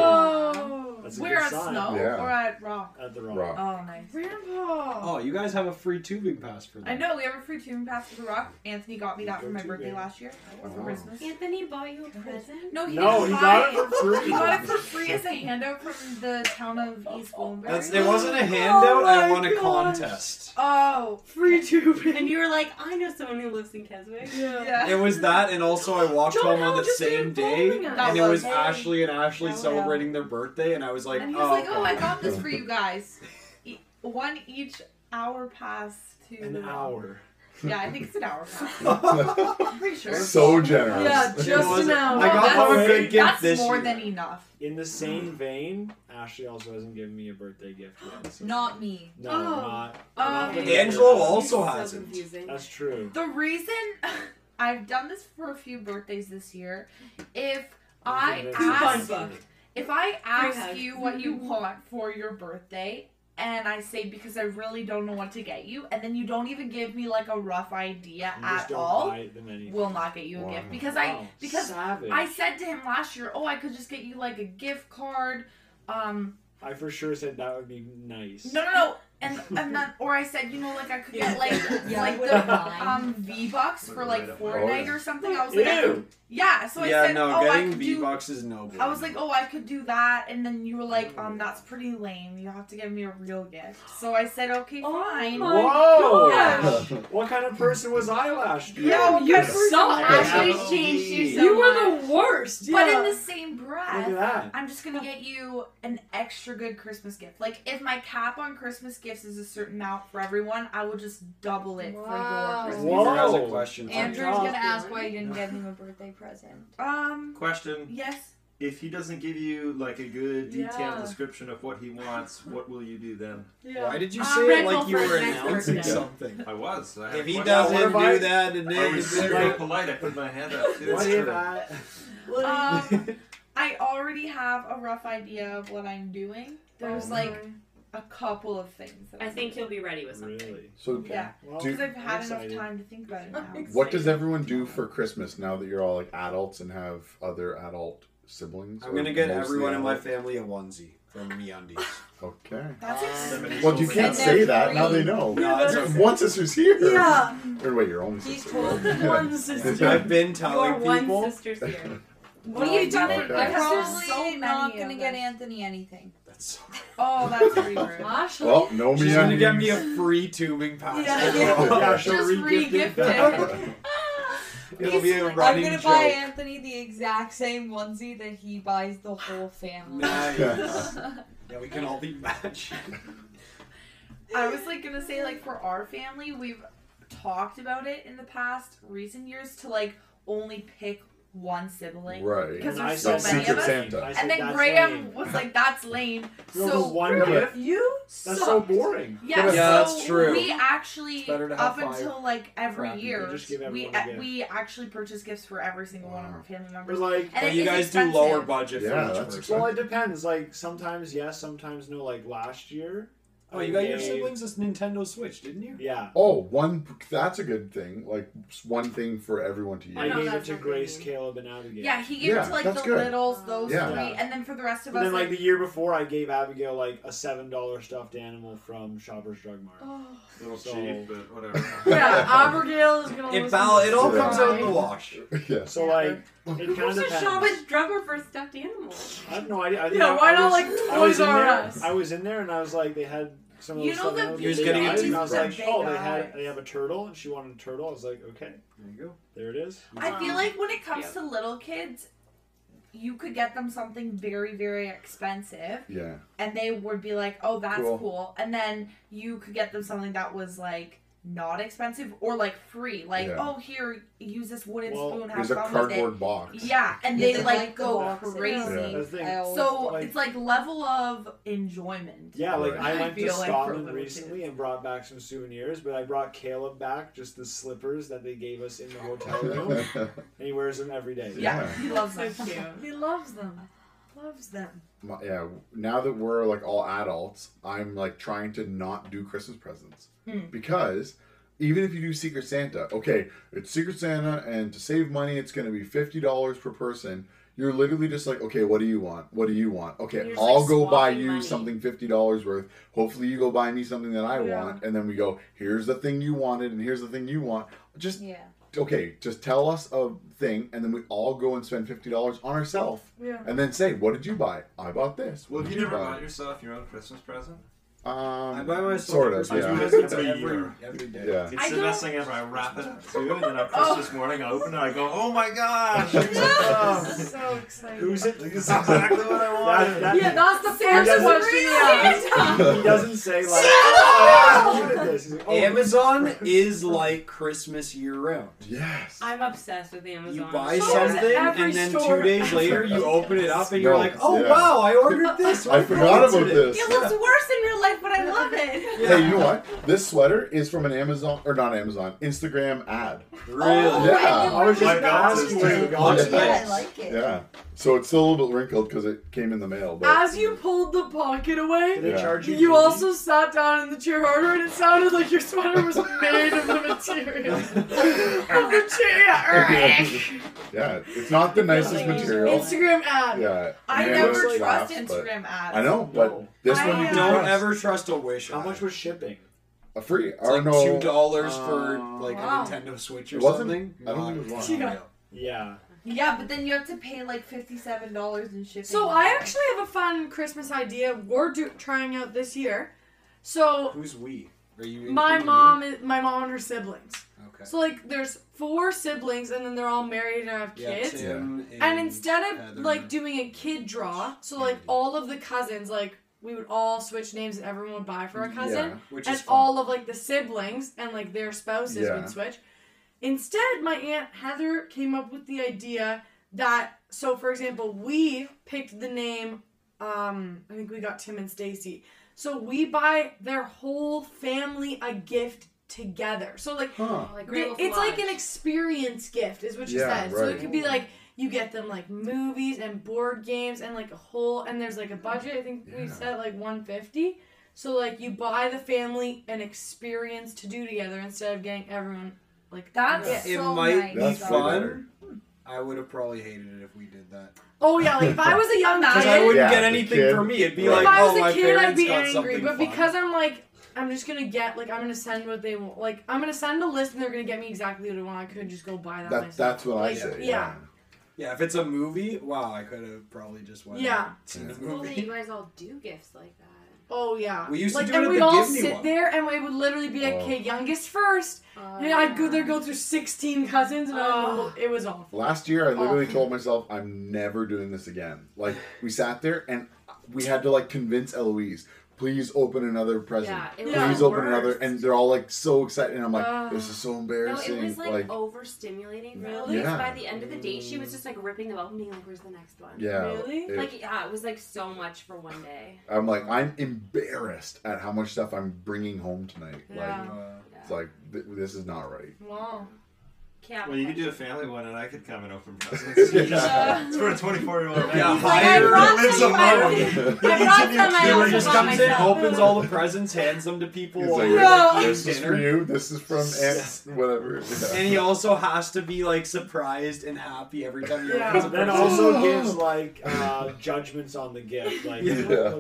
[SPEAKER 1] Whoa.
[SPEAKER 4] That's a
[SPEAKER 7] We're
[SPEAKER 4] good
[SPEAKER 7] at
[SPEAKER 4] sign.
[SPEAKER 7] snow
[SPEAKER 2] Yeah.
[SPEAKER 7] or at rock.
[SPEAKER 4] At the rock.
[SPEAKER 2] Rock.
[SPEAKER 7] Oh, nice.
[SPEAKER 1] Grandpa.
[SPEAKER 3] Oh, you guys have a free tubing pass for that.
[SPEAKER 7] I know we have a free tune pass to the rock. Anthony got me that for
[SPEAKER 4] Go
[SPEAKER 7] my
[SPEAKER 4] to
[SPEAKER 7] birthday
[SPEAKER 4] bed.
[SPEAKER 7] last year or for
[SPEAKER 2] Wow.
[SPEAKER 7] Christmas.
[SPEAKER 5] Anthony bought you a present.
[SPEAKER 7] No, Oh, he
[SPEAKER 4] No,
[SPEAKER 7] didn't
[SPEAKER 4] he
[SPEAKER 7] buy
[SPEAKER 4] got it
[SPEAKER 7] it.
[SPEAKER 4] for free.
[SPEAKER 7] He got it for free as a handout from the town of East Bloomberg.
[SPEAKER 3] That's, it wasn't a handout. I won a contest.
[SPEAKER 7] Oh,
[SPEAKER 1] Free tubing.
[SPEAKER 5] And you were like, I know someone who lives in Keswick.
[SPEAKER 7] yeah.
[SPEAKER 3] It was that, and also I walked
[SPEAKER 1] John
[SPEAKER 3] home on the
[SPEAKER 1] Howell just
[SPEAKER 3] same
[SPEAKER 1] didn't phone
[SPEAKER 3] day,
[SPEAKER 1] me.
[SPEAKER 3] and it
[SPEAKER 7] That was-
[SPEAKER 3] was Ashley and Ashley
[SPEAKER 7] That was-
[SPEAKER 3] celebrating their birthday, and I was like,
[SPEAKER 7] and he
[SPEAKER 3] oh,
[SPEAKER 7] was like, "Oh,
[SPEAKER 3] okay."
[SPEAKER 7] I got this for you guys. E- one each hour pass to
[SPEAKER 4] An hour.
[SPEAKER 7] Yeah, I think it's an hour pass. I'm pretty sure.
[SPEAKER 2] so generous.
[SPEAKER 1] Yeah,
[SPEAKER 3] It
[SPEAKER 1] just
[SPEAKER 3] was-
[SPEAKER 1] an hour.
[SPEAKER 3] I got
[SPEAKER 7] Well,
[SPEAKER 3] them a
[SPEAKER 4] that's-
[SPEAKER 3] good gift
[SPEAKER 7] Oh, That's
[SPEAKER 3] this
[SPEAKER 7] more
[SPEAKER 3] year.
[SPEAKER 7] than enough.
[SPEAKER 4] In the same vein, Ashley also hasn't given me a birthday gift yet. so-
[SPEAKER 7] Not me.
[SPEAKER 4] No,
[SPEAKER 1] Oh.
[SPEAKER 4] not.
[SPEAKER 7] Um,
[SPEAKER 4] not the-
[SPEAKER 3] Angelo also
[SPEAKER 5] It's So
[SPEAKER 3] hasn't.
[SPEAKER 5] confusing.
[SPEAKER 4] That's true.
[SPEAKER 7] The reason I've done this for a few birthdays this year, if I
[SPEAKER 4] Coupon
[SPEAKER 7] ask
[SPEAKER 1] book.
[SPEAKER 7] If I ask
[SPEAKER 5] hug.
[SPEAKER 7] you what you want for your birthday, and I say because I really don't know what to get you, and then you don't even give me like a rough idea
[SPEAKER 4] You just
[SPEAKER 7] at
[SPEAKER 4] don't
[SPEAKER 7] all,
[SPEAKER 4] buy them anything.
[SPEAKER 7] will not get you a
[SPEAKER 2] Wow.
[SPEAKER 7] gift because I
[SPEAKER 4] Wow,
[SPEAKER 7] because
[SPEAKER 4] savage.
[SPEAKER 7] I said to him last year, oh, I could just get you like a gift card. Um,
[SPEAKER 4] I for sure said that would be nice.
[SPEAKER 7] no, no, no. And, and then, or I said, you know, like I could get like
[SPEAKER 5] Yeah,
[SPEAKER 7] like
[SPEAKER 5] with
[SPEAKER 7] the
[SPEAKER 5] the line.
[SPEAKER 7] um V bucks for like
[SPEAKER 9] Right up.
[SPEAKER 7] Fortnite
[SPEAKER 2] Oh, yeah.
[SPEAKER 7] or something. I was like, I could-
[SPEAKER 4] Ew.
[SPEAKER 7] yeah. So I
[SPEAKER 3] yeah,
[SPEAKER 7] said,
[SPEAKER 3] no,
[SPEAKER 7] oh, I
[SPEAKER 3] getting
[SPEAKER 7] could
[SPEAKER 3] V
[SPEAKER 7] do
[SPEAKER 3] Bucks is no good.
[SPEAKER 7] I was like, oh, I could do that, and then you were like, um, that's pretty lame. You have to give me a real gift. So I said, okay,
[SPEAKER 1] Oh
[SPEAKER 7] fine.
[SPEAKER 1] my-
[SPEAKER 4] Whoa!
[SPEAKER 7] gosh.
[SPEAKER 4] What kind of person was I last year?
[SPEAKER 7] Yeah,
[SPEAKER 1] you
[SPEAKER 7] okay, first of all,
[SPEAKER 1] suck.
[SPEAKER 7] actually-
[SPEAKER 5] Ashley's changed you so
[SPEAKER 1] You
[SPEAKER 5] much.
[SPEAKER 1] were the worst. Yeah.
[SPEAKER 7] But in the same
[SPEAKER 4] Look at
[SPEAKER 7] breath,
[SPEAKER 4] that.
[SPEAKER 7] I'm just gonna get you an extra good Christmas gift. Like if my cap on Christmas gifts is a certain amount for everyone, I will just double it
[SPEAKER 8] Wow.
[SPEAKER 7] for your Christmas.
[SPEAKER 4] Whoa.
[SPEAKER 3] Andrew has a question for
[SPEAKER 8] Andrew's
[SPEAKER 3] you.
[SPEAKER 8] gonna ask why you didn't get him a birthday present.
[SPEAKER 7] Um,
[SPEAKER 9] question:
[SPEAKER 7] yes.
[SPEAKER 9] If he doesn't give you like a good detailed
[SPEAKER 1] Yeah.
[SPEAKER 9] description of what he wants, what will you do then?
[SPEAKER 1] yeah.
[SPEAKER 3] Why did you
[SPEAKER 7] Uh,
[SPEAKER 3] say it
[SPEAKER 5] Red
[SPEAKER 3] like
[SPEAKER 5] Bull
[SPEAKER 3] you
[SPEAKER 5] for
[SPEAKER 3] were
[SPEAKER 5] his next
[SPEAKER 3] announcing
[SPEAKER 2] birthday.
[SPEAKER 3] something?
[SPEAKER 9] I was. I had
[SPEAKER 3] If he
[SPEAKER 9] one-
[SPEAKER 4] What
[SPEAKER 3] doesn't
[SPEAKER 4] if I-
[SPEAKER 3] do that, and
[SPEAKER 9] I was so
[SPEAKER 3] then
[SPEAKER 9] polite. I put my hand up too.
[SPEAKER 4] What if I?
[SPEAKER 7] Um, I already have a rough idea of what I'm doing. There's
[SPEAKER 1] Oh
[SPEAKER 7] like a couple of things. That
[SPEAKER 5] I
[SPEAKER 7] I'm
[SPEAKER 5] think
[SPEAKER 7] doing.
[SPEAKER 5] he'll be ready with something.
[SPEAKER 4] Really?
[SPEAKER 2] So,
[SPEAKER 7] Yeah.
[SPEAKER 4] Well,
[SPEAKER 2] Do-
[SPEAKER 7] Because I've
[SPEAKER 4] I'm
[SPEAKER 7] had enough
[SPEAKER 4] excited.
[SPEAKER 7] time to think about it now.
[SPEAKER 2] what does everyone do for Christmas now that you're all like adults and have other adult siblings?
[SPEAKER 3] I'm
[SPEAKER 2] or
[SPEAKER 3] gonna get
[SPEAKER 2] mostly
[SPEAKER 3] everyone in my
[SPEAKER 2] adult?
[SPEAKER 3] family a onesie from MeUndies.
[SPEAKER 2] Okay.
[SPEAKER 7] That's exciting.
[SPEAKER 2] Well, you can't
[SPEAKER 8] And
[SPEAKER 2] say
[SPEAKER 8] they're
[SPEAKER 2] that. Now they
[SPEAKER 8] green.
[SPEAKER 2] know.
[SPEAKER 3] No, it's okay.
[SPEAKER 2] One sister's here.
[SPEAKER 1] Yeah.
[SPEAKER 2] Or wait, your only
[SPEAKER 8] He's
[SPEAKER 2] sister.
[SPEAKER 8] told
[SPEAKER 2] Yeah.
[SPEAKER 1] One sister.
[SPEAKER 3] I've been
[SPEAKER 5] You are
[SPEAKER 3] telling
[SPEAKER 5] one
[SPEAKER 3] people.
[SPEAKER 5] sister's here.
[SPEAKER 7] What have you done?
[SPEAKER 2] Okay.
[SPEAKER 7] it Because
[SPEAKER 8] Probably
[SPEAKER 7] there's so many
[SPEAKER 8] not
[SPEAKER 7] of
[SPEAKER 8] gonna get
[SPEAKER 7] us.
[SPEAKER 8] Anthony anything.
[SPEAKER 3] That's so
[SPEAKER 7] Oh, that's pretty rude.
[SPEAKER 2] Well, no me.
[SPEAKER 3] She's gonna get me a free tubing pass.
[SPEAKER 1] Yeah.
[SPEAKER 4] Yeah, she'll
[SPEAKER 7] Just
[SPEAKER 4] re-gift it
[SPEAKER 7] re-gift
[SPEAKER 4] back.
[SPEAKER 2] I
[SPEAKER 9] It'll be a
[SPEAKER 8] He's-
[SPEAKER 9] running
[SPEAKER 8] I'm gonna
[SPEAKER 9] joke.
[SPEAKER 8] buy Anthony the exact same onesie that he buys the whole family.
[SPEAKER 9] Nice. yeah, we can all be matched.
[SPEAKER 7] I was like gonna say like for our family, we've talked about it in the past recent years to like only pick one sibling.
[SPEAKER 2] Right.
[SPEAKER 7] Because
[SPEAKER 4] And I
[SPEAKER 7] there's so
[SPEAKER 4] said
[SPEAKER 7] many
[SPEAKER 2] Secret
[SPEAKER 7] of us.
[SPEAKER 2] Santa.
[SPEAKER 4] I said,
[SPEAKER 7] And then
[SPEAKER 4] "That's
[SPEAKER 7] Graham
[SPEAKER 4] lame."
[SPEAKER 7] was like, "That's lame."
[SPEAKER 4] No,
[SPEAKER 7] so
[SPEAKER 4] but one
[SPEAKER 7] Graham,
[SPEAKER 4] kid.
[SPEAKER 7] you
[SPEAKER 4] That's
[SPEAKER 7] suck.
[SPEAKER 4] so boring.
[SPEAKER 7] Yeah,
[SPEAKER 3] Yeah,
[SPEAKER 7] so
[SPEAKER 3] that's true.
[SPEAKER 7] We actually
[SPEAKER 3] It's better to have
[SPEAKER 7] up
[SPEAKER 3] five
[SPEAKER 7] until like every
[SPEAKER 3] crappy-
[SPEAKER 7] year,
[SPEAKER 4] they just give
[SPEAKER 7] we uh,
[SPEAKER 4] everyone a gift.
[SPEAKER 7] we actually purchase gifts for every single one of our family
[SPEAKER 4] But
[SPEAKER 7] members.
[SPEAKER 4] like,
[SPEAKER 7] And
[SPEAKER 3] But
[SPEAKER 7] it
[SPEAKER 3] you
[SPEAKER 7] is
[SPEAKER 3] guys
[SPEAKER 7] expensive.
[SPEAKER 3] do lower budget
[SPEAKER 2] Yeah,
[SPEAKER 3] for each
[SPEAKER 2] that's
[SPEAKER 3] person.
[SPEAKER 2] expensive.
[SPEAKER 4] well, it depends. Like sometimes yes, sometimes no. Like last year.
[SPEAKER 3] Oh,
[SPEAKER 4] I
[SPEAKER 3] you got your
[SPEAKER 4] gave-
[SPEAKER 3] siblings this Nintendo Switch, didn't you?
[SPEAKER 4] Yeah.
[SPEAKER 2] Oh, one. That's a good thing. Like one thing for everyone to
[SPEAKER 4] I
[SPEAKER 2] use.
[SPEAKER 5] know
[SPEAKER 4] gave it
[SPEAKER 5] that's
[SPEAKER 4] to
[SPEAKER 5] what they
[SPEAKER 4] Grace,
[SPEAKER 5] mean.
[SPEAKER 4] Caleb, and Abigail.
[SPEAKER 7] yeah, he gave
[SPEAKER 2] Yeah,
[SPEAKER 7] it to like the
[SPEAKER 2] that's good.
[SPEAKER 7] littles, those
[SPEAKER 2] Yeah.
[SPEAKER 7] three, and then for the rest of
[SPEAKER 4] But
[SPEAKER 7] us,
[SPEAKER 4] then, like
[SPEAKER 7] like,
[SPEAKER 4] the year before, I gave Abigail like a seven dollar stuffed animal from Shoppers Drug Mart.
[SPEAKER 7] Oh,
[SPEAKER 9] Little
[SPEAKER 4] So-
[SPEAKER 9] cheap, but whatever.
[SPEAKER 1] Yeah, Abigail is gonna.
[SPEAKER 3] It,
[SPEAKER 1] listen
[SPEAKER 3] bal- it all
[SPEAKER 1] to
[SPEAKER 3] comes out in the
[SPEAKER 1] mine.
[SPEAKER 3] wash.
[SPEAKER 2] yes.
[SPEAKER 4] So
[SPEAKER 7] Yeah.
[SPEAKER 4] like, it kind of
[SPEAKER 5] Who's a shop
[SPEAKER 4] depends.
[SPEAKER 5] with drummer for stuffed animals?
[SPEAKER 4] I have no idea. I think
[SPEAKER 1] Yeah,
[SPEAKER 4] I-
[SPEAKER 1] why
[SPEAKER 4] I
[SPEAKER 1] not
[SPEAKER 4] was-
[SPEAKER 1] like
[SPEAKER 4] I was
[SPEAKER 1] Toys
[SPEAKER 4] in
[SPEAKER 1] R
[SPEAKER 4] there-
[SPEAKER 1] Us?
[SPEAKER 4] I was in there and I was like, they had some of
[SPEAKER 7] You
[SPEAKER 4] those
[SPEAKER 7] know
[SPEAKER 4] stuff
[SPEAKER 7] the
[SPEAKER 4] animals
[SPEAKER 3] He was
[SPEAKER 4] they
[SPEAKER 3] getting a
[SPEAKER 4] got, and I was
[SPEAKER 7] toothbrush
[SPEAKER 4] like,
[SPEAKER 7] they
[SPEAKER 4] oh, they
[SPEAKER 7] got.
[SPEAKER 4] had they have a turtle, and she wanted a turtle. I was like, okay,
[SPEAKER 9] There you go.
[SPEAKER 4] there it is.
[SPEAKER 7] I feel like when it comes to little kids, you could get them something very, very expensive,
[SPEAKER 2] Yeah.
[SPEAKER 7] and they would be like, "Oh, that's
[SPEAKER 2] Cool.
[SPEAKER 7] cool,", and then you could get them something that was like not expensive or like free, like,
[SPEAKER 2] Yeah.
[SPEAKER 7] "Oh, here, use this wooden
[SPEAKER 4] Well,
[SPEAKER 7] spoon, have
[SPEAKER 2] There's a
[SPEAKER 7] fun with it."
[SPEAKER 2] cardboard box.
[SPEAKER 7] Yeah, and
[SPEAKER 8] Yeah,
[SPEAKER 7] they,
[SPEAKER 8] they
[SPEAKER 7] like,
[SPEAKER 8] like the
[SPEAKER 7] go
[SPEAKER 8] boxes.
[SPEAKER 7] crazy.
[SPEAKER 2] Yeah.
[SPEAKER 4] That's the thing.
[SPEAKER 8] I always
[SPEAKER 7] So
[SPEAKER 4] Like-
[SPEAKER 7] it's like level of enjoyment.
[SPEAKER 4] Yeah, like
[SPEAKER 2] Right.
[SPEAKER 4] I went to
[SPEAKER 7] feel like for
[SPEAKER 4] Scotland
[SPEAKER 7] little
[SPEAKER 4] recently
[SPEAKER 7] kids.
[SPEAKER 4] and brought back some souvenirs, but I brought Caleb back just the slippers that they gave us in the hotel
[SPEAKER 3] Oh,
[SPEAKER 4] room, and he wears them every day.
[SPEAKER 7] Yeah,
[SPEAKER 2] Yeah.
[SPEAKER 7] he loves them.
[SPEAKER 1] So cute.
[SPEAKER 7] He loves them. Loves them.
[SPEAKER 2] My, yeah. Now that we're like all adults, I'm like trying to not do Christmas presents
[SPEAKER 7] Hmm.
[SPEAKER 2] because even if you do Secret Santa, okay, it's Secret Santa, and to save money, it's going to be fifty dollars per person. You're literally just like, okay, what do you want? What do you want?
[SPEAKER 5] You're
[SPEAKER 2] Okay,
[SPEAKER 5] just,
[SPEAKER 2] I'll
[SPEAKER 5] like,
[SPEAKER 2] go buy
[SPEAKER 5] swapping
[SPEAKER 2] you
[SPEAKER 5] money.
[SPEAKER 2] something fifty dollars worth. Hopefully, you go buy me something that I
[SPEAKER 1] Yeah.
[SPEAKER 2] want, and then we go. Here's the thing you wanted, and here's the thing you want. Just
[SPEAKER 8] Yeah.
[SPEAKER 2] okay, just tell us a thing, and then we all go and spend fifty dollars on ourselves,
[SPEAKER 1] Yeah.
[SPEAKER 2] and then say, "What did you buy? I bought this."
[SPEAKER 9] Well,
[SPEAKER 2] What
[SPEAKER 9] if
[SPEAKER 2] did
[SPEAKER 9] you never
[SPEAKER 2] buy?
[SPEAKER 9] bought yourself your own Christmas present,
[SPEAKER 2] Um,
[SPEAKER 3] I buy myself
[SPEAKER 2] sort of,
[SPEAKER 3] Christmas
[SPEAKER 2] yeah.
[SPEAKER 3] presents
[SPEAKER 9] Every
[SPEAKER 3] every,
[SPEAKER 9] year.
[SPEAKER 3] every day.
[SPEAKER 2] yeah.
[SPEAKER 9] it's
[SPEAKER 7] I
[SPEAKER 9] the
[SPEAKER 7] don't-
[SPEAKER 9] best thing ever. I wrap it too, and then on Christmas morning I open it. I go, oh my gosh, it's a
[SPEAKER 1] I'm
[SPEAKER 9] dove.
[SPEAKER 1] so excited.
[SPEAKER 4] Who's it?
[SPEAKER 9] This is exactly what I
[SPEAKER 4] That-
[SPEAKER 9] wanted.
[SPEAKER 4] that-
[SPEAKER 1] Yeah, that's the
[SPEAKER 4] doesn't
[SPEAKER 1] first question he asked.
[SPEAKER 4] he doesn't say like, oh, I'm good at this. He's like, oh,
[SPEAKER 3] Amazon is like Christmas year round.
[SPEAKER 2] Yes.
[SPEAKER 5] I'm obsessed with Amazon.
[SPEAKER 3] You buy
[SPEAKER 1] So is
[SPEAKER 3] something,
[SPEAKER 1] every
[SPEAKER 3] and then
[SPEAKER 1] store.
[SPEAKER 3] two days later, you open it up, and you're
[SPEAKER 2] No,
[SPEAKER 3] like, "Oh
[SPEAKER 2] yeah.
[SPEAKER 3] wow, I ordered this."
[SPEAKER 2] I
[SPEAKER 3] What
[SPEAKER 2] forgot about this.
[SPEAKER 3] coincidence."
[SPEAKER 7] It looks worse in real life, but I love it.
[SPEAKER 3] Yeah.
[SPEAKER 2] Hey, you know what? This sweater is from an Amazon or not Amazon, Instagram ad.
[SPEAKER 3] Really?
[SPEAKER 2] Yeah.
[SPEAKER 4] I was
[SPEAKER 9] My
[SPEAKER 4] just
[SPEAKER 9] belt is
[SPEAKER 4] asking where you
[SPEAKER 9] too.
[SPEAKER 4] got
[SPEAKER 2] Yeah.
[SPEAKER 4] it.
[SPEAKER 8] Yeah, I like it.
[SPEAKER 2] Yeah. So it's still a little bit wrinkled because it came in the mail. But
[SPEAKER 1] As you pulled the pocket
[SPEAKER 4] Did
[SPEAKER 1] away,
[SPEAKER 4] they
[SPEAKER 2] Yeah.
[SPEAKER 4] charge you?
[SPEAKER 1] you
[SPEAKER 4] money?
[SPEAKER 1] also sat down in the chair harder, and it sounded like your sweater was made of the material of the chair.
[SPEAKER 2] yeah, it's not the nicest material.
[SPEAKER 1] Instagram ad.
[SPEAKER 2] yeah.
[SPEAKER 7] I
[SPEAKER 2] Amanda
[SPEAKER 7] never
[SPEAKER 2] laughs,
[SPEAKER 7] trust
[SPEAKER 2] but-
[SPEAKER 7] Instagram ads.
[SPEAKER 2] I know, but
[SPEAKER 4] No.
[SPEAKER 2] this
[SPEAKER 1] I
[SPEAKER 2] one you
[SPEAKER 1] am-
[SPEAKER 2] can
[SPEAKER 3] Don't
[SPEAKER 2] trust.
[SPEAKER 3] ever trust a wish.
[SPEAKER 4] How much
[SPEAKER 3] was
[SPEAKER 4] was shipping?
[SPEAKER 2] a free
[SPEAKER 3] it's
[SPEAKER 2] or
[SPEAKER 3] like
[SPEAKER 2] no?
[SPEAKER 3] two dollars for
[SPEAKER 4] Uh,
[SPEAKER 3] like
[SPEAKER 1] wow.
[SPEAKER 3] a Nintendo Switch or
[SPEAKER 2] It wasn't-
[SPEAKER 3] something?
[SPEAKER 2] I don't think it was
[SPEAKER 3] Not
[SPEAKER 1] one.
[SPEAKER 3] real.
[SPEAKER 4] Yeah.
[SPEAKER 7] Yeah, but then you have to pay like fifty-seven dollars in shipping.
[SPEAKER 1] So I actually have a fun Christmas idea we're do- trying out this year. So
[SPEAKER 3] Who's we? Are you
[SPEAKER 1] my
[SPEAKER 3] including
[SPEAKER 1] mom, is, my mom and her siblings.
[SPEAKER 3] me? Okay.
[SPEAKER 1] So like, there's four siblings, and then they're all married and have
[SPEAKER 3] Yeah,
[SPEAKER 1] kids.
[SPEAKER 3] Tim and,
[SPEAKER 1] And instead of
[SPEAKER 3] Heather.
[SPEAKER 1] like doing a kid draw, so like all of the cousins, like we would all switch names and everyone would buy for a cousin,
[SPEAKER 2] Yeah.
[SPEAKER 3] which
[SPEAKER 1] and
[SPEAKER 3] is fun.
[SPEAKER 1] all of like the siblings and like their spouses
[SPEAKER 2] Yeah.
[SPEAKER 1] would switch. Instead, my aunt Heather came up with the idea that so for example, we picked the name. Um, I think we got Tim and Stacy. So we buy their whole family a gift together. So like
[SPEAKER 2] Huh.
[SPEAKER 5] Oh, Like,
[SPEAKER 1] they-
[SPEAKER 5] Grateful
[SPEAKER 1] it's like
[SPEAKER 5] Lodge.
[SPEAKER 1] an experience gift, is what she
[SPEAKER 2] Yeah,
[SPEAKER 1] said. So
[SPEAKER 2] right.
[SPEAKER 1] it could be like you get them like movies and board games and like a whole and there's like a budget. I think we
[SPEAKER 2] Yeah.
[SPEAKER 1] said like 150. So like you buy the family an experience to do together instead of getting everyone like
[SPEAKER 7] That's
[SPEAKER 1] Yeah.
[SPEAKER 3] it
[SPEAKER 7] so
[SPEAKER 3] might
[SPEAKER 7] nice.
[SPEAKER 2] That's
[SPEAKER 3] be
[SPEAKER 2] way better.
[SPEAKER 3] fun. I would have probably hated it if we did that.
[SPEAKER 1] Oh yeah, like if I was a young
[SPEAKER 3] Because I
[SPEAKER 1] kid,
[SPEAKER 3] wouldn't
[SPEAKER 2] Yeah,
[SPEAKER 3] get
[SPEAKER 2] the
[SPEAKER 3] anything
[SPEAKER 2] kid-
[SPEAKER 3] for me. It'd be
[SPEAKER 2] Right.
[SPEAKER 1] if
[SPEAKER 3] like,
[SPEAKER 1] I
[SPEAKER 3] oh,
[SPEAKER 1] was
[SPEAKER 3] my
[SPEAKER 1] a kid, I'd
[SPEAKER 3] parents
[SPEAKER 1] be
[SPEAKER 3] got
[SPEAKER 1] angry.
[SPEAKER 3] something
[SPEAKER 1] But
[SPEAKER 3] fun.
[SPEAKER 1] because I'm like, I'm just gonna get like I'm gonna send what they want. Like I'm gonna send a list and they're gonna get me exactly what I want. I could just go buy that.
[SPEAKER 2] That,
[SPEAKER 1] myself.
[SPEAKER 2] that's what I
[SPEAKER 1] Like,
[SPEAKER 2] say.
[SPEAKER 1] yeah.
[SPEAKER 3] yeah, if it's a movie, wow, I could have probably just went
[SPEAKER 1] Yeah.
[SPEAKER 3] and seen the
[SPEAKER 5] Well, that
[SPEAKER 3] movie.
[SPEAKER 5] you guys all do gifts like that.
[SPEAKER 1] Oh yeah.
[SPEAKER 9] We used to
[SPEAKER 1] like,
[SPEAKER 9] do it
[SPEAKER 1] and
[SPEAKER 9] at
[SPEAKER 1] we'd
[SPEAKER 9] the
[SPEAKER 1] all
[SPEAKER 9] Disney
[SPEAKER 1] sit
[SPEAKER 9] one.
[SPEAKER 1] there, and we would literally be like,
[SPEAKER 2] Oh.
[SPEAKER 1] "Okay, youngest first. and I'd go there, go through sixteen cousins, and oh. it was awful.
[SPEAKER 2] Last year, I literally
[SPEAKER 1] Oh.
[SPEAKER 2] told myself, I'm never doing this again. Like, we sat there and we had to, like, convince Eloise, please open another present.
[SPEAKER 5] Yeah, it was
[SPEAKER 1] Yeah.
[SPEAKER 2] Please
[SPEAKER 5] the
[SPEAKER 2] open another.
[SPEAKER 5] worst.
[SPEAKER 2] And they're all, like, so excited. And I'm like,
[SPEAKER 1] Ah.
[SPEAKER 2] this is so
[SPEAKER 5] No,
[SPEAKER 2] embarrassing.
[SPEAKER 5] it was like, oh,
[SPEAKER 2] like,
[SPEAKER 5] overstimulating. for
[SPEAKER 1] Really?
[SPEAKER 5] Eloise.
[SPEAKER 2] Yeah.
[SPEAKER 5] By the end of the day, she was just like ripping them up and being like, "Where's the next one?"
[SPEAKER 2] yeah.
[SPEAKER 1] Really?
[SPEAKER 2] it-
[SPEAKER 5] Like yeah, it was like so much for one day.
[SPEAKER 2] I'm like, I'm embarrassed at how much stuff I'm bringing home tonight.
[SPEAKER 1] Yeah.
[SPEAKER 3] Uh,
[SPEAKER 2] Like,
[SPEAKER 5] Yeah.
[SPEAKER 2] it's like, th- this is not right.
[SPEAKER 1] Wow.
[SPEAKER 5] Can't
[SPEAKER 9] Well, you could do a family one, and I could come and open presents.
[SPEAKER 2] Yeah.
[SPEAKER 9] It's for a 24 year old man
[SPEAKER 3] Yeah,
[SPEAKER 9] who
[SPEAKER 3] like, I
[SPEAKER 8] brought
[SPEAKER 9] lives
[SPEAKER 8] some
[SPEAKER 9] alone.
[SPEAKER 8] money.
[SPEAKER 9] Needs
[SPEAKER 8] I brought
[SPEAKER 9] an
[SPEAKER 8] some, I
[SPEAKER 9] excuse.
[SPEAKER 8] also
[SPEAKER 9] He just
[SPEAKER 8] brought
[SPEAKER 9] comes in,
[SPEAKER 8] myself.
[SPEAKER 9] opens all the presents, hands them to people.
[SPEAKER 2] He's
[SPEAKER 9] while
[SPEAKER 2] like,
[SPEAKER 9] we're,
[SPEAKER 8] No.
[SPEAKER 9] like,
[SPEAKER 2] this
[SPEAKER 9] eating
[SPEAKER 2] is
[SPEAKER 9] dinner.
[SPEAKER 2] for you. This is from Aunt, whatever.
[SPEAKER 3] And he also has to be like surprised and happy every time he
[SPEAKER 1] Yeah.
[SPEAKER 3] opens a
[SPEAKER 4] Then
[SPEAKER 3] present.
[SPEAKER 4] also gives like uh, judgments on the gift. Like,
[SPEAKER 3] Yeah.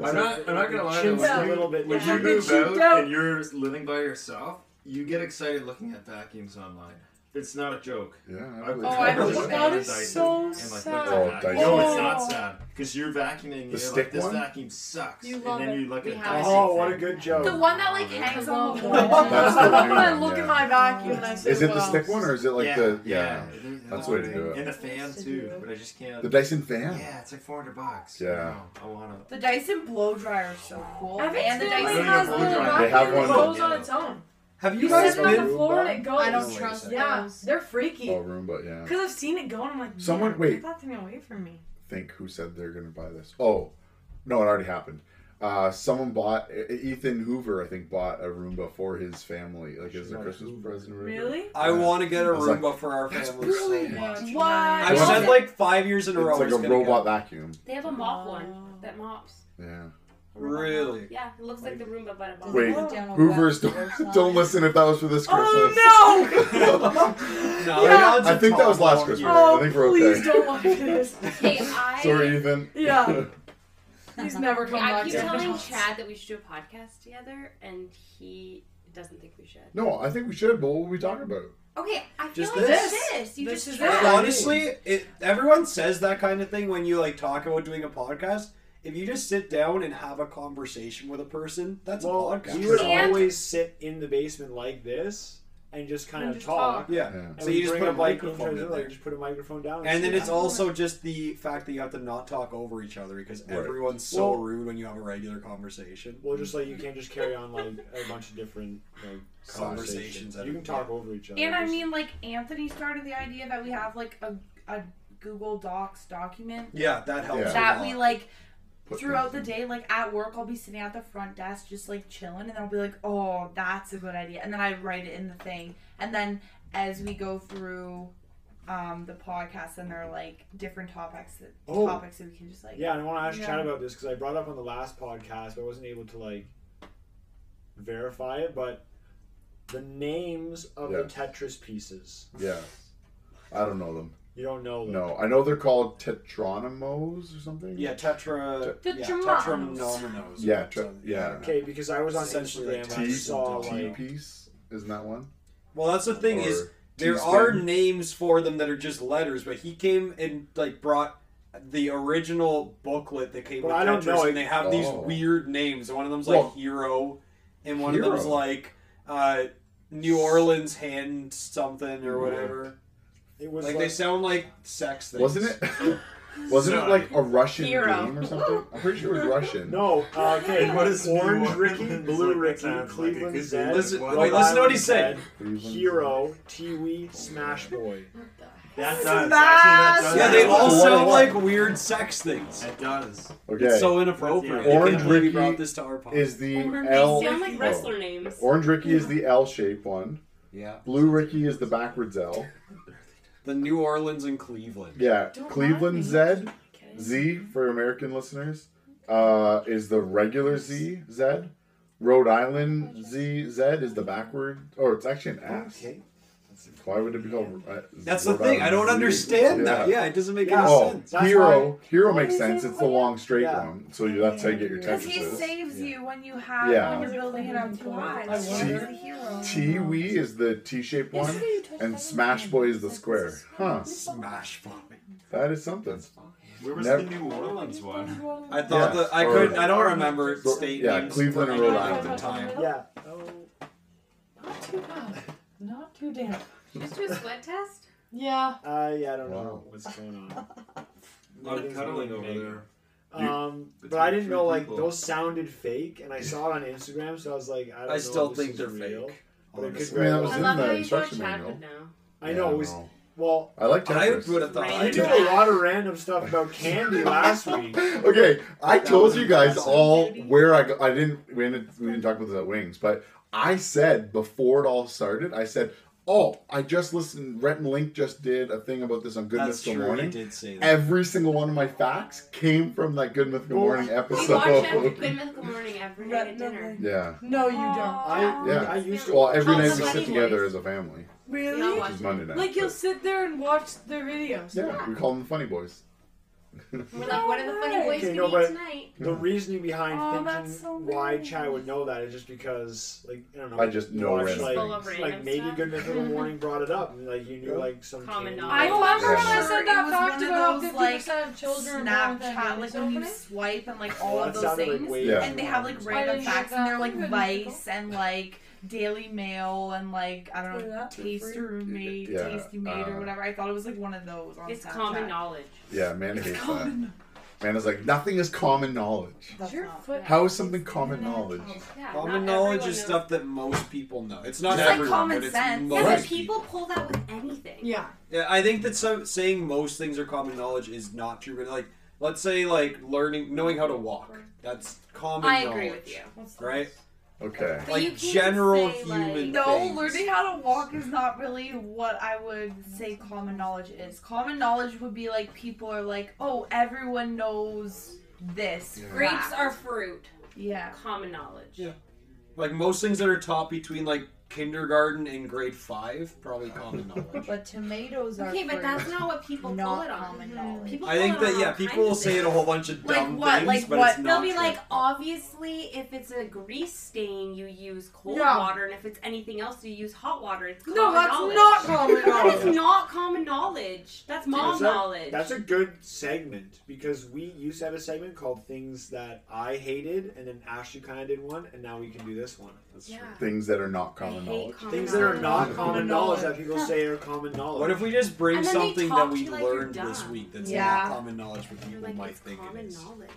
[SPEAKER 9] I'm not. I'm not gonna lie.
[SPEAKER 4] Chintz
[SPEAKER 9] though,
[SPEAKER 4] a
[SPEAKER 9] when
[SPEAKER 4] little bit.
[SPEAKER 9] When
[SPEAKER 4] there.
[SPEAKER 9] you move
[SPEAKER 7] Chimped
[SPEAKER 9] out
[SPEAKER 7] out.
[SPEAKER 9] and you're living by yourself, you get excited looking at vacuums online. It's not a joke.
[SPEAKER 2] yeah.
[SPEAKER 9] I would
[SPEAKER 1] Oh,
[SPEAKER 9] I
[SPEAKER 1] I
[SPEAKER 9] would
[SPEAKER 1] hope
[SPEAKER 9] just
[SPEAKER 1] that
[SPEAKER 9] hand
[SPEAKER 1] is
[SPEAKER 9] Dyson
[SPEAKER 1] so
[SPEAKER 9] and, like, look at
[SPEAKER 1] sad.
[SPEAKER 9] that.
[SPEAKER 2] Oh, Dyson.
[SPEAKER 9] No, it's
[SPEAKER 1] Oh.
[SPEAKER 9] not sad because you're vacuuming. and
[SPEAKER 2] The
[SPEAKER 9] you're
[SPEAKER 2] stick
[SPEAKER 9] like, this
[SPEAKER 2] one?
[SPEAKER 9] vacuum sucks.
[SPEAKER 1] You
[SPEAKER 9] and
[SPEAKER 1] love
[SPEAKER 9] then
[SPEAKER 1] it.
[SPEAKER 9] you look
[SPEAKER 5] We
[SPEAKER 9] at
[SPEAKER 5] have
[SPEAKER 9] the
[SPEAKER 5] it.
[SPEAKER 4] Oh, what a good joke.
[SPEAKER 8] The one that like hangs on the
[SPEAKER 1] That's
[SPEAKER 8] wall.
[SPEAKER 2] the new
[SPEAKER 1] I
[SPEAKER 2] one,
[SPEAKER 1] look
[SPEAKER 2] yeah.
[SPEAKER 1] at my vacuum and I say,
[SPEAKER 2] Is it the
[SPEAKER 1] "Wow."
[SPEAKER 2] stick one or is it like
[SPEAKER 9] yeah,
[SPEAKER 2] the
[SPEAKER 9] yeah?
[SPEAKER 2] yeah,
[SPEAKER 9] That's
[SPEAKER 2] the way to do it.
[SPEAKER 9] And the fan too, but I just can't.
[SPEAKER 2] the Dyson fan?
[SPEAKER 9] yeah, it's like 400 bucks.
[SPEAKER 2] Yeah.
[SPEAKER 9] No, I want it.
[SPEAKER 7] The Dyson blow dryer is so cool.
[SPEAKER 1] Evan's
[SPEAKER 7] And the
[SPEAKER 1] family
[SPEAKER 7] Dyson
[SPEAKER 9] Dyson-
[SPEAKER 1] has a
[SPEAKER 9] They
[SPEAKER 1] little
[SPEAKER 9] have
[SPEAKER 1] vacuum
[SPEAKER 2] one
[SPEAKER 1] that
[SPEAKER 2] that-
[SPEAKER 1] goes on its own.
[SPEAKER 3] Have
[SPEAKER 1] You
[SPEAKER 3] you
[SPEAKER 1] set
[SPEAKER 3] guys
[SPEAKER 1] it on
[SPEAKER 3] been?
[SPEAKER 1] the floor and it goes.
[SPEAKER 6] I don't trust
[SPEAKER 1] Yeah,
[SPEAKER 6] those.
[SPEAKER 1] they're freaky.
[SPEAKER 2] Oh, Roomba. Yeah.
[SPEAKER 1] Because I've seen it go and I'm like,
[SPEAKER 2] Someone-
[SPEAKER 1] "Man,
[SPEAKER 2] wait.
[SPEAKER 1] Get that thing away from me.
[SPEAKER 2] think who said they're going to buy this. Oh, no, it already happened. Uh, someone bought E- E- Ethan Hoover. I think bought a Roomba for his family, like as a
[SPEAKER 4] Nice.
[SPEAKER 2] Christmas present. Or whatever.
[SPEAKER 1] Really?
[SPEAKER 3] I want to get a
[SPEAKER 2] I was like,
[SPEAKER 3] Roomba for our
[SPEAKER 2] That's
[SPEAKER 3] family
[SPEAKER 2] brilliant.
[SPEAKER 3] so much.
[SPEAKER 7] What?
[SPEAKER 3] I've
[SPEAKER 2] Well,
[SPEAKER 3] said
[SPEAKER 2] it-
[SPEAKER 3] like five years in a row.
[SPEAKER 2] It's
[SPEAKER 3] I
[SPEAKER 2] like
[SPEAKER 3] was
[SPEAKER 2] a
[SPEAKER 3] gonna
[SPEAKER 2] robot
[SPEAKER 3] get
[SPEAKER 2] vacuum.
[SPEAKER 5] They have a mop one that mops.
[SPEAKER 2] Yeah.
[SPEAKER 3] it. Really?
[SPEAKER 5] Yeah, it looks like the Roomba, but it mops.
[SPEAKER 2] Wait,
[SPEAKER 1] Oh.
[SPEAKER 2] Hoovers, don't, don't listen if that was for this Christmas.
[SPEAKER 1] Oh no!
[SPEAKER 3] No,
[SPEAKER 1] Yeah.
[SPEAKER 3] now it's
[SPEAKER 2] I
[SPEAKER 3] a
[SPEAKER 2] think that was
[SPEAKER 3] toddler
[SPEAKER 2] last Christmas.
[SPEAKER 3] year.
[SPEAKER 1] Oh,
[SPEAKER 2] I think we're
[SPEAKER 1] please
[SPEAKER 2] okay.
[SPEAKER 1] don't watch this.
[SPEAKER 5] Okay, I,
[SPEAKER 2] Sorry, Ethan.
[SPEAKER 1] Yeah. He's never
[SPEAKER 5] okay,
[SPEAKER 1] come
[SPEAKER 5] I
[SPEAKER 1] back
[SPEAKER 5] keep
[SPEAKER 1] to
[SPEAKER 5] telling
[SPEAKER 1] us.
[SPEAKER 5] Chad that we should do a podcast together, and he doesn't think we should.
[SPEAKER 2] no, I think we should, but what were we talking about?
[SPEAKER 8] Okay, I feel
[SPEAKER 3] Just
[SPEAKER 8] like
[SPEAKER 3] this.
[SPEAKER 8] this. You
[SPEAKER 1] This
[SPEAKER 8] just
[SPEAKER 1] is
[SPEAKER 8] tried.
[SPEAKER 1] it.
[SPEAKER 3] Honestly, it, everyone says that kind of thing when you like talk about doing a podcast. If you just sit down and have a conversation with a person, that's a
[SPEAKER 4] Well,
[SPEAKER 3] podcast.
[SPEAKER 4] we would
[SPEAKER 8] And-
[SPEAKER 4] always sit in the basement like this and just kind
[SPEAKER 1] And
[SPEAKER 4] of
[SPEAKER 1] just talk.
[SPEAKER 4] talk.
[SPEAKER 3] yeah.
[SPEAKER 2] Yeah.
[SPEAKER 4] And
[SPEAKER 3] So
[SPEAKER 4] we
[SPEAKER 3] you just
[SPEAKER 4] bring
[SPEAKER 3] put a
[SPEAKER 4] mic in
[SPEAKER 3] microphone
[SPEAKER 4] terms of,
[SPEAKER 3] in
[SPEAKER 4] like,
[SPEAKER 3] there.
[SPEAKER 4] Just put a microphone down.
[SPEAKER 3] And then
[SPEAKER 4] sit
[SPEAKER 3] it's
[SPEAKER 4] down.
[SPEAKER 3] also just the fact that you have to not talk over each other because
[SPEAKER 2] Right.
[SPEAKER 3] everyone's so
[SPEAKER 4] Well-
[SPEAKER 3] rude when you have a regular conversation.
[SPEAKER 4] Well, just like you can't just carry on like a bunch of different like
[SPEAKER 3] Conversations
[SPEAKER 4] conversations.
[SPEAKER 3] that
[SPEAKER 4] You
[SPEAKER 3] are-
[SPEAKER 4] can talk over each other.
[SPEAKER 7] And I
[SPEAKER 4] Just-
[SPEAKER 7] mean, like Anthony started the idea that we have like a, a Google Docs document
[SPEAKER 3] Yeah, that helps.
[SPEAKER 2] Yeah.
[SPEAKER 3] a
[SPEAKER 7] that
[SPEAKER 3] lot.
[SPEAKER 7] we like
[SPEAKER 2] Put
[SPEAKER 7] throughout the
[SPEAKER 2] things
[SPEAKER 7] day. Like at work, I'll be sitting at the front desk just like chilling, and I'll be like, "Oh, that's a good idea," and then I write it in the thing. And then as we go through um, the podcast, and there are like different topics that
[SPEAKER 4] Oh.
[SPEAKER 7] topics that we can just like
[SPEAKER 4] Yeah, and I want to ask
[SPEAKER 7] Yeah.
[SPEAKER 4] Chad about this because I brought up on the last podcast, but I wasn't able to like verify it. But the names of the Tetris pieces,
[SPEAKER 2] in. Yeah. I don't know them.
[SPEAKER 4] you don't know them.
[SPEAKER 2] No, I know they're called Tetronimos or something.
[SPEAKER 3] Yeah, tetra.
[SPEAKER 7] The
[SPEAKER 3] yeah,
[SPEAKER 7] drums.
[SPEAKER 3] tetranomenos.
[SPEAKER 2] Yeah, tre- yeah.
[SPEAKER 4] Okay, because I was on
[SPEAKER 3] Essentially,
[SPEAKER 4] Instagram
[SPEAKER 3] like,
[SPEAKER 4] and I
[SPEAKER 2] T,
[SPEAKER 3] T-
[SPEAKER 4] saw
[SPEAKER 2] T
[SPEAKER 4] like
[SPEAKER 2] piece. Isn't that one?
[SPEAKER 3] Well, that's the thing is
[SPEAKER 2] Or
[SPEAKER 3] there
[SPEAKER 2] T
[SPEAKER 3] are
[SPEAKER 2] spin?
[SPEAKER 3] names for them that are just letters, but he came and like brought the original booklet that came
[SPEAKER 4] Well,
[SPEAKER 3] with
[SPEAKER 4] I don't
[SPEAKER 3] Tetris,
[SPEAKER 4] know,
[SPEAKER 3] and they have these
[SPEAKER 2] Oh.
[SPEAKER 3] weird names. One of them's
[SPEAKER 2] Well-
[SPEAKER 3] like Hero, and one of them's
[SPEAKER 2] Hero.
[SPEAKER 3] like uh, New Orleans Hand something or
[SPEAKER 2] What?
[SPEAKER 3] whatever.
[SPEAKER 4] it was
[SPEAKER 3] Like
[SPEAKER 4] like,
[SPEAKER 3] they sound like sex things.
[SPEAKER 2] Wasn't it? Wasn't it
[SPEAKER 9] Sorry.
[SPEAKER 2] like a Russian
[SPEAKER 7] Hero.
[SPEAKER 2] game or something? I'm pretty sure it was Russian.
[SPEAKER 4] no. Uh, okay,
[SPEAKER 9] And what is New
[SPEAKER 4] orange
[SPEAKER 9] Orleans?
[SPEAKER 4] Ricky, blue
[SPEAKER 9] Like, that
[SPEAKER 4] Ricky,
[SPEAKER 9] sounds like it could
[SPEAKER 4] Cleveland
[SPEAKER 9] be
[SPEAKER 4] Zed,
[SPEAKER 3] Listen-
[SPEAKER 9] Rhode
[SPEAKER 3] wait, listen to what he said.
[SPEAKER 4] Island Zed,
[SPEAKER 2] Cleveland-
[SPEAKER 4] Hero, Tiwi, Smash Boy.
[SPEAKER 9] That does. Actually, that does.
[SPEAKER 3] Yeah, they all
[SPEAKER 2] What
[SPEAKER 3] sound
[SPEAKER 2] it
[SPEAKER 3] like
[SPEAKER 2] was.
[SPEAKER 3] weird sex things.
[SPEAKER 9] It does.
[SPEAKER 2] Okay.
[SPEAKER 3] It's so inappropriate. I
[SPEAKER 2] Orange
[SPEAKER 3] can't believe you
[SPEAKER 2] Ricky
[SPEAKER 3] brought this to our podcast.
[SPEAKER 2] is the L.
[SPEAKER 5] They sound like
[SPEAKER 2] oh.
[SPEAKER 5] wrestler names.
[SPEAKER 2] Orange Ricky is the L shape one.
[SPEAKER 3] yeah.
[SPEAKER 2] Blue Ricky is the backwards L.
[SPEAKER 3] The New Orleans and Cleveland.
[SPEAKER 2] Yeah.
[SPEAKER 1] Don't
[SPEAKER 2] Cleveland
[SPEAKER 1] mind
[SPEAKER 2] Z.
[SPEAKER 5] Okay.
[SPEAKER 2] Z for American listeners uh, is the regular Z Z. Rhode Island Z Z is the backward. Or it's actually an S. Why would it be called? Uh,
[SPEAKER 3] That's the
[SPEAKER 2] Rhode
[SPEAKER 3] thing. I
[SPEAKER 2] Island
[SPEAKER 3] don't
[SPEAKER 2] Z?
[SPEAKER 3] understand that.
[SPEAKER 2] Yeah.
[SPEAKER 3] Yeah, it doesn't make
[SPEAKER 4] Yeah.
[SPEAKER 3] any
[SPEAKER 2] Oh,
[SPEAKER 3] sense.
[SPEAKER 4] That's
[SPEAKER 2] hero,
[SPEAKER 4] why-
[SPEAKER 2] hero
[SPEAKER 1] What
[SPEAKER 2] makes
[SPEAKER 1] is
[SPEAKER 2] sense.
[SPEAKER 1] it?
[SPEAKER 2] It's the long straight
[SPEAKER 4] Yeah.
[SPEAKER 2] one, so you, that's how you get your
[SPEAKER 7] Because he
[SPEAKER 2] Tetris.
[SPEAKER 7] saves you when you have
[SPEAKER 2] Yeah.
[SPEAKER 7] when you're building it up to lives.
[SPEAKER 2] I
[SPEAKER 7] He's
[SPEAKER 2] wonder-
[SPEAKER 7] the hero.
[SPEAKER 2] T Wee is the T-shaped one, and Smash Boy is the square. Huh?
[SPEAKER 3] Smash Boy.
[SPEAKER 2] That is something.
[SPEAKER 9] Where was
[SPEAKER 2] Never-
[SPEAKER 9] the New Orleans one?
[SPEAKER 3] I thought
[SPEAKER 2] Yeah,
[SPEAKER 3] that I
[SPEAKER 2] or-
[SPEAKER 3] could. I don't remember state
[SPEAKER 2] yeah,
[SPEAKER 3] names.
[SPEAKER 2] Cleveland
[SPEAKER 3] for
[SPEAKER 2] and Rhode
[SPEAKER 3] any of them
[SPEAKER 2] Island.
[SPEAKER 3] at the time.
[SPEAKER 4] Yeah. Uh,
[SPEAKER 1] Not too bad. Not too damn.
[SPEAKER 5] Just do a sweat test.
[SPEAKER 1] Yeah.
[SPEAKER 4] Uh, yeah, I don't
[SPEAKER 2] Wow.
[SPEAKER 4] know what's going on.
[SPEAKER 9] A lot of cuddling over there.
[SPEAKER 2] You-
[SPEAKER 4] Um, but
[SPEAKER 9] Between
[SPEAKER 4] I didn't
[SPEAKER 9] three
[SPEAKER 4] know like
[SPEAKER 9] people.
[SPEAKER 4] those sounded fake, and I saw it on Instagram, so I was like, I don't know.
[SPEAKER 3] I still
[SPEAKER 4] if
[SPEAKER 3] think
[SPEAKER 4] this
[SPEAKER 3] they're
[SPEAKER 4] is real.
[SPEAKER 3] fake.
[SPEAKER 4] But it
[SPEAKER 2] I
[SPEAKER 4] could
[SPEAKER 2] mean, that
[SPEAKER 4] very
[SPEAKER 2] was
[SPEAKER 5] I
[SPEAKER 4] well
[SPEAKER 2] in
[SPEAKER 5] love
[SPEAKER 2] the
[SPEAKER 4] be.
[SPEAKER 5] how you thought
[SPEAKER 2] instruction
[SPEAKER 5] Chad
[SPEAKER 2] manual.
[SPEAKER 5] would know.
[SPEAKER 4] I know.
[SPEAKER 2] Yeah,
[SPEAKER 4] It was
[SPEAKER 2] no.
[SPEAKER 4] well.
[SPEAKER 2] I like
[SPEAKER 3] I
[SPEAKER 2] Tetris.
[SPEAKER 3] would have thought.
[SPEAKER 4] I did a lot of random stuff about candy last week.
[SPEAKER 2] Okay, I
[SPEAKER 3] That
[SPEAKER 2] told
[SPEAKER 3] was
[SPEAKER 2] you guys
[SPEAKER 3] impressive.
[SPEAKER 2] all where I go. I didn't. We didn't. We didn't talk about the wings, but I said before it all started. I said, "Oh, I just listened. Rhett and Link just did a thing about this on Good
[SPEAKER 3] That's
[SPEAKER 2] Mythical
[SPEAKER 3] true. He
[SPEAKER 2] Morning.
[SPEAKER 3] did say that.
[SPEAKER 2] Every single one of my facts came from that Good Mythical
[SPEAKER 4] Well,
[SPEAKER 2] Morning
[SPEAKER 5] We watch every
[SPEAKER 2] episode.
[SPEAKER 5] Good Mythical Morning every night at dinner.
[SPEAKER 2] yeah,
[SPEAKER 1] No, you don't.
[SPEAKER 4] I
[SPEAKER 2] Yeah.
[SPEAKER 4] I used to.
[SPEAKER 2] well, every
[SPEAKER 5] Oh,
[SPEAKER 2] night we
[SPEAKER 5] somebody
[SPEAKER 2] sit together
[SPEAKER 5] voice.
[SPEAKER 2] as a family,
[SPEAKER 5] We all
[SPEAKER 1] Really?
[SPEAKER 5] watch
[SPEAKER 2] which is Monday night.
[SPEAKER 1] Like you'll
[SPEAKER 2] but-
[SPEAKER 1] sit there and watch their videos.
[SPEAKER 2] yeah, we call them the Funny Boys.
[SPEAKER 5] We're like, what are the funny
[SPEAKER 1] Okay,
[SPEAKER 5] boys
[SPEAKER 4] no,
[SPEAKER 5] gonna
[SPEAKER 4] but-
[SPEAKER 5] eat tonight?
[SPEAKER 4] The reasoning behind
[SPEAKER 1] Oh,
[SPEAKER 4] thinking
[SPEAKER 1] that's so
[SPEAKER 4] why
[SPEAKER 1] weird.
[SPEAKER 4] Chad would know that is just because, like, I don't know.
[SPEAKER 2] I just
[SPEAKER 4] you
[SPEAKER 2] know
[SPEAKER 4] watch,
[SPEAKER 2] random
[SPEAKER 4] like,
[SPEAKER 5] Full of
[SPEAKER 2] things.
[SPEAKER 5] random
[SPEAKER 4] like maybe
[SPEAKER 5] stuff.
[SPEAKER 4] Good Mythical Morning brought it up, and like you knew like some
[SPEAKER 5] Common
[SPEAKER 4] candy.
[SPEAKER 5] knowledge.
[SPEAKER 1] I remember when I
[SPEAKER 2] Yeah.
[SPEAKER 1] said
[SPEAKER 7] It
[SPEAKER 1] that
[SPEAKER 7] was
[SPEAKER 1] fact
[SPEAKER 7] one of
[SPEAKER 1] about
[SPEAKER 7] those,
[SPEAKER 1] fifty
[SPEAKER 7] like,
[SPEAKER 1] percent of children are
[SPEAKER 7] Snapchat, like when you swipe and like all
[SPEAKER 4] Well,
[SPEAKER 7] of
[SPEAKER 4] Oh, that
[SPEAKER 7] those
[SPEAKER 4] sounded, like,
[SPEAKER 7] things,
[SPEAKER 4] way
[SPEAKER 2] Yeah.
[SPEAKER 7] and they have like
[SPEAKER 4] too
[SPEAKER 1] I
[SPEAKER 7] random
[SPEAKER 1] didn't know
[SPEAKER 7] facts, and they're
[SPEAKER 1] that.
[SPEAKER 7] like
[SPEAKER 1] Good
[SPEAKER 7] Vice and like Daily Mail and like I don't
[SPEAKER 1] Look
[SPEAKER 7] know,
[SPEAKER 1] at that, for
[SPEAKER 7] Taste
[SPEAKER 1] free.
[SPEAKER 7] Roommate,
[SPEAKER 2] Yeah,
[SPEAKER 7] Tasty Mate,
[SPEAKER 2] uh,
[SPEAKER 7] or whatever. I thought it was like one of those on
[SPEAKER 5] It's
[SPEAKER 7] Snapchat.
[SPEAKER 5] common knowledge.
[SPEAKER 2] Yeah, man hates that. Man is like nothing is common knowledge.
[SPEAKER 7] That's
[SPEAKER 1] Your
[SPEAKER 7] not-
[SPEAKER 1] foot.
[SPEAKER 2] How is something common knowledge?
[SPEAKER 5] Yeah,
[SPEAKER 3] Common
[SPEAKER 5] not
[SPEAKER 3] knowledge
[SPEAKER 5] everyone
[SPEAKER 3] is
[SPEAKER 5] knows.
[SPEAKER 3] stuff that most people know. It's not
[SPEAKER 2] Just
[SPEAKER 7] like
[SPEAKER 3] everyone,
[SPEAKER 7] common
[SPEAKER 3] but it's
[SPEAKER 7] sense.
[SPEAKER 3] most
[SPEAKER 5] Yeah,
[SPEAKER 2] Right.
[SPEAKER 5] but people pull that with anything.
[SPEAKER 1] Yeah.
[SPEAKER 3] Yeah, I think that some, saying most things are common knowledge is not true. But like, let's say like learning, knowing how to walk. That's common.
[SPEAKER 5] I
[SPEAKER 3] knowledge,
[SPEAKER 5] agree with you.
[SPEAKER 3] Right?
[SPEAKER 2] Okay.
[SPEAKER 5] But you
[SPEAKER 3] Like
[SPEAKER 5] can't
[SPEAKER 3] general
[SPEAKER 5] say, like-
[SPEAKER 3] human.
[SPEAKER 7] No,
[SPEAKER 3] things.
[SPEAKER 7] learning how to walk is not really what I would say common knowledge is. Common knowledge would be like people are like, oh, everyone knows this.
[SPEAKER 2] Yeah.
[SPEAKER 5] Grapes
[SPEAKER 7] fact."
[SPEAKER 5] are fruit.
[SPEAKER 7] Yeah.
[SPEAKER 5] Common knowledge.
[SPEAKER 3] Yeah. Like most things that are taught between like kindergarten and grade five, probably common knowledge.
[SPEAKER 7] But tomatoes are
[SPEAKER 5] Okay, but
[SPEAKER 7] fruit,
[SPEAKER 5] that's not what people pull
[SPEAKER 7] not
[SPEAKER 5] it on.
[SPEAKER 7] common knowledge.
[SPEAKER 5] People
[SPEAKER 3] I think
[SPEAKER 5] pull it
[SPEAKER 3] that
[SPEAKER 5] on
[SPEAKER 3] yeah,
[SPEAKER 5] all
[SPEAKER 3] people
[SPEAKER 5] kinds
[SPEAKER 3] will
[SPEAKER 5] of
[SPEAKER 3] say it a
[SPEAKER 5] things.
[SPEAKER 3] whole bunch of
[SPEAKER 7] Like
[SPEAKER 3] dumb
[SPEAKER 7] what?
[SPEAKER 3] things,
[SPEAKER 7] Like
[SPEAKER 3] but
[SPEAKER 7] what?
[SPEAKER 3] it's
[SPEAKER 5] They'll
[SPEAKER 3] not.
[SPEAKER 5] be
[SPEAKER 3] true.
[SPEAKER 5] like, obviously, if it's a grease stain, you use cold
[SPEAKER 1] Yeah.
[SPEAKER 5] water, and if it's anything else, you use hot water. It's common
[SPEAKER 1] No, that's
[SPEAKER 5] knowledge.
[SPEAKER 1] not common knowledge.
[SPEAKER 5] That is not common knowledge. That's mom
[SPEAKER 4] That's a-
[SPEAKER 5] knowledge.
[SPEAKER 4] That's a good segment because we used to have a segment called "Things That I Hated," and then Ashley kind of did one, and now we can do this one.
[SPEAKER 9] That's
[SPEAKER 5] yeah.
[SPEAKER 2] Things that are not
[SPEAKER 5] I
[SPEAKER 2] common
[SPEAKER 5] hate
[SPEAKER 2] knowledge.
[SPEAKER 7] Oh
[SPEAKER 5] common
[SPEAKER 4] Things that are not
[SPEAKER 2] Common
[SPEAKER 4] common
[SPEAKER 1] knowledge.
[SPEAKER 4] knowledge that people say are common knowledge.
[SPEAKER 3] What if we just bring
[SPEAKER 5] And then they
[SPEAKER 3] something
[SPEAKER 5] talk
[SPEAKER 3] that
[SPEAKER 5] to
[SPEAKER 3] we
[SPEAKER 5] you like you're
[SPEAKER 3] learned this
[SPEAKER 5] dumb.
[SPEAKER 3] week that's
[SPEAKER 7] Yeah.
[SPEAKER 3] not common knowledge, but
[SPEAKER 5] You're
[SPEAKER 3] people
[SPEAKER 5] like,
[SPEAKER 3] might
[SPEAKER 5] it's
[SPEAKER 3] think
[SPEAKER 5] common
[SPEAKER 3] it is?
[SPEAKER 5] knowledge.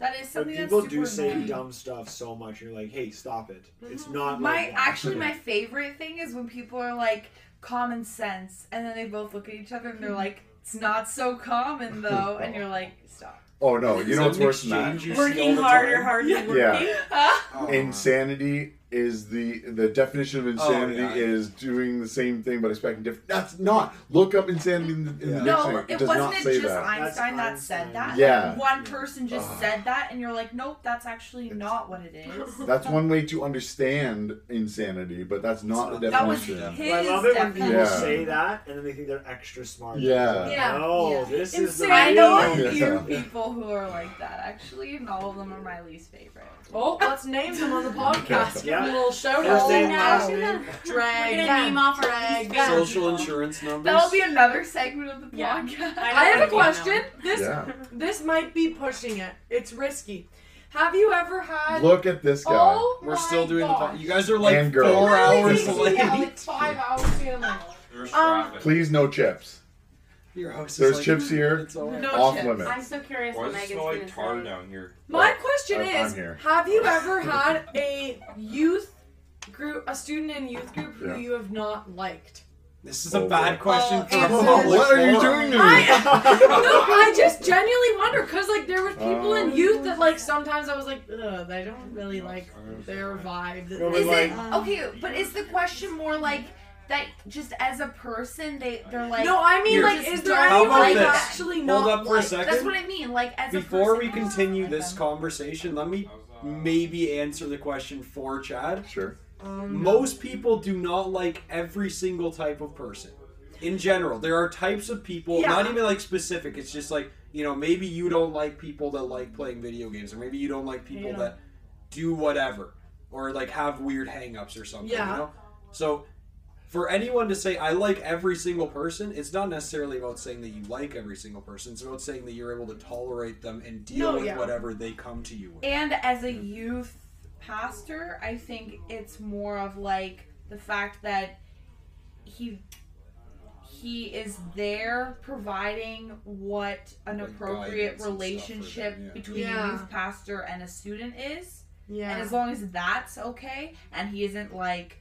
[SPEAKER 7] That is
[SPEAKER 4] But
[SPEAKER 7] something
[SPEAKER 4] people
[SPEAKER 7] that's
[SPEAKER 4] do
[SPEAKER 7] super
[SPEAKER 4] say
[SPEAKER 7] annoying. Mm-hmm.
[SPEAKER 4] dumb stuff so much. You're like, hey, stop it. It's not
[SPEAKER 7] My
[SPEAKER 4] like that.
[SPEAKER 7] actually my favorite thing is when people are like common sense and then they both look at each other and they're like, It's not so common though and you're like, Stop.
[SPEAKER 2] Oh no, you know
[SPEAKER 3] Is that
[SPEAKER 2] what's
[SPEAKER 3] an
[SPEAKER 2] worse than that?
[SPEAKER 3] exchange you see all
[SPEAKER 5] Working
[SPEAKER 3] the
[SPEAKER 5] harder,
[SPEAKER 3] time?
[SPEAKER 5] harder, working.
[SPEAKER 2] Yeah.
[SPEAKER 3] Oh,
[SPEAKER 2] Insanity is the the definition of insanity
[SPEAKER 3] yeah.
[SPEAKER 2] is doing the same thing but expecting different. That's not. Look up insanity in the, in the
[SPEAKER 3] Yeah.
[SPEAKER 7] No,
[SPEAKER 2] dictionary.
[SPEAKER 7] it,
[SPEAKER 2] It does not
[SPEAKER 7] wasn't it
[SPEAKER 2] say
[SPEAKER 7] just
[SPEAKER 2] that.
[SPEAKER 7] Einstein that
[SPEAKER 4] That's
[SPEAKER 7] said
[SPEAKER 4] Einstein.
[SPEAKER 7] that?
[SPEAKER 2] Yeah.
[SPEAKER 7] Like, one person just
[SPEAKER 2] Ugh.
[SPEAKER 7] said that and you're like, Nope, that's actually not what it is.
[SPEAKER 2] That's one way to understand insanity, but that's not the
[SPEAKER 3] It's
[SPEAKER 7] That was
[SPEAKER 2] definition.
[SPEAKER 7] his
[SPEAKER 3] Yeah.
[SPEAKER 4] But I love it when people
[SPEAKER 7] definition.
[SPEAKER 2] Yeah.
[SPEAKER 4] say that and then they think they're extra smart.
[SPEAKER 2] Yeah.
[SPEAKER 7] Yeah.
[SPEAKER 4] No,
[SPEAKER 7] Yeah.
[SPEAKER 4] this is the
[SPEAKER 7] I know a
[SPEAKER 4] real-
[SPEAKER 2] Yeah.
[SPEAKER 7] few people who are like that actually, and all of them are my least favorite.
[SPEAKER 1] Oh, let's name them on the podcast. Give
[SPEAKER 4] Yeah.
[SPEAKER 1] them a little
[SPEAKER 7] Oh,
[SPEAKER 1] shout
[SPEAKER 4] First
[SPEAKER 1] out.
[SPEAKER 4] name, uh,
[SPEAKER 1] now.
[SPEAKER 4] last name.
[SPEAKER 1] Drag.
[SPEAKER 5] We're gonna name off our
[SPEAKER 1] Drag.
[SPEAKER 3] Social insurance numbers.
[SPEAKER 7] That'll be another segment of the
[SPEAKER 5] Yeah.
[SPEAKER 7] podcast.
[SPEAKER 1] I have a
[SPEAKER 5] know.
[SPEAKER 1] question. This
[SPEAKER 2] Yeah.
[SPEAKER 1] this might be pushing it. It's risky. Have you ever had?
[SPEAKER 2] Look at this guy.
[SPEAKER 1] oh
[SPEAKER 3] We're
[SPEAKER 1] my
[SPEAKER 3] still doing the
[SPEAKER 1] gosh.
[SPEAKER 3] pod. You guys are like
[SPEAKER 2] And girls.
[SPEAKER 3] four hours
[SPEAKER 2] Yeah,
[SPEAKER 3] late.
[SPEAKER 1] Yeah, like five hours in. Like,
[SPEAKER 9] There's
[SPEAKER 1] Um,
[SPEAKER 9] traffic.
[SPEAKER 2] Please no chips.
[SPEAKER 3] Your house is
[SPEAKER 2] There's
[SPEAKER 3] like,
[SPEAKER 2] chips here.
[SPEAKER 3] It's all right.
[SPEAKER 7] No
[SPEAKER 2] Off
[SPEAKER 7] chips.
[SPEAKER 2] limits.
[SPEAKER 5] I'm so curious
[SPEAKER 9] Why
[SPEAKER 5] what
[SPEAKER 9] does it
[SPEAKER 5] Megan's
[SPEAKER 9] smell like tar
[SPEAKER 5] gonna say.
[SPEAKER 9] down here?
[SPEAKER 1] My question
[SPEAKER 2] I- I'm
[SPEAKER 1] is:
[SPEAKER 2] here.
[SPEAKER 1] Have you ever had a youth group, a student in youth group who
[SPEAKER 2] Yeah.
[SPEAKER 1] you have not liked?
[SPEAKER 3] This is a
[SPEAKER 2] Oh,
[SPEAKER 3] bad
[SPEAKER 2] boy.
[SPEAKER 3] question
[SPEAKER 1] Oh,
[SPEAKER 3] for a
[SPEAKER 1] answer.
[SPEAKER 3] public
[SPEAKER 2] What are you
[SPEAKER 3] forum.
[SPEAKER 2] doing to me?
[SPEAKER 1] I no, I just genuinely wonder because like there was people in
[SPEAKER 3] Uh,
[SPEAKER 2] Oh.
[SPEAKER 1] youth that like sometimes I was like, ugh, I don't really like their vibe. that
[SPEAKER 4] No,
[SPEAKER 1] they
[SPEAKER 7] Is
[SPEAKER 4] like-
[SPEAKER 7] it okay? But is the question more like that? Just as a person, they they're like.
[SPEAKER 1] No, I mean,
[SPEAKER 3] Here.
[SPEAKER 1] like, is there
[SPEAKER 7] How
[SPEAKER 1] anyone
[SPEAKER 7] about
[SPEAKER 1] like
[SPEAKER 7] this?
[SPEAKER 1] actually not
[SPEAKER 3] Hold up for a
[SPEAKER 1] like-
[SPEAKER 3] second.
[SPEAKER 7] that's what I mean. Like as
[SPEAKER 3] Before
[SPEAKER 7] a
[SPEAKER 3] we
[SPEAKER 7] person,
[SPEAKER 3] continue this
[SPEAKER 7] call,
[SPEAKER 3] conversation, let me maybe answer the question for Chad.
[SPEAKER 2] Sure.
[SPEAKER 1] Um,
[SPEAKER 3] Most people do not like every single type of person. In general, there are types of people,
[SPEAKER 1] Yeah.
[SPEAKER 3] not even like specific, it's just like, you know, maybe you don't like people that like playing video games, or maybe you don't like people
[SPEAKER 1] Yeah.
[SPEAKER 3] that do whatever, or like have weird hangups or something,
[SPEAKER 1] Yeah.
[SPEAKER 3] you know? So for anyone to say I like every single person, it's not necessarily about saying that you like every single person. It's about saying that you're able to tolerate them and deal
[SPEAKER 1] No,
[SPEAKER 3] with
[SPEAKER 1] yeah.
[SPEAKER 3] whatever they come to you with.
[SPEAKER 7] And as a youth pastor, I think it's more of like the fact that he he is there providing what an
[SPEAKER 3] Like
[SPEAKER 7] appropriate
[SPEAKER 3] guidance and stuff for them,
[SPEAKER 7] relationship
[SPEAKER 3] yeah.
[SPEAKER 7] between
[SPEAKER 1] Yeah.
[SPEAKER 7] a youth pastor and a student is. And
[SPEAKER 1] Yeah.
[SPEAKER 7] as long as that's okay and he isn't like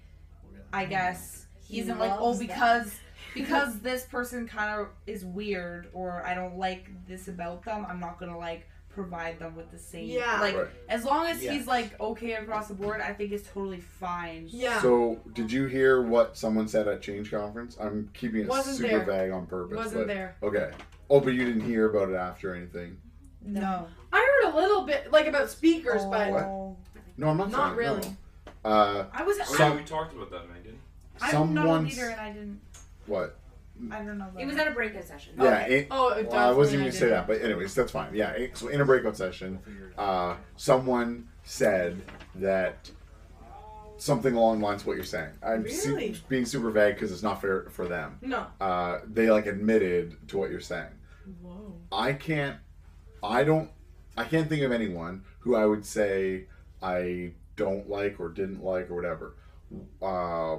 [SPEAKER 7] I guess he,
[SPEAKER 8] He
[SPEAKER 7] isn't like, oh
[SPEAKER 8] loves that.
[SPEAKER 7] because because this person kind of is weird or I don't like this about them, I'm not gonna like provide them with the same
[SPEAKER 1] Yeah.
[SPEAKER 7] like
[SPEAKER 2] Right.
[SPEAKER 7] as long as
[SPEAKER 3] Yes.
[SPEAKER 7] he's like okay across the board, I think it's totally fine.
[SPEAKER 1] yeah.
[SPEAKER 2] So, did you hear what someone said at Change Conference? I'm keeping it
[SPEAKER 1] Wasn't
[SPEAKER 2] super
[SPEAKER 1] there.
[SPEAKER 2] vague on purpose.
[SPEAKER 1] Wasn't
[SPEAKER 2] but,
[SPEAKER 1] there.
[SPEAKER 2] Okay. Oh, but you didn't hear about it after or anything.
[SPEAKER 7] No.
[SPEAKER 1] I heard a little bit like about speakers, but
[SPEAKER 7] Oh.
[SPEAKER 2] No, I'm not.
[SPEAKER 1] Not
[SPEAKER 2] saying- no.
[SPEAKER 1] really.
[SPEAKER 2] Uh,
[SPEAKER 7] I was
[SPEAKER 9] Oh,
[SPEAKER 2] Some-
[SPEAKER 9] yeah, we talked about that, Megan.
[SPEAKER 7] I'm not a
[SPEAKER 2] someone's
[SPEAKER 7] leader and I didn't
[SPEAKER 2] what?
[SPEAKER 7] I don't know
[SPEAKER 5] It
[SPEAKER 7] that.
[SPEAKER 5] was at a breakout session.
[SPEAKER 2] Yeah. it-
[SPEAKER 1] oh, it
[SPEAKER 2] well, I wasn't even gonna
[SPEAKER 1] definitely
[SPEAKER 2] say
[SPEAKER 1] did.
[SPEAKER 2] that, but anyways, that's fine. Yeah. it- so in a breakout session, uh, someone said that something along the lines of what you're saying. I'm su-
[SPEAKER 1] Really?
[SPEAKER 2] being super vague because it's not fair for them.
[SPEAKER 1] No.
[SPEAKER 2] Uh, they like admitted to what you're saying.
[SPEAKER 1] Whoa.
[SPEAKER 2] I can't. I don't. I can't think of anyone who I would say I don't like or didn't like or whatever. Uh,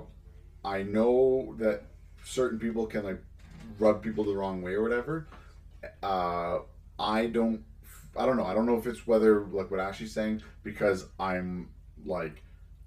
[SPEAKER 2] I know that certain people can like rub people the wrong way or whatever. Uh, I don't. I don't know. I don't know if it's whether like what Ashley's saying because I'm like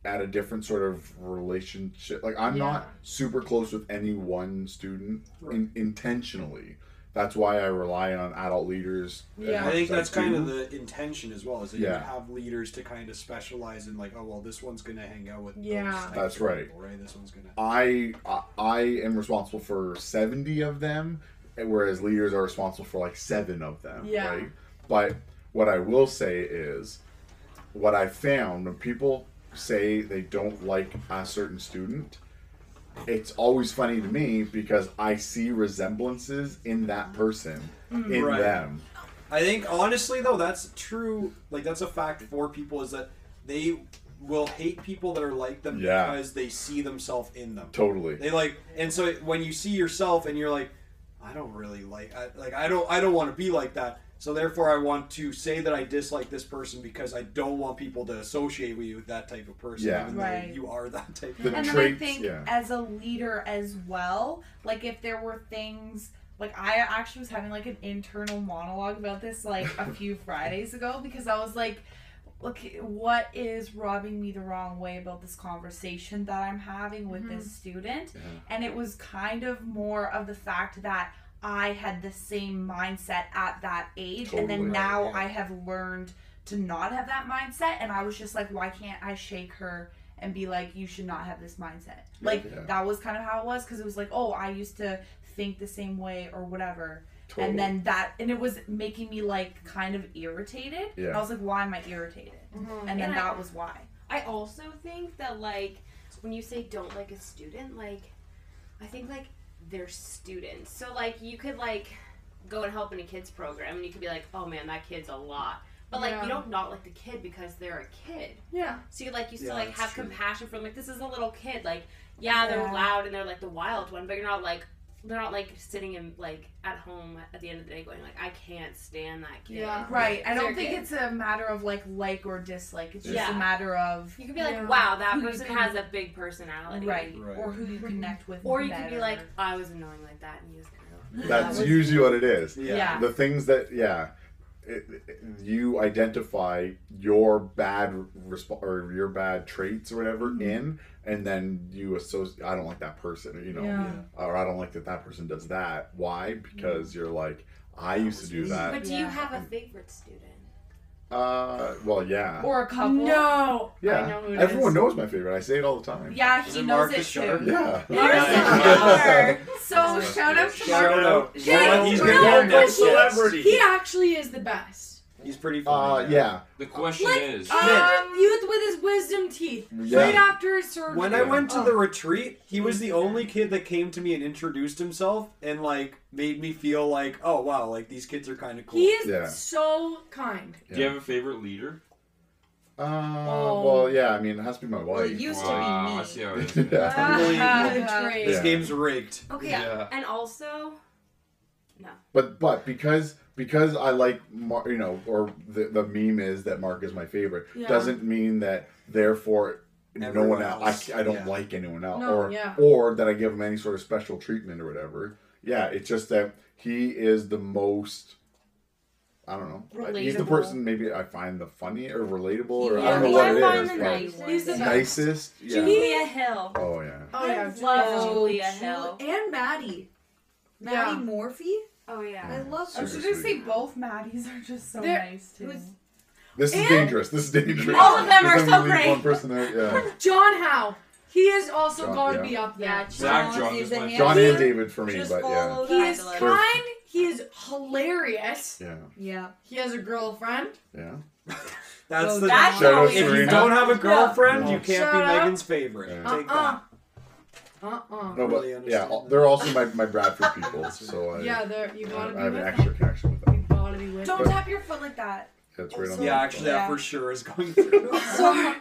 [SPEAKER 2] at a different sort of relationship. Like I'm not super close with any one student in, intentionally. That's why I rely on adult leaders. as
[SPEAKER 1] Yeah.
[SPEAKER 2] much
[SPEAKER 3] I think
[SPEAKER 2] as
[SPEAKER 3] that's kind
[SPEAKER 2] do.
[SPEAKER 3] of the intention as well, is that
[SPEAKER 2] Yeah.
[SPEAKER 3] you have leaders to kind of specialize in like, oh well, this one's gonna hang out with. those
[SPEAKER 1] Yeah.
[SPEAKER 3] types of
[SPEAKER 2] That's right.
[SPEAKER 3] People, right. This one's gonna.
[SPEAKER 2] I I- I am responsible for seventy of them, whereas leaders are responsible for like seven of them.
[SPEAKER 1] Yeah.
[SPEAKER 2] Right. But what I will say is, what I found when people say they don't like a certain student, it's always funny to me because I see resemblances in that person,
[SPEAKER 7] Mm.
[SPEAKER 2] in
[SPEAKER 3] Right.
[SPEAKER 2] them.
[SPEAKER 3] I think honestly though, that's true. Like that's a fact for people is that they will hate people that are like them
[SPEAKER 2] Yeah.
[SPEAKER 3] because they see themselves in them.
[SPEAKER 2] Totally.
[SPEAKER 3] They like, and so when you see yourself and you're like, I don't really like, I, like I don't, I don't want to be like that. So therefore, I want to say that I dislike this person because I don't want people to associate with you with that type of person,
[SPEAKER 2] Yeah.
[SPEAKER 3] even though
[SPEAKER 7] Right.
[SPEAKER 3] you are that type.
[SPEAKER 2] The
[SPEAKER 7] and
[SPEAKER 2] traits,
[SPEAKER 7] then I think
[SPEAKER 2] yeah.
[SPEAKER 7] as a leader as well, like if there were things like I actually was having like an internal monologue about this like a few Fridays ago because I was like, look, what is robbing me the wrong way about this conversation that I'm having with this student?
[SPEAKER 2] Yeah.
[SPEAKER 7] And it was kind of more of the fact that I had the same mindset at that age, and
[SPEAKER 2] Totally.
[SPEAKER 7] then now
[SPEAKER 3] Yeah.
[SPEAKER 7] I have learned to not have that mindset. And I was just like, why can't I shake her and be like, you should not have this mindset? Like,
[SPEAKER 2] Yeah.
[SPEAKER 7] that was kind of how it was because it was like, oh, I used to think the same way or whatever.
[SPEAKER 2] Totally.
[SPEAKER 7] And then that, and it was making me like kind of irritated.
[SPEAKER 2] Yeah.
[SPEAKER 7] I was like, why am I irritated?
[SPEAKER 1] Mm-hmm.
[SPEAKER 7] And then
[SPEAKER 5] And I-
[SPEAKER 7] that was why.
[SPEAKER 5] I also think that like when you say don't like a student, like I think like they're students. So like you could like go and help in a kids program and you could be like, oh man, that kid's a lot. But like
[SPEAKER 1] Yeah.
[SPEAKER 5] you don't not like the kid because they're a kid.
[SPEAKER 1] Yeah.
[SPEAKER 5] So you like you still
[SPEAKER 3] Yeah,
[SPEAKER 5] like
[SPEAKER 3] that's
[SPEAKER 5] have
[SPEAKER 3] true.
[SPEAKER 5] compassion for them. Like this is a little kid. Like yeah, they're
[SPEAKER 7] Yeah.
[SPEAKER 5] loud and they're like the wild one, but you're not like they're not like sitting in like at home at the end of the day going like I can't stand that kid.
[SPEAKER 1] Yeah.
[SPEAKER 7] Right. I
[SPEAKER 5] They're
[SPEAKER 7] don't think
[SPEAKER 5] good.
[SPEAKER 7] it's a matter of like like or dislike. It's just
[SPEAKER 5] Yeah.
[SPEAKER 7] a matter of
[SPEAKER 5] You could be like,
[SPEAKER 1] Yeah.
[SPEAKER 5] wow, that
[SPEAKER 7] Who you
[SPEAKER 5] person
[SPEAKER 7] can-
[SPEAKER 5] has a big personality.
[SPEAKER 7] right,
[SPEAKER 3] Right.
[SPEAKER 7] or who you connect with.
[SPEAKER 5] Or you could be
[SPEAKER 7] better.
[SPEAKER 5] like, I was annoying like that, and he was kind
[SPEAKER 2] That's usually what it is.
[SPEAKER 3] Yeah.
[SPEAKER 7] Yeah.
[SPEAKER 2] the things that yeah it, it- you identify your bad resp- or your bad traits or whatever in and then you associate i don't like that person you know
[SPEAKER 1] Yeah.
[SPEAKER 2] or i don't like that that person does that why because you're like i used to do
[SPEAKER 5] of.
[SPEAKER 2] that
[SPEAKER 5] But do you
[SPEAKER 7] Yeah.
[SPEAKER 5] have a favorite student?
[SPEAKER 2] uh well yeah
[SPEAKER 7] or a couple.
[SPEAKER 1] No.
[SPEAKER 2] yeah
[SPEAKER 1] I know who it
[SPEAKER 2] everyone
[SPEAKER 1] is.
[SPEAKER 2] knows my favorite i say it all the time
[SPEAKER 7] Yeah, he
[SPEAKER 3] Is it
[SPEAKER 7] knows
[SPEAKER 3] Marcus
[SPEAKER 7] it
[SPEAKER 3] Sharp?
[SPEAKER 7] too.
[SPEAKER 2] yeah
[SPEAKER 7] Marcus So shout out to
[SPEAKER 3] Shout
[SPEAKER 7] Marcus.
[SPEAKER 3] out.
[SPEAKER 1] Yeah,
[SPEAKER 3] he's
[SPEAKER 1] no,
[SPEAKER 3] gonna
[SPEAKER 1] no,
[SPEAKER 3] get no
[SPEAKER 1] he-
[SPEAKER 4] celebrity.
[SPEAKER 1] He actually is the best.
[SPEAKER 3] He's pretty funny.
[SPEAKER 2] uh yeah
[SPEAKER 9] The question
[SPEAKER 1] Like,
[SPEAKER 9] is,
[SPEAKER 1] Um, youth with his wisdom teeth.
[SPEAKER 2] Yeah.
[SPEAKER 1] Right after his surgery.
[SPEAKER 3] When I went to
[SPEAKER 1] Oh.
[SPEAKER 3] the retreat, he was the only kid that came to me and introduced himself and like made me feel like, oh wow, like these kids are kind of cool.
[SPEAKER 1] He is
[SPEAKER 2] Yeah.
[SPEAKER 1] so kind.
[SPEAKER 9] do you have a favorite leader?
[SPEAKER 2] Uh,
[SPEAKER 1] Oh.
[SPEAKER 2] Well, yeah, I mean, it has to be my
[SPEAKER 6] Well, it
[SPEAKER 2] wife.
[SPEAKER 6] used
[SPEAKER 9] Wow, I
[SPEAKER 6] to
[SPEAKER 9] see
[SPEAKER 6] be me.
[SPEAKER 9] how it is.
[SPEAKER 2] yeah.
[SPEAKER 1] great.
[SPEAKER 3] This
[SPEAKER 2] Yeah.
[SPEAKER 3] game's rigged.
[SPEAKER 5] Okay.
[SPEAKER 9] Yeah.
[SPEAKER 5] And also,
[SPEAKER 2] But but because because I like Mar- you know or the the meme is that Mark is my favorite
[SPEAKER 7] Yeah.
[SPEAKER 2] doesn't mean that therefore no
[SPEAKER 3] Everyone
[SPEAKER 2] one else
[SPEAKER 3] else.
[SPEAKER 2] I, I don't
[SPEAKER 3] Yeah.
[SPEAKER 2] like anyone else
[SPEAKER 7] No,
[SPEAKER 2] or
[SPEAKER 1] yeah.
[SPEAKER 2] or that I give him any sort of special treatment or whatever. Yeah, it's just that he is the most. I don't know. He's the
[SPEAKER 5] Relatable.
[SPEAKER 2] person maybe I find the funny or relatable or I
[SPEAKER 5] Yeah,
[SPEAKER 2] don't know
[SPEAKER 5] he's
[SPEAKER 2] what
[SPEAKER 5] the
[SPEAKER 2] it
[SPEAKER 5] one
[SPEAKER 2] is.
[SPEAKER 5] that
[SPEAKER 2] but
[SPEAKER 5] likes it.
[SPEAKER 1] He's the best.
[SPEAKER 2] nicest. Yeah.
[SPEAKER 5] Julia Hill.
[SPEAKER 2] Oh yeah.
[SPEAKER 1] Oh yeah,
[SPEAKER 6] I
[SPEAKER 1] Julia.
[SPEAKER 6] love
[SPEAKER 5] Julia. Julia Hill.
[SPEAKER 6] And Maddie. Maddie Morphy.
[SPEAKER 5] Oh
[SPEAKER 6] I
[SPEAKER 5] yeah.
[SPEAKER 6] love
[SPEAKER 7] I
[SPEAKER 2] Sure.
[SPEAKER 6] her.
[SPEAKER 7] was just
[SPEAKER 2] Seriously.
[SPEAKER 7] gonna say both Maddies are just so
[SPEAKER 1] They're-
[SPEAKER 7] nice too.
[SPEAKER 6] who's-
[SPEAKER 2] This is
[SPEAKER 1] And-
[SPEAKER 2] dangerous. This is dangerous.
[SPEAKER 5] All of them
[SPEAKER 2] This
[SPEAKER 5] are
[SPEAKER 2] time
[SPEAKER 5] so
[SPEAKER 2] we leave
[SPEAKER 5] great.
[SPEAKER 2] One person out, yeah.
[SPEAKER 1] John Howe. He is also
[SPEAKER 2] John,
[SPEAKER 1] going to
[SPEAKER 2] yeah.
[SPEAKER 1] be up there.
[SPEAKER 5] Yeah.
[SPEAKER 9] Zach
[SPEAKER 6] John
[SPEAKER 9] John
[SPEAKER 6] is
[SPEAKER 9] is
[SPEAKER 6] the
[SPEAKER 9] my
[SPEAKER 6] hand-
[SPEAKER 2] John
[SPEAKER 1] He-
[SPEAKER 2] and David for me,
[SPEAKER 6] Just
[SPEAKER 2] but yeah.
[SPEAKER 6] follow
[SPEAKER 1] He
[SPEAKER 6] that
[SPEAKER 1] is
[SPEAKER 6] line.
[SPEAKER 2] Sure.
[SPEAKER 1] kind. He is hilarious.
[SPEAKER 2] Yeah,
[SPEAKER 6] Yeah.
[SPEAKER 1] He has a girlfriend.
[SPEAKER 2] yeah.
[SPEAKER 3] That's
[SPEAKER 6] Oh,
[SPEAKER 3] the.
[SPEAKER 6] that's
[SPEAKER 2] Shout out
[SPEAKER 3] if you
[SPEAKER 2] Serena.
[SPEAKER 3] don't have a girlfriend,
[SPEAKER 4] No.
[SPEAKER 3] you can't
[SPEAKER 1] Shut
[SPEAKER 3] be
[SPEAKER 1] up.
[SPEAKER 3] Megan's favorite.
[SPEAKER 2] Yeah.
[SPEAKER 3] Take
[SPEAKER 1] Uh-uh.
[SPEAKER 3] that.
[SPEAKER 1] Uh uh
[SPEAKER 2] No, but
[SPEAKER 3] Really understand
[SPEAKER 2] yeah,
[SPEAKER 3] that.
[SPEAKER 2] they're also my, my Bradford people, so I,
[SPEAKER 1] Yeah, there. You
[SPEAKER 2] I,
[SPEAKER 1] gotta be
[SPEAKER 2] I have
[SPEAKER 1] with
[SPEAKER 2] an
[SPEAKER 1] him.
[SPEAKER 2] extra connection with
[SPEAKER 1] You
[SPEAKER 2] them.
[SPEAKER 1] gotta be with
[SPEAKER 7] Don't
[SPEAKER 2] But-
[SPEAKER 7] tap your foot like that.
[SPEAKER 2] That's right on
[SPEAKER 3] Yeah,
[SPEAKER 2] the-
[SPEAKER 3] actually, that
[SPEAKER 7] Yeah.
[SPEAKER 3] for sure is going through.
[SPEAKER 1] Sorry.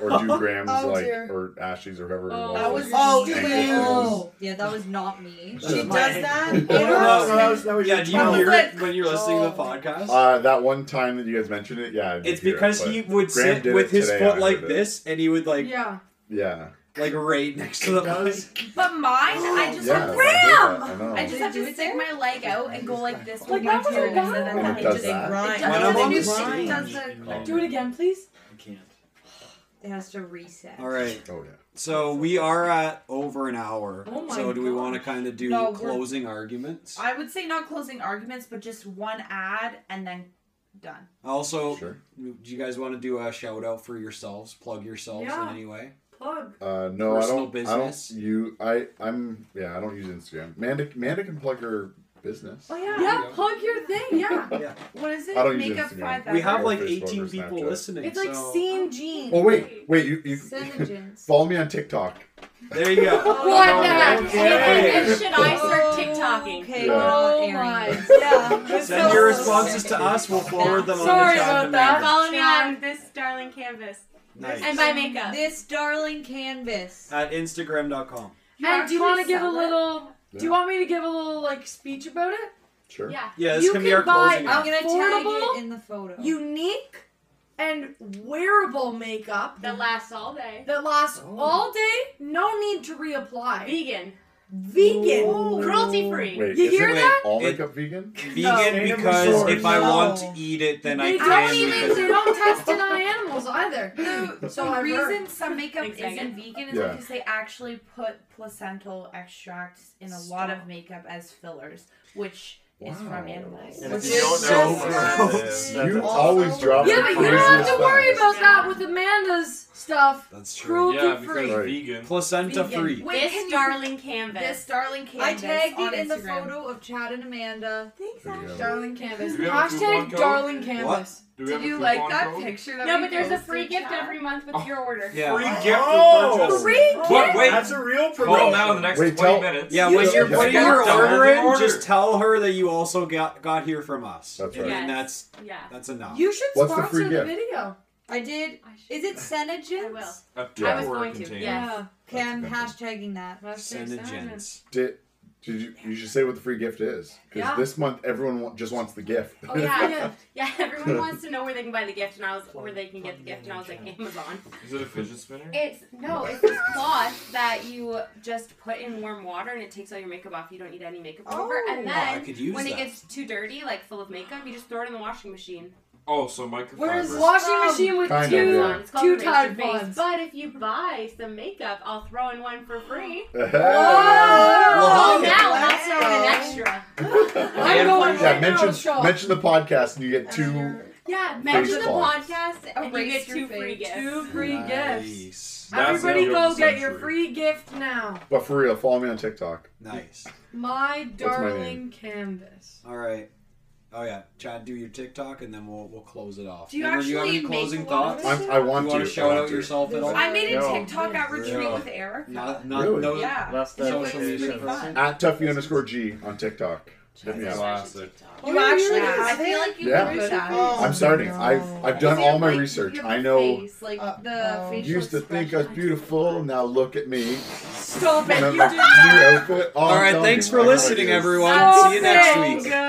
[SPEAKER 2] Or do Graham's,
[SPEAKER 6] Oh,
[SPEAKER 2] like,
[SPEAKER 6] dear.
[SPEAKER 2] or Ashley's, or whoever.
[SPEAKER 1] Oh,
[SPEAKER 2] involved.
[SPEAKER 1] that
[SPEAKER 2] Like,
[SPEAKER 1] was
[SPEAKER 6] Oh,
[SPEAKER 2] angry
[SPEAKER 1] stupid.
[SPEAKER 2] girls.
[SPEAKER 6] oh. Yeah, that was not me.
[SPEAKER 2] That was
[SPEAKER 6] She does
[SPEAKER 2] my
[SPEAKER 6] that.
[SPEAKER 2] ankle.
[SPEAKER 6] in
[SPEAKER 2] No,
[SPEAKER 6] her
[SPEAKER 3] no,
[SPEAKER 6] sleep.
[SPEAKER 3] no, no.
[SPEAKER 4] that was
[SPEAKER 3] Yeah,
[SPEAKER 4] just
[SPEAKER 3] do you
[SPEAKER 4] mouth.
[SPEAKER 3] hear it when you're listening to the
[SPEAKER 6] Oh.
[SPEAKER 3] podcast?
[SPEAKER 2] Uh, that one time that you guys mentioned it, yeah. I did
[SPEAKER 3] it's
[SPEAKER 2] hear it,
[SPEAKER 3] because
[SPEAKER 2] but-
[SPEAKER 3] he would
[SPEAKER 2] Graham
[SPEAKER 3] sit
[SPEAKER 2] did
[SPEAKER 3] with
[SPEAKER 2] it
[SPEAKER 3] his
[SPEAKER 2] today, I
[SPEAKER 3] foot
[SPEAKER 2] heard
[SPEAKER 3] like
[SPEAKER 2] it.
[SPEAKER 3] this, and he would like
[SPEAKER 1] Yeah.
[SPEAKER 2] Yeah.
[SPEAKER 3] like right next to the
[SPEAKER 4] Does-
[SPEAKER 3] mic.
[SPEAKER 7] But mine, I just
[SPEAKER 2] yeah, Oh.
[SPEAKER 7] have,
[SPEAKER 2] I did that, I
[SPEAKER 7] I
[SPEAKER 2] know.
[SPEAKER 7] just
[SPEAKER 6] They
[SPEAKER 7] have
[SPEAKER 6] do
[SPEAKER 7] to
[SPEAKER 6] it
[SPEAKER 7] stick my leg out and go like this.
[SPEAKER 1] Like,
[SPEAKER 7] with my
[SPEAKER 1] that
[SPEAKER 7] toes,
[SPEAKER 1] wasn't bad.
[SPEAKER 7] And
[SPEAKER 2] And
[SPEAKER 7] then
[SPEAKER 2] it
[SPEAKER 7] it
[SPEAKER 2] does
[SPEAKER 7] just
[SPEAKER 2] that?
[SPEAKER 7] It
[SPEAKER 6] grind.
[SPEAKER 7] does,
[SPEAKER 3] When I'm
[SPEAKER 7] and then
[SPEAKER 3] on
[SPEAKER 7] you-
[SPEAKER 3] the
[SPEAKER 7] it
[SPEAKER 3] grind.
[SPEAKER 7] does the
[SPEAKER 1] Do it again, please.
[SPEAKER 4] Oh I can't.
[SPEAKER 6] It has to reset.
[SPEAKER 3] All right,
[SPEAKER 2] Oh, yeah.
[SPEAKER 3] so we are at over an hour.
[SPEAKER 1] Oh my
[SPEAKER 3] so do we
[SPEAKER 1] gosh.
[SPEAKER 3] want to kind of do
[SPEAKER 7] No, we're-
[SPEAKER 3] closing arguments?
[SPEAKER 7] I would say not closing arguments, but just one ad and then done.
[SPEAKER 3] Also,
[SPEAKER 2] Sure.
[SPEAKER 3] do you guys want to do a shout out for yourselves? Plug yourselves
[SPEAKER 1] Yeah.
[SPEAKER 3] in any way?
[SPEAKER 1] Plug.
[SPEAKER 2] Uh, no, I
[SPEAKER 3] Personal
[SPEAKER 2] don't.
[SPEAKER 3] business?
[SPEAKER 2] I don't. You, I, I'm. Yeah, I don't use Instagram. Manda, Manda can plug her business.
[SPEAKER 7] Oh yeah.
[SPEAKER 1] Yeah, plug your thing. Yeah.
[SPEAKER 7] What is it?
[SPEAKER 2] I don't use
[SPEAKER 7] Makeup
[SPEAKER 2] Instagram.
[SPEAKER 7] five.
[SPEAKER 3] We have
[SPEAKER 2] Or
[SPEAKER 3] like
[SPEAKER 2] Facebook
[SPEAKER 3] 18
[SPEAKER 2] or
[SPEAKER 3] people
[SPEAKER 2] Snapchat.
[SPEAKER 3] listening.
[SPEAKER 1] It's like
[SPEAKER 3] so-
[SPEAKER 1] seeing jeans.
[SPEAKER 2] Oh wait, wait. You, you
[SPEAKER 6] Synogens.
[SPEAKER 2] follow me on TikTok.
[SPEAKER 3] There you go.
[SPEAKER 1] What
[SPEAKER 3] now?
[SPEAKER 5] And
[SPEAKER 3] Okay.
[SPEAKER 5] should I start TikToking?
[SPEAKER 6] Okay,
[SPEAKER 2] Yeah.
[SPEAKER 6] we're not
[SPEAKER 1] Oh
[SPEAKER 6] airing
[SPEAKER 1] my.
[SPEAKER 6] this.
[SPEAKER 7] Yeah.
[SPEAKER 6] This
[SPEAKER 3] Send
[SPEAKER 6] feels
[SPEAKER 3] your
[SPEAKER 6] so
[SPEAKER 3] responses
[SPEAKER 6] sick.
[SPEAKER 3] to us. We'll forward them on
[SPEAKER 1] Sorry
[SPEAKER 3] the time
[SPEAKER 1] about
[SPEAKER 3] to
[SPEAKER 1] that.
[SPEAKER 3] Megan.
[SPEAKER 5] Follow me on this darling canvas
[SPEAKER 3] Nice.
[SPEAKER 5] and buy makeup.
[SPEAKER 6] This darling canvas.
[SPEAKER 3] At Instagram.com.
[SPEAKER 1] and do you want to
[SPEAKER 7] actually
[SPEAKER 1] give a
[SPEAKER 7] sell it?
[SPEAKER 1] little? Do
[SPEAKER 2] Yeah.
[SPEAKER 1] you want me to give a little like speech about it?
[SPEAKER 2] Sure.
[SPEAKER 5] Yeah.
[SPEAKER 3] Yeah, this
[SPEAKER 1] You
[SPEAKER 3] can be
[SPEAKER 1] can
[SPEAKER 3] our
[SPEAKER 1] buy
[SPEAKER 3] closing.
[SPEAKER 6] I'm
[SPEAKER 3] act.
[SPEAKER 6] gonna
[SPEAKER 1] Affordable?
[SPEAKER 6] tag it in the photo.
[SPEAKER 1] Unique and wearable makeup
[SPEAKER 5] That lasts all day.
[SPEAKER 1] that lasts
[SPEAKER 2] Oh.
[SPEAKER 1] all day. No need to reapply.
[SPEAKER 5] Vegan.
[SPEAKER 1] Vegan.
[SPEAKER 5] Cruelty free.
[SPEAKER 2] Wait,
[SPEAKER 1] You
[SPEAKER 2] isn't
[SPEAKER 1] hear
[SPEAKER 2] it
[SPEAKER 1] that?
[SPEAKER 2] all
[SPEAKER 3] It-
[SPEAKER 2] makeup vegan?
[SPEAKER 3] Vegan
[SPEAKER 4] No.
[SPEAKER 3] because if I
[SPEAKER 6] No.
[SPEAKER 3] want to eat it, then I
[SPEAKER 1] They
[SPEAKER 3] can.
[SPEAKER 1] don't even
[SPEAKER 3] because-
[SPEAKER 1] they don't test it on animals either.
[SPEAKER 7] The,
[SPEAKER 1] So
[SPEAKER 7] the
[SPEAKER 1] Oh, I've heard.
[SPEAKER 7] reason some makeup
[SPEAKER 5] Thanks, Megan.
[SPEAKER 7] isn't vegan is
[SPEAKER 2] Yeah.
[SPEAKER 7] because they actually put placental extracts in a lot of makeup as fillers, which is
[SPEAKER 2] Wow.
[SPEAKER 7] from animals.
[SPEAKER 9] And
[SPEAKER 7] Which
[SPEAKER 9] if
[SPEAKER 7] is
[SPEAKER 9] you don't
[SPEAKER 7] so
[SPEAKER 9] know
[SPEAKER 7] gross.
[SPEAKER 9] what it is,
[SPEAKER 2] You
[SPEAKER 9] that's-
[SPEAKER 2] always drop
[SPEAKER 1] Yeah,
[SPEAKER 2] the
[SPEAKER 1] but you
[SPEAKER 2] craziest
[SPEAKER 1] don't have to worry
[SPEAKER 2] facts.
[SPEAKER 1] about that with Amanda's stuff.
[SPEAKER 3] That's true.
[SPEAKER 1] Cruelty
[SPEAKER 9] yeah,
[SPEAKER 1] free.
[SPEAKER 9] because
[SPEAKER 2] Right.
[SPEAKER 9] vegan.
[SPEAKER 3] Placenta
[SPEAKER 7] Vegan.
[SPEAKER 3] free.
[SPEAKER 7] Wait, can
[SPEAKER 5] this
[SPEAKER 7] you-
[SPEAKER 5] darling canvas.
[SPEAKER 7] This darling
[SPEAKER 6] I
[SPEAKER 7] canvas
[SPEAKER 6] tagged
[SPEAKER 7] on
[SPEAKER 6] it in the
[SPEAKER 7] Instagram.
[SPEAKER 6] photo of Chad and Amanda.
[SPEAKER 7] Thanks,
[SPEAKER 2] There you go.
[SPEAKER 1] Darling canvas.
[SPEAKER 9] Do we have a coupon
[SPEAKER 1] Hashtag
[SPEAKER 9] code?
[SPEAKER 1] darling canvas.
[SPEAKER 9] Do we
[SPEAKER 7] Did
[SPEAKER 9] have a
[SPEAKER 7] you like
[SPEAKER 9] coupon
[SPEAKER 7] that
[SPEAKER 9] code?
[SPEAKER 7] picture? That
[SPEAKER 5] no,
[SPEAKER 7] we
[SPEAKER 5] but there's a
[SPEAKER 7] posted,
[SPEAKER 5] free gift
[SPEAKER 7] Chad?
[SPEAKER 5] every month
[SPEAKER 2] Oh,
[SPEAKER 5] with your order.
[SPEAKER 3] Yeah.
[SPEAKER 9] Free gift
[SPEAKER 4] Oh.
[SPEAKER 9] for purchase.
[SPEAKER 1] Free
[SPEAKER 9] But wait,
[SPEAKER 4] That's a real
[SPEAKER 9] call
[SPEAKER 4] promotion.
[SPEAKER 9] now in the next
[SPEAKER 2] Wait,
[SPEAKER 9] 20
[SPEAKER 2] tell-
[SPEAKER 9] minutes.
[SPEAKER 3] Yeah,
[SPEAKER 2] You
[SPEAKER 3] when
[SPEAKER 2] just
[SPEAKER 3] you're
[SPEAKER 2] got
[SPEAKER 3] putting
[SPEAKER 9] double
[SPEAKER 3] your
[SPEAKER 9] the
[SPEAKER 3] order in,
[SPEAKER 9] order.
[SPEAKER 3] just tell her that you also got got here from us.
[SPEAKER 2] That's
[SPEAKER 3] And
[SPEAKER 2] right.
[SPEAKER 3] then
[SPEAKER 5] Yes.
[SPEAKER 3] that's
[SPEAKER 5] Yeah.
[SPEAKER 3] that's enough.
[SPEAKER 1] You should
[SPEAKER 2] What's the
[SPEAKER 1] sponsor
[SPEAKER 2] free
[SPEAKER 1] the,
[SPEAKER 2] gift?
[SPEAKER 1] video.
[SPEAKER 6] I did.
[SPEAKER 5] I should-
[SPEAKER 6] Is it Synogens?
[SPEAKER 5] I will.
[SPEAKER 9] A
[SPEAKER 2] Yeah.
[SPEAKER 5] I was
[SPEAKER 9] two-hour
[SPEAKER 5] going to.
[SPEAKER 9] container.
[SPEAKER 5] Yeah.
[SPEAKER 6] Okay, I'm
[SPEAKER 2] That's
[SPEAKER 6] hashtagging that.
[SPEAKER 3] Synogens.
[SPEAKER 2] Did, did you, you should say what the free gift is. Because
[SPEAKER 1] Yeah.
[SPEAKER 2] this month, everyone wa- just wants the gift.
[SPEAKER 5] Oh, yeah.
[SPEAKER 1] Yeah.
[SPEAKER 5] Yeah, everyone wants to know where they can buy the gift, and I was where they can get the gift, and I was like Amazon.
[SPEAKER 9] Is it a fidget spinner?
[SPEAKER 5] It's no, it's this cloth that you just put in warm water, and it takes all your makeup off. You don't need any makeup remover, and
[SPEAKER 3] Oh, I
[SPEAKER 5] then
[SPEAKER 3] could use
[SPEAKER 5] when
[SPEAKER 3] that.
[SPEAKER 5] it gets too dirty, like full of makeup, you just throw it in the washing machine. Um,
[SPEAKER 9] Oh, so microfiber.
[SPEAKER 6] Where's
[SPEAKER 9] what?
[SPEAKER 1] Washing machine with
[SPEAKER 2] Kind of,
[SPEAKER 1] two
[SPEAKER 2] yeah.
[SPEAKER 5] It's called
[SPEAKER 1] two
[SPEAKER 5] Erase Your
[SPEAKER 1] Tide
[SPEAKER 5] Face,
[SPEAKER 1] Pods.
[SPEAKER 5] But if you buy some makeup, I'll throw in one for free.
[SPEAKER 3] Wow.
[SPEAKER 5] Oh,
[SPEAKER 3] Oh,
[SPEAKER 5] now that's
[SPEAKER 6] let's
[SPEAKER 5] throw in
[SPEAKER 6] go.
[SPEAKER 5] an extra.
[SPEAKER 1] I'm going
[SPEAKER 2] yeah,
[SPEAKER 1] right now to
[SPEAKER 2] mention,
[SPEAKER 1] shop.
[SPEAKER 2] mention the podcast and you get two.
[SPEAKER 6] Uh-huh.
[SPEAKER 5] Yeah, mention the
[SPEAKER 2] cloth.
[SPEAKER 5] podcast, and you
[SPEAKER 7] Erase your
[SPEAKER 5] get two free
[SPEAKER 7] face.
[SPEAKER 5] gifts.
[SPEAKER 1] Two free gifts.
[SPEAKER 3] Nice.
[SPEAKER 9] That's
[SPEAKER 1] Everybody
[SPEAKER 9] the
[SPEAKER 1] go
[SPEAKER 9] joke
[SPEAKER 1] get your
[SPEAKER 9] century.
[SPEAKER 1] free gift now.
[SPEAKER 2] But for real, follow me on TikTok.
[SPEAKER 3] Nice.
[SPEAKER 1] My
[SPEAKER 2] name?
[SPEAKER 1] darling canvas.
[SPEAKER 3] All right. Oh yeah, Chad, do your TikTok and then we'll we'll close it off.
[SPEAKER 7] Do you
[SPEAKER 3] Amber,
[SPEAKER 7] actually
[SPEAKER 3] any
[SPEAKER 7] make
[SPEAKER 3] closing
[SPEAKER 7] a lot
[SPEAKER 3] thoughts?
[SPEAKER 7] of
[SPEAKER 3] You
[SPEAKER 7] this?
[SPEAKER 2] I'm, I want
[SPEAKER 3] want
[SPEAKER 2] to.
[SPEAKER 3] to shout
[SPEAKER 2] I
[SPEAKER 3] out
[SPEAKER 2] to.
[SPEAKER 3] yourself at all?
[SPEAKER 7] I made a
[SPEAKER 9] No.
[SPEAKER 7] TikTok at retreat
[SPEAKER 9] No.
[SPEAKER 7] with Eric.
[SPEAKER 3] Not not
[SPEAKER 2] Really?
[SPEAKER 3] no.
[SPEAKER 7] Yeah.
[SPEAKER 4] That's
[SPEAKER 7] It
[SPEAKER 4] the
[SPEAKER 7] was
[SPEAKER 3] Social media
[SPEAKER 7] pretty
[SPEAKER 3] first.
[SPEAKER 7] fun.
[SPEAKER 2] At Tuffy underscore G on TikTok. Hit me
[SPEAKER 5] I
[SPEAKER 2] up.
[SPEAKER 5] should
[SPEAKER 9] Classic.
[SPEAKER 5] TikTok.
[SPEAKER 1] Oh,
[SPEAKER 6] You actually
[SPEAKER 1] yeah.
[SPEAKER 6] have
[SPEAKER 7] I
[SPEAKER 6] it?
[SPEAKER 7] feel like you
[SPEAKER 2] Yeah.
[SPEAKER 7] could do that.
[SPEAKER 6] Oh,
[SPEAKER 2] I'm starting.
[SPEAKER 6] no.
[SPEAKER 2] I've I've
[SPEAKER 6] Is
[SPEAKER 2] done
[SPEAKER 6] it
[SPEAKER 2] all my
[SPEAKER 6] like-
[SPEAKER 2] research.
[SPEAKER 7] You have
[SPEAKER 2] I
[SPEAKER 7] the
[SPEAKER 2] know.
[SPEAKER 7] face, like
[SPEAKER 6] Uh,
[SPEAKER 7] the
[SPEAKER 6] oh.
[SPEAKER 7] facial
[SPEAKER 2] Used to think I was
[SPEAKER 7] expression.
[SPEAKER 2] beautiful. Now look at me.
[SPEAKER 1] Stop it.
[SPEAKER 2] And
[SPEAKER 1] You
[SPEAKER 2] I'm like, new
[SPEAKER 1] did not.
[SPEAKER 2] outfit. Oh,
[SPEAKER 3] All right, thanks for listening, everyone.
[SPEAKER 1] Stop
[SPEAKER 3] See you next
[SPEAKER 1] it.
[SPEAKER 3] week.